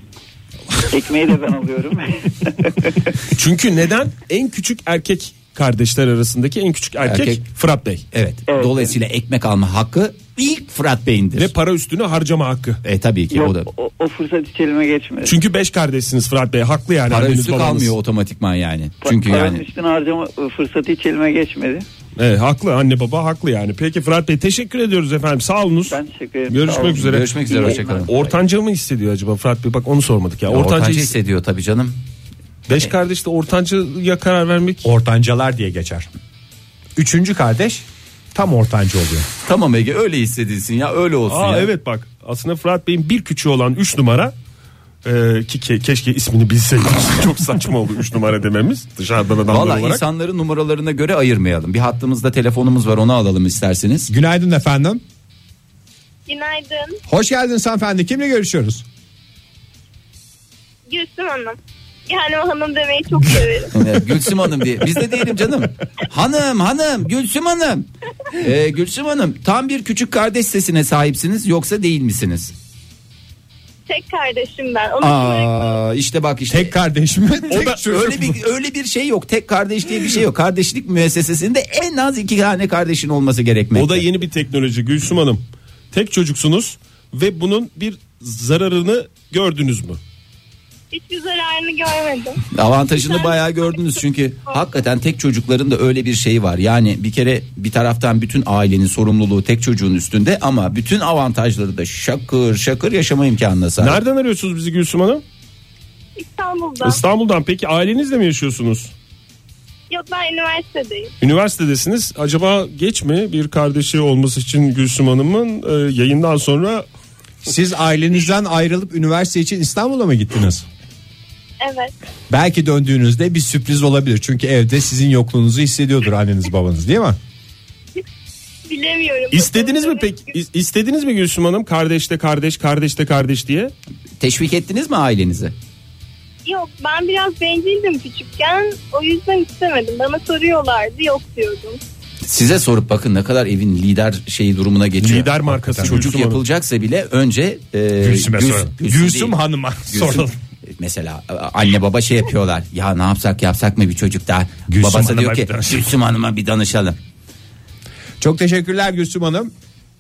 S10: Ekmeği de ben alıyorum.
S4: Çünkü neden? En küçük erkek kardeşler arasındaki en küçük erkek,
S2: Erkek.
S4: Fırat Bey.
S2: Evet.
S10: Evet.
S2: Dolayısıyla ekmek alma hakkı ilk Fırat Bey'indir.
S4: Ve para üstüne harcama hakkı.
S2: E tabii ki o da
S10: Yok, o, o fırsat hiç elime geçmedi.
S4: Çünkü beş kardeşsiniz Fırat Bey. Haklı yani.
S2: para
S4: anneniz,
S2: üstü
S4: babanız.
S2: kalmıyor otomatikman yani.
S10: Pa-
S2: Çünkü
S10: paranın
S2: yani
S10: üstüne harcama e, fırsatı hiç elime geçmedi.
S4: Evet, haklı anne baba haklı yani. Peki Fırat Bey teşekkür ediyoruz efendim. Sağ olunuz.
S10: Ben teşekkür ederim. Sağ olun.
S4: Görüşmek üzere.
S2: Görüşmek üzere, hoşça kalın.
S4: Ortanca mı hissediyor acaba Fırat Bey? Bak onu sormadık ya.
S2: ortanca,
S4: Ortanca, his-
S2: hissediyor tabii canım.
S4: beş kardeş de ortancaya karar vermek.
S3: Ortancalar diye geçer. Üçüncü kardeş tam ortanca oluyor.
S2: Tamam Ege öyle hissedilsin ya öyle olsun
S4: Aa
S2: ya.
S4: evet bak. Aslında Fırat Bey'in bir küçüğü olan 3 numara e, ki ke- keşke ismini bilseydik. Çok saçma oldu 3 numara dememiz. Dışarıdan adamlar
S2: Valla
S4: olarak.
S2: insanların numaralarına göre ayırmayalım. Bir hattımızda telefonumuz var onu alalım isterseniz.
S3: Günaydın efendim.
S5: Günaydın.
S3: Hoş geldiniz hanımefendi. Kimle görüşüyoruz?
S5: Gülsüm Hanım. Yani o hanım demeyi çok severim.
S2: Evet, Gülsüm Hanım diye. Biz de değilim canım. Hanım hanım Gülsüm Hanım.
S4: E?
S2: Ee, Gülsüm Hanım tam bir küçük kardeş sesine sahipsiniz yoksa değil misiniz?
S5: Tek kardeşim ben. Onun için
S2: Aa işte bak işte.
S3: Tek kardeş mi?
S2: O
S3: Tek
S2: da
S3: çocuk
S2: öyle
S3: mu?
S2: bir öyle bir şey yok. Tek kardeş diye bir şey yok. Kardeşlik müessesesinde en az iki tane kardeşin olması gerekmekte.
S4: O da yeni bir teknoloji Gülsüm Hanım. Tek çocuksunuz ve bunun bir zararını gördünüz mü?
S5: hiçbir zararını görmedim.
S2: Avantajını bayağı gördünüz çünkü hakikaten tek çocukların da öyle bir şeyi var. Yani bir kere bir taraftan bütün ailenin sorumluluğu tek çocuğun üstünde ama bütün avantajları da şakır şakır yaşama imkanına sahip.
S4: Nereden arıyorsunuz bizi Gülsüm Hanım?
S5: İstanbul'da.
S4: İstanbul'dan. Peki ailenizle mi yaşıyorsunuz?
S5: Yok ben üniversitedeyim.
S4: Üniversitedesiniz. Acaba geç mi bir kardeşi olması için Gülsüm Hanım'ın e, yayından sonra
S3: Siz ailenizden ayrılıp üniversite için İstanbul'a mı gittiniz?
S5: Evet.
S3: Belki döndüğünüzde bir sürpriz olabilir. Çünkü evde sizin yokluğunuzu hissediyordur anneniz babanız değil mi?
S5: Bilemiyorum.
S4: istediniz mi peki? İ- İstediniz mi Gülsüm Hanım kardeşte kardeş kardeşte kardeş diye?
S2: Teşvik ettiniz mi ailenizi?
S5: Yok ben biraz bencildim küçükken. O yüzden istemedim. Bana soruyorlardı yok diyordum.
S2: Size sorup bakın ne kadar evin lider şeyi durumuna geçiyor.
S4: Lider markası
S2: Çocuk
S4: Gülsüm Hanım.
S2: yapılacaksa bile önce e,
S3: Gülsüm'e
S2: Güls-
S3: soralım.
S2: Gülsüm
S3: Gülsüm
S2: değil.
S3: Hanım'a
S2: Gülsüm-
S3: soralım.
S2: Mesela e, anne baba şey yapıyorlar. Ya ne yapsak yapsak mı bir çocuk daha?
S3: Gülsüm
S2: Babası
S3: Hanım'a
S2: diyor
S3: bir
S2: ki
S3: danışalım.
S2: Gülsüm Hanım'a bir danışalım.
S3: Çok teşekkürler Gülsüm Hanım.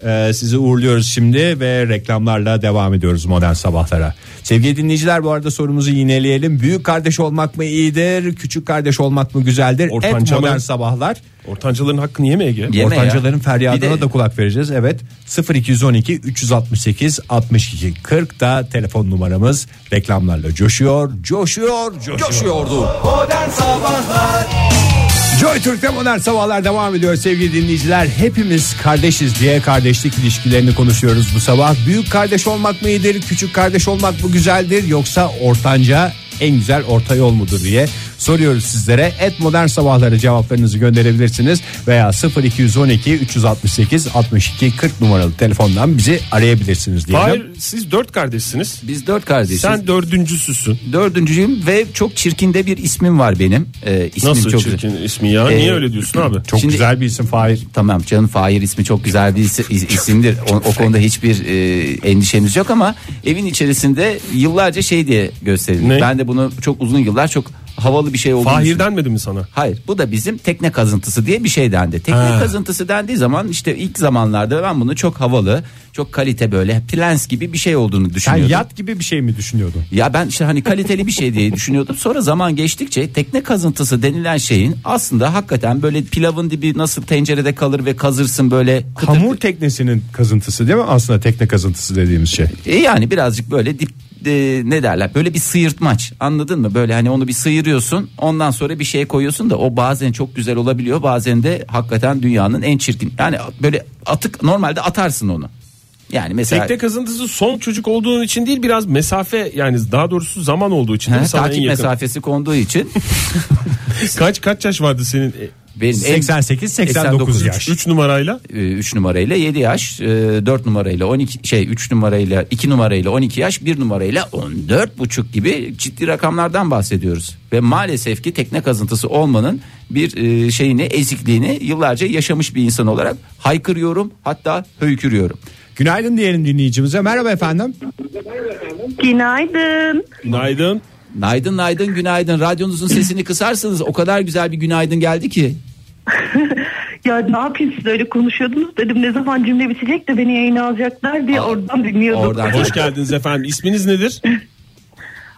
S3: Ee, sizi uğurluyoruz şimdi ve reklamlarla devam ediyoruz modern sabahlara. Sevgili dinleyiciler bu arada sorumuzu yineleyelim. Büyük kardeş olmak mı iyidir? Küçük kardeş olmak mı güzeldir?
S4: Ortanca
S3: Et modern
S4: mı?
S3: sabahlar.
S4: Ortancaların hakkını yeme Ege.
S2: Ye- Yeme ya.
S3: Ortancaların feryadına
S2: Bir de-
S3: da kulak vereceğiz. Evet 0212 368 62 40 da telefon numaramız reklamlarla coşuyor, coşuyor, coşuyor.
S2: Coşuyordu.
S3: Joy Türk'te modern sabahlar devam ediyor sevgili dinleyiciler. Hepimiz kardeşiz diye kardeşlik ilişkilerini konuşuyoruz bu sabah. Büyük kardeş olmak mı iyidir, küçük kardeş olmak mı güzeldir yoksa ortanca en güzel orta yol mudur diye soruyoruz sizlere. Et modern sabahlara cevaplarınızı gönderebilirsiniz veya 0212 368 62 40 numaralı telefondan bizi arayabilirsiniz diyelim.
S4: Hayır siz dört kardeşsiniz.
S2: Biz dört kardeşiz.
S4: Sen dördüncüsüsün.
S2: Dördüncüyüm ve çok çirkinde bir ismim var benim. Ee, ismim
S4: Nasıl
S2: çok
S4: çirkin ismi ya? Niye
S2: Ee,
S4: öyle diyorsun abi?
S3: Çok
S2: Şimdi-
S3: güzel bir isim Fahir.
S2: Tamam canım Fahir ismi çok güzel bir is- is- isimdir. O, o konuda hiçbir e, endişemiz yok ama evin içerisinde yıllarca şey diye gösterildi.
S4: Ne?
S2: Ben de bunu çok uzun yıllar çok havalı bir şey olduğunu
S4: Fahir
S2: düşünüyorum.
S4: denmedi mi sana?
S2: Hayır bu da bizim tekne kazıntısı diye bir şey dendi. Tekne kazıntısı dendiği zaman işte ilk zamanlarda ben bunu çok havalı, çok kalite böyle plans gibi bir şey olduğunu
S3: Sen
S2: düşünüyordum.
S3: yat gibi bir şey mi düşünüyordun?
S2: Ya ben işte hani kaliteli bir şey diye düşünüyordum. Sonra zaman geçtikçe tekne kazıntısı denilen şeyin aslında hakikaten böyle pilavın dibi nasıl tencerede kalır ve kazırsın böyle. kıtır-
S3: Hamur teknesinin kazıntısı değil mi? Aslında tekne kazıntısı dediğimiz şey.
S2: E yani birazcık böyle dip e, ne derler böyle bir sıyırtmaç anladın mı böyle hani onu bir sıyırıyorsun ondan sonra bir şey koyuyorsun da o bazen çok güzel olabiliyor bazen de hakikaten dünyanın en çirkin yani böyle atık normalde atarsın onu yani mesela
S4: Tekte kazıntısı son çocuk olduğun için değil biraz mesafe yani daha doğrusu zaman olduğu için.
S2: He,
S4: değil mi? Sana en
S2: takip
S4: yakın.
S2: mesafesi konduğu için
S4: Kaç kaç yaş vardı senin?
S2: benim
S3: 88 89 yaş.
S4: 3 numarayla
S2: 3 Ee, numarayla 7 yaş, 4 numarayla 12 şey 3 numarayla 2 numarayla 12 yaş, 1 numarayla 14 buçuk gibi ciddi rakamlardan bahsediyoruz. Ve maalesef ki tekne kazıntısı olmanın bir e, şeyini ezikliğini yıllarca yaşamış bir insan olarak haykırıyorum hatta höykürüyorum.
S3: Günaydın diyelim dinleyicimize. Merhaba efendim.
S8: Günaydın.
S4: günaydın.
S2: Naydın naydın günaydın radyonuzun sesini kısarsınız o kadar güzel bir günaydın geldi ki.
S8: Ya ne yapayım siz öyle konuşuyordunuz dedim ne zaman cümle bitecek de beni yayına alacaklar diye
S2: Aa,
S8: oradan dinliyordum.
S2: oradan.
S4: Hoş geldiniz efendim. İsminiz nedir?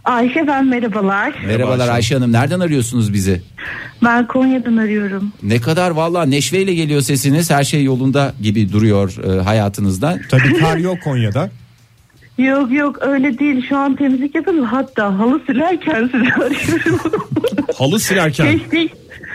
S8: Ayşe ben merhabalar.
S2: Merhabalar Ayşe Hanım nereden arıyorsunuz bizi?
S8: Ben Konya'dan arıyorum.
S2: Ne kadar valla neşveyle geliyor sesiniz her şey yolunda gibi duruyor e, hayatınızda.
S3: Tabii kar yok Konya'da.
S8: Yok yok öyle değil şu an temizlik yapıyorum hatta halı silerken sizi arıyorum.
S4: Halı silerken.
S8: Keşke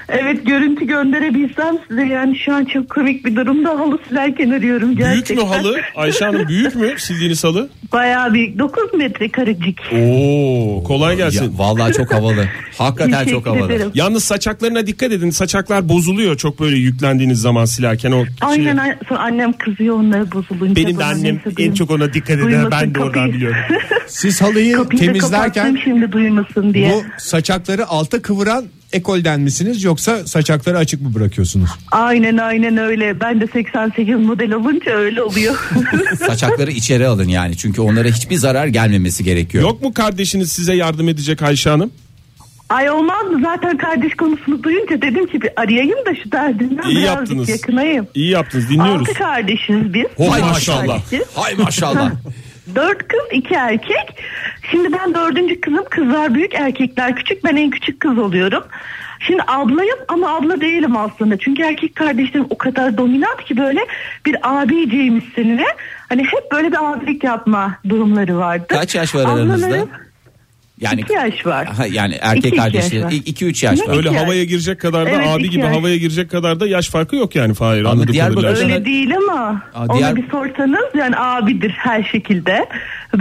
S8: evet görüntü gönderebilsem size yani şu an çok komik bir durumda halı silerken arıyorum
S4: Büyük
S8: gerçekten.
S4: mü halı? Ayşe Hanım büyük mü sildiğiniz halı?
S8: Bayağı büyük 9 metre karecik.
S4: Oo kolay gelsin.
S2: Ya, vallahi çok havalı. Hakikaten çok
S8: Teşekkür
S2: havalı.
S8: ederim.
S4: Yalnız saçaklarına dikkat edin. Saçaklar bozuluyor çok böyle yüklendiğiniz zaman silerken o şey-
S8: Aynen ay- sonra annem kızıyor onlara bozulunca.
S4: Benim de
S8: Bana
S4: annem
S8: neyse
S4: en
S8: duymasın.
S4: çok ona dikkat eder.
S8: şey Duymasın
S4: Ben de oradan
S8: kapıyı.
S4: biliyorum.
S3: Siz halıyı
S8: Kapıyı da
S3: temizlerken
S8: kapattım şimdi duymasın diye.
S3: bu saçakları alta kıvıran ekolden misiniz yoksa saçakları açık mı bırakıyorsunuz?
S8: Aynen aynen öyle. Ben de 88 model olunca öyle oluyor.
S2: Saçakları içeri alın yani. Çünkü onlara hiçbir zarar gelmemesi gerekiyor.
S4: Yok mu kardeşiniz size yardım edecek Ayşe Hanım?
S8: Ay olmaz mı? Zaten kardeş konusunu duyunca dedim ki bir arayayım da şu derdimden
S4: İyi
S8: birazcık
S4: yaptınız.
S8: yakınayım.
S4: İyi yaptınız dinliyoruz.
S8: Altı kardeşiz biz.
S2: Hay
S8: Altı
S2: maşallah.
S8: kardeşiz.
S2: Hay maşallah.
S8: Dört kız iki erkek. Şimdi ben dördüncü kızım kızlar büyük erkekler küçük ben en küçük kız oluyorum. Şimdi ablayım ama abla değilim aslında. Çünkü erkek kardeşlerim o kadar dominant ki böyle bir abiciymiş seninle. Hani hep böyle bir abilik yapma durumları vardı.
S2: Kaç yaş var aranızda?
S8: Ablalarım
S2: Yani
S8: iki yaş var.
S2: Ha, yani erkek
S8: İki, iki
S2: kardeşleri
S8: yaş var.
S2: 2 3 yaş var.
S4: Öyle
S8: İki yaş.
S4: havaya girecek kadar da
S8: Evet,
S4: abi
S8: iki
S4: gibi
S8: yaş.
S4: havaya girecek kadar da yaş farkı yok yani Fahir
S2: Ama
S4: anladık
S2: Diyarbakır-
S4: kadarıyla.
S2: Öyle
S8: Öyle değil ama
S2: Aa,
S8: ona
S2: diğer-
S8: bir sorsanız yani abidir her şekilde.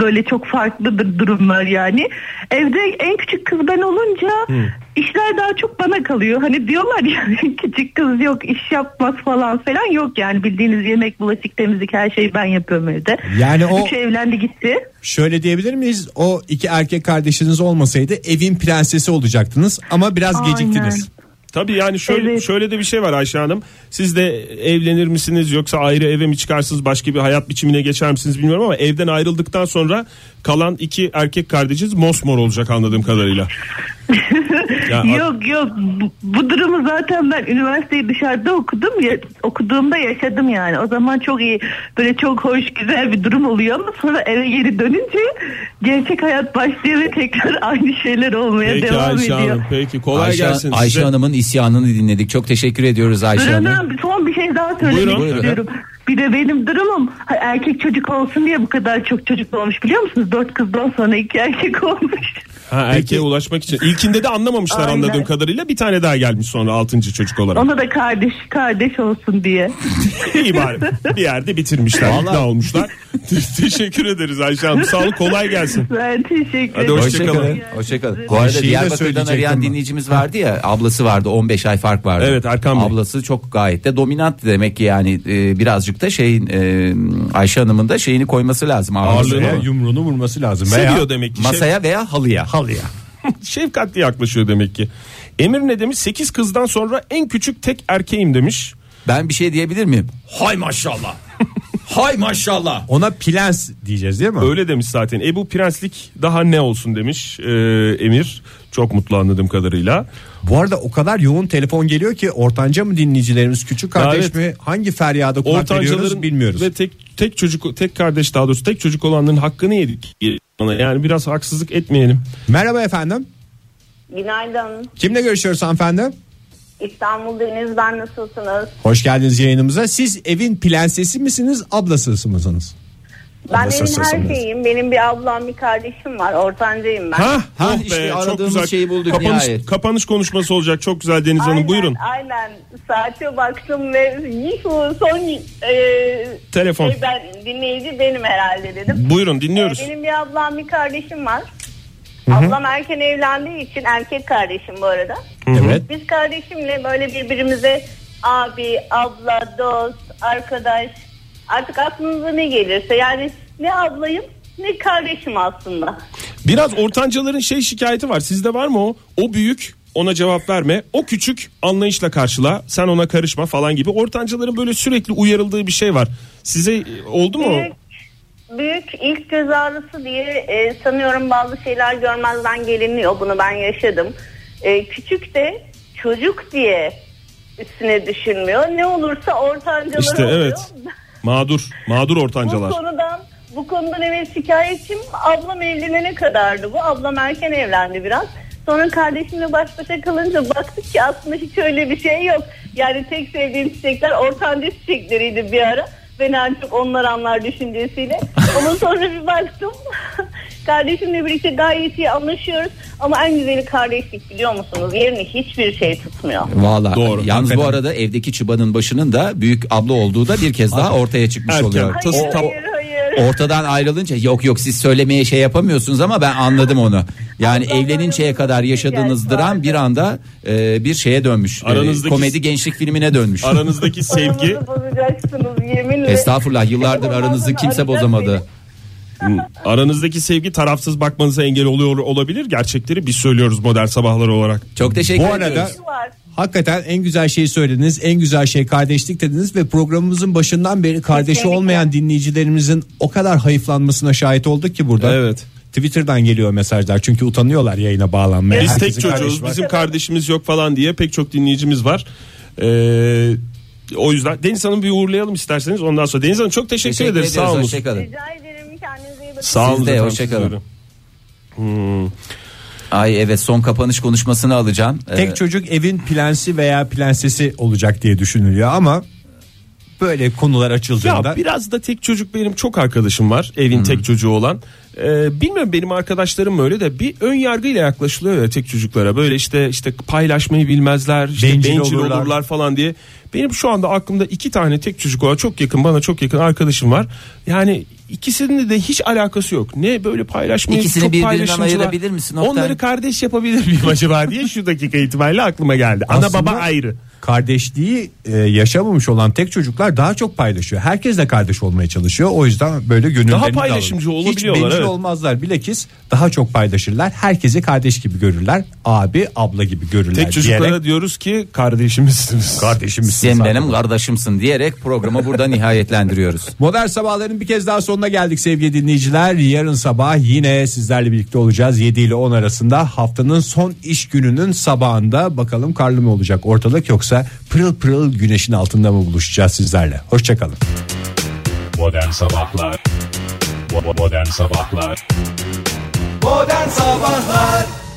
S8: Böyle çok farklıdır durumlar yani. Evde en küçük kız ben olunca işler daha çok bana kalıyor. Hani diyorlar ya küçük kız yok iş yapmaz falan falan yok yani bildiğiniz yemek bulaşık temizlik her şeyi ben yapıyorum evde.
S3: Yani o-
S8: Üçü evlendi gitti.
S3: Şöyle diyebilir miyiz? O iki erkek kardeşiniz olmasaydı evin prensesi olacaktınız ama biraz
S8: Aynen.
S3: geciktiniz.
S4: Tabii yani şöyle
S8: Evet.
S4: şöyle de bir şey var Ayşe Hanım. Siz de evlenir misiniz yoksa ayrı eve mi çıkarsınız başka bir hayat biçimine geçer misiniz bilmiyorum ama evden ayrıldıktan sonra kalan iki erkek kardeşiniz mosmor olacak anladığım kadarıyla. Ya,
S8: Yok yok bu, bu durumu zaten ben üniversiteyi dışarıda okudum ya okuduğumda yaşadım yani. O zaman çok iyi böyle çok hoş güzel bir durum oluyor ama sonra eve geri dönünce gerçek hayat başlıyor ve tekrar aynı şeyler olmaya
S4: Peki
S8: devam
S4: Ayşe
S8: ediyor.
S4: Hanım peki kolay
S2: Ayşe,
S4: gelsin
S2: Ayşe
S4: size.
S2: Hanım'ın isyanını dinledik. Çok teşekkür ediyoruz Ayşe
S8: Durun,
S2: Hanım.
S8: durun, son bir şey daha söylemek
S4: Buyurun. Buyurun.
S8: istiyorum. Bir de benim durumum ha, erkek çocuk olsun diye bu kadar çok çocuk olmuş biliyor musunuz? Dört kızdan sonra iki erkek olmuş.
S4: Ha, erkeğe ulaşmak için. İlkinde de anlamamışlar
S8: Aynen.
S4: anladığım kadarıyla bir tane daha gelmiş sonra altıncı çocuk olarak.
S8: Ona da kardeş kardeş olsun diye.
S4: İyi bari bir yerde bitirmişler ikna olmuşlar. Teşekkür ederiz Ayşe Hanım sağ olun kolay gelsin. şey
S8: Ben teşekkür
S4: Hadi
S8: ederim.
S4: hoşçakalın.
S2: Hoşçakalın. Hoşçakalın. Bu arada
S3: şeyi de
S2: Diyarbakır'dan
S3: söyleyecektim
S2: arayan
S3: ben.
S2: dinleyicimiz vardı ya ablası vardı 15 ay fark vardı.
S4: Evet, Erkan Bey.
S2: Ablası çok gayet de dominant demek ki yani e, birazcık da şeyin e, Ayşe Hanım'ın da şeyini koyması lazım. ağırlığını.
S3: Ağırlığına yumruğunu vurması lazım. Veya
S4: Seviyor demek ki. şey. Şef-
S2: Masaya veya halıya.
S3: halıya.
S4: şefkatli yaklaşıyor demek ki. Emir ne demiş? 8 kızdan sonra en küçük tek erkeğim demiş.
S2: Ben bir şey diyebilir miyim? Hay maşallah. Hay maşallah.
S3: Ona plens diyeceğiz değil mi?
S4: Öyle demiş zaten. Ebu Prenslik daha ne olsun demiş ee, Emir. Çok mutlu anladığım kadarıyla.
S3: Bu arada o kadar yoğun telefon geliyor ki ortanca mı dinleyicilerimiz küçük kardeş
S4: Evet.
S3: mi hangi feryada kulak veriyoruz
S4: Ortancaların
S3: bilmiyoruz.
S4: ve tek tek çocuk tek kardeş daha doğrusu tek çocuk olanların hakkını yedik. Yani biraz haksızlık etmeyelim.
S3: Merhaba efendim.
S5: Günaydın.
S3: Kimle görüşüyoruz hanımefendi?
S5: İstanbul Deniz ben nasılsınız?
S3: Hoş geldiniz yayınımıza. Siz evin prensesi misiniz ablası mısınız?
S5: Ben
S4: Nasıl
S5: evin her
S4: sesim?
S5: şeyim. Benim bir ablam bir kardeşim var. Ortancayım ben.
S4: Ha,
S2: Ha,
S4: oh be,
S2: işte
S4: çok
S2: aradığımız
S4: güzel.
S2: şeyi bulduk
S4: kapanış,
S2: nihayet.
S4: Kapanış konuşması olacak çok güzel Deniz Hanım
S5: Aynen,
S4: buyurun.
S5: Aynen saate baktım ve yuhu, son e,
S4: Telefon.
S5: şey ben dinleyici benim herhalde dedim. E,
S4: Buyurun dinliyoruz.
S5: Benim bir ablam bir kardeşim var. Ablam erken evlendiği için erkek kardeşim bu arada.
S3: Evet.
S5: Biz kardeşimle böyle birbirimize abi, abla, dost, arkadaş artık aklınıza ne gelirse yani ne ablayım ne kardeşim aslında.
S4: Biraz ortancaların şey şikayeti var. Sizde var mı o? O büyük ona cevap verme. O küçük anlayışla karşıla. Sen ona karışma falan gibi. Ortancaların böyle sürekli uyarıldığı bir şey var. Size e, oldu mu? o?
S5: Büyük, büyük ilk göz ağrısı diye e, sanıyorum bazı şeyler görmezden geliniyor. Bunu ben yaşadım. E, küçük de çocuk diye üstüne düşünmüyor. Ne olursa ortancalar
S4: İşte
S5: oluyor.
S4: evet. Mağdur. Mağdur ortancalar.
S5: Bu konudan bu konudan evet şikayetçim ablam evlenene kadardı bu. Ablam erken evlendi biraz. Sonra kardeşimle baş başa kalınca baktık ki aslında hiç öyle bir şey yok. Yani tek sevdiğim çiçekler ortanca çiçekleriydi bir ara. Ben en çok onlar anlar düşüncesiyle. Ama sonra bir baktım. Kardeşimle birlikte gayet iyi anlaşıyoruz. Ama en güzeli kardeşlik biliyor musunuz? Yerini hiçbir şey tutmuyor.
S2: Valla
S3: Doğru,
S2: yalnız bu
S3: hakikaten.
S2: arada evdeki çıbanın başının da büyük abla olduğu da bir kez daha ortaya çıkmış
S4: Erken.
S2: oluyor.
S5: Hayır hayır
S2: O-
S5: hayır.
S2: Ortadan ayrılınca yok yok siz söylemeye şey yapamıyorsunuz ama ben anladım onu. Yani
S5: Ablam
S2: evleninceye
S5: ayrılınca
S2: kadar yaşadığınız
S5: şikayet vardı.
S2: dram bir anda e, bir şeye dönmüş. E,
S4: Aranızdaki-
S2: komedi gençlik filmine dönmüş.
S4: Aranızdaki sevgi.
S5: Aranızı bozacaksınız yeminle.
S2: Estağfurullah yıllardır aranızı kimse bozamadı.
S4: Aranızdaki sevgi tarafsız bakmanıza engel oluyor olabilir. Gerçekleri biz söylüyoruz modern sabahlar olarak.
S2: Çok teşekkür
S3: Bu
S2: ederim.
S3: arada-
S5: Şu var.
S3: Hakikaten en güzel şeyi söylediniz. En güzel şey kardeşlik dediniz ve programımızın başından beri kardeşi
S5: Kesinlikle.
S3: olmayan dinleyicilerimizin o kadar hayıflanmasına şahit olduk ki burada.
S4: Evet.
S3: Twitter'dan geliyor mesajlar çünkü utanıyorlar yayına bağlanmaya.
S4: Biz
S3: Herkesin
S4: tek çocuğuz
S3: kardeşi var.
S4: bizim kardeşimiz yok falan diye pek çok dinleyicimiz var. Ee, o yüzden Deniz Hanım bir uğurlayalım isterseniz ondan sonra. Deniz Hanım çok teşekkür,
S2: Teşekkür
S4: ederiz
S2: ederiz.
S4: sağ olun.
S2: Hoşçakalın.
S5: Rica ederim kendinize iyi bakın.
S4: Sağ olun.
S2: Siz de,
S4: efendim,
S2: hoşça kalın. Hmm.
S4: sizlere.
S2: Ay evet son kapanış konuşmasını alacağım. E,
S3: Tek çocuk evin prensi veya prensesi olacak diye düşünülüyor ama böyle konular açıldığında
S4: Ya biraz da tek çocuk benim çok arkadaşım var evin tek çocuğu olan. Ee, bilmiyorum benim arkadaşlarım öyle de bir ön yargıyla yaklaşılıyor ya tek çocuklara. Böyle işte işte paylaşmayı bilmezler, işte
S3: Bencil
S4: bencil,
S3: olurlar.
S4: olurlar. falan diye. Benim şu anda aklımda iki tane tek çocuk olan çok yakın bana çok yakın arkadaşım var. Yani ikisinin de hiç alakası yok. Ne böyle paylaşmayı
S2: İkisini
S4: çok
S2: birbirinden
S4: paylaşımcılar.
S2: ayırabilir misin Oktay?
S4: Onları kardeş yapabilir miyim acaba diye şu dakika itibariyle aklıma geldi. Ana
S3: Aslında-
S4: baba ayrı.
S3: kardeşliği e, yaşamamış olan tek çocuklar daha çok paylaşıyor. Herkesle kardeş olmaya çalışıyor. O yüzden böyle gönüllerini
S4: Daha
S3: de alır.
S4: paylaşımcı
S3: Hiç
S4: olabiliyorlar,
S3: bencil
S4: evet.
S3: olmazlar. Bilakis daha çok paylaşırlar. Herkesi kardeş gibi görürler. Abi, abla gibi görürler.
S4: Tek çocuklara
S3: diyerek
S4: diyoruz ki kardeşimizsiniz.
S3: kardeşimizsin
S2: Sen
S3: zaten.
S2: benim kardeşimsin diyerek programı burada nihayetlendiriyoruz.
S3: Modern sabahların bir kez daha sonuna geldik sevgili dinleyiciler. Yarın sabah yine sizlerle birlikte olacağız. 7 ile 10 arasında haftanın son iş gününün sabahında bakalım karlı mı olacak ortalık yoksa pırıl pırıl güneşin altında mı buluşacağız sizlerle. Hoşçakalın.
S1: Modern Sabahlar Bo- Modern Sabahlar
S7: Modern Sabahlar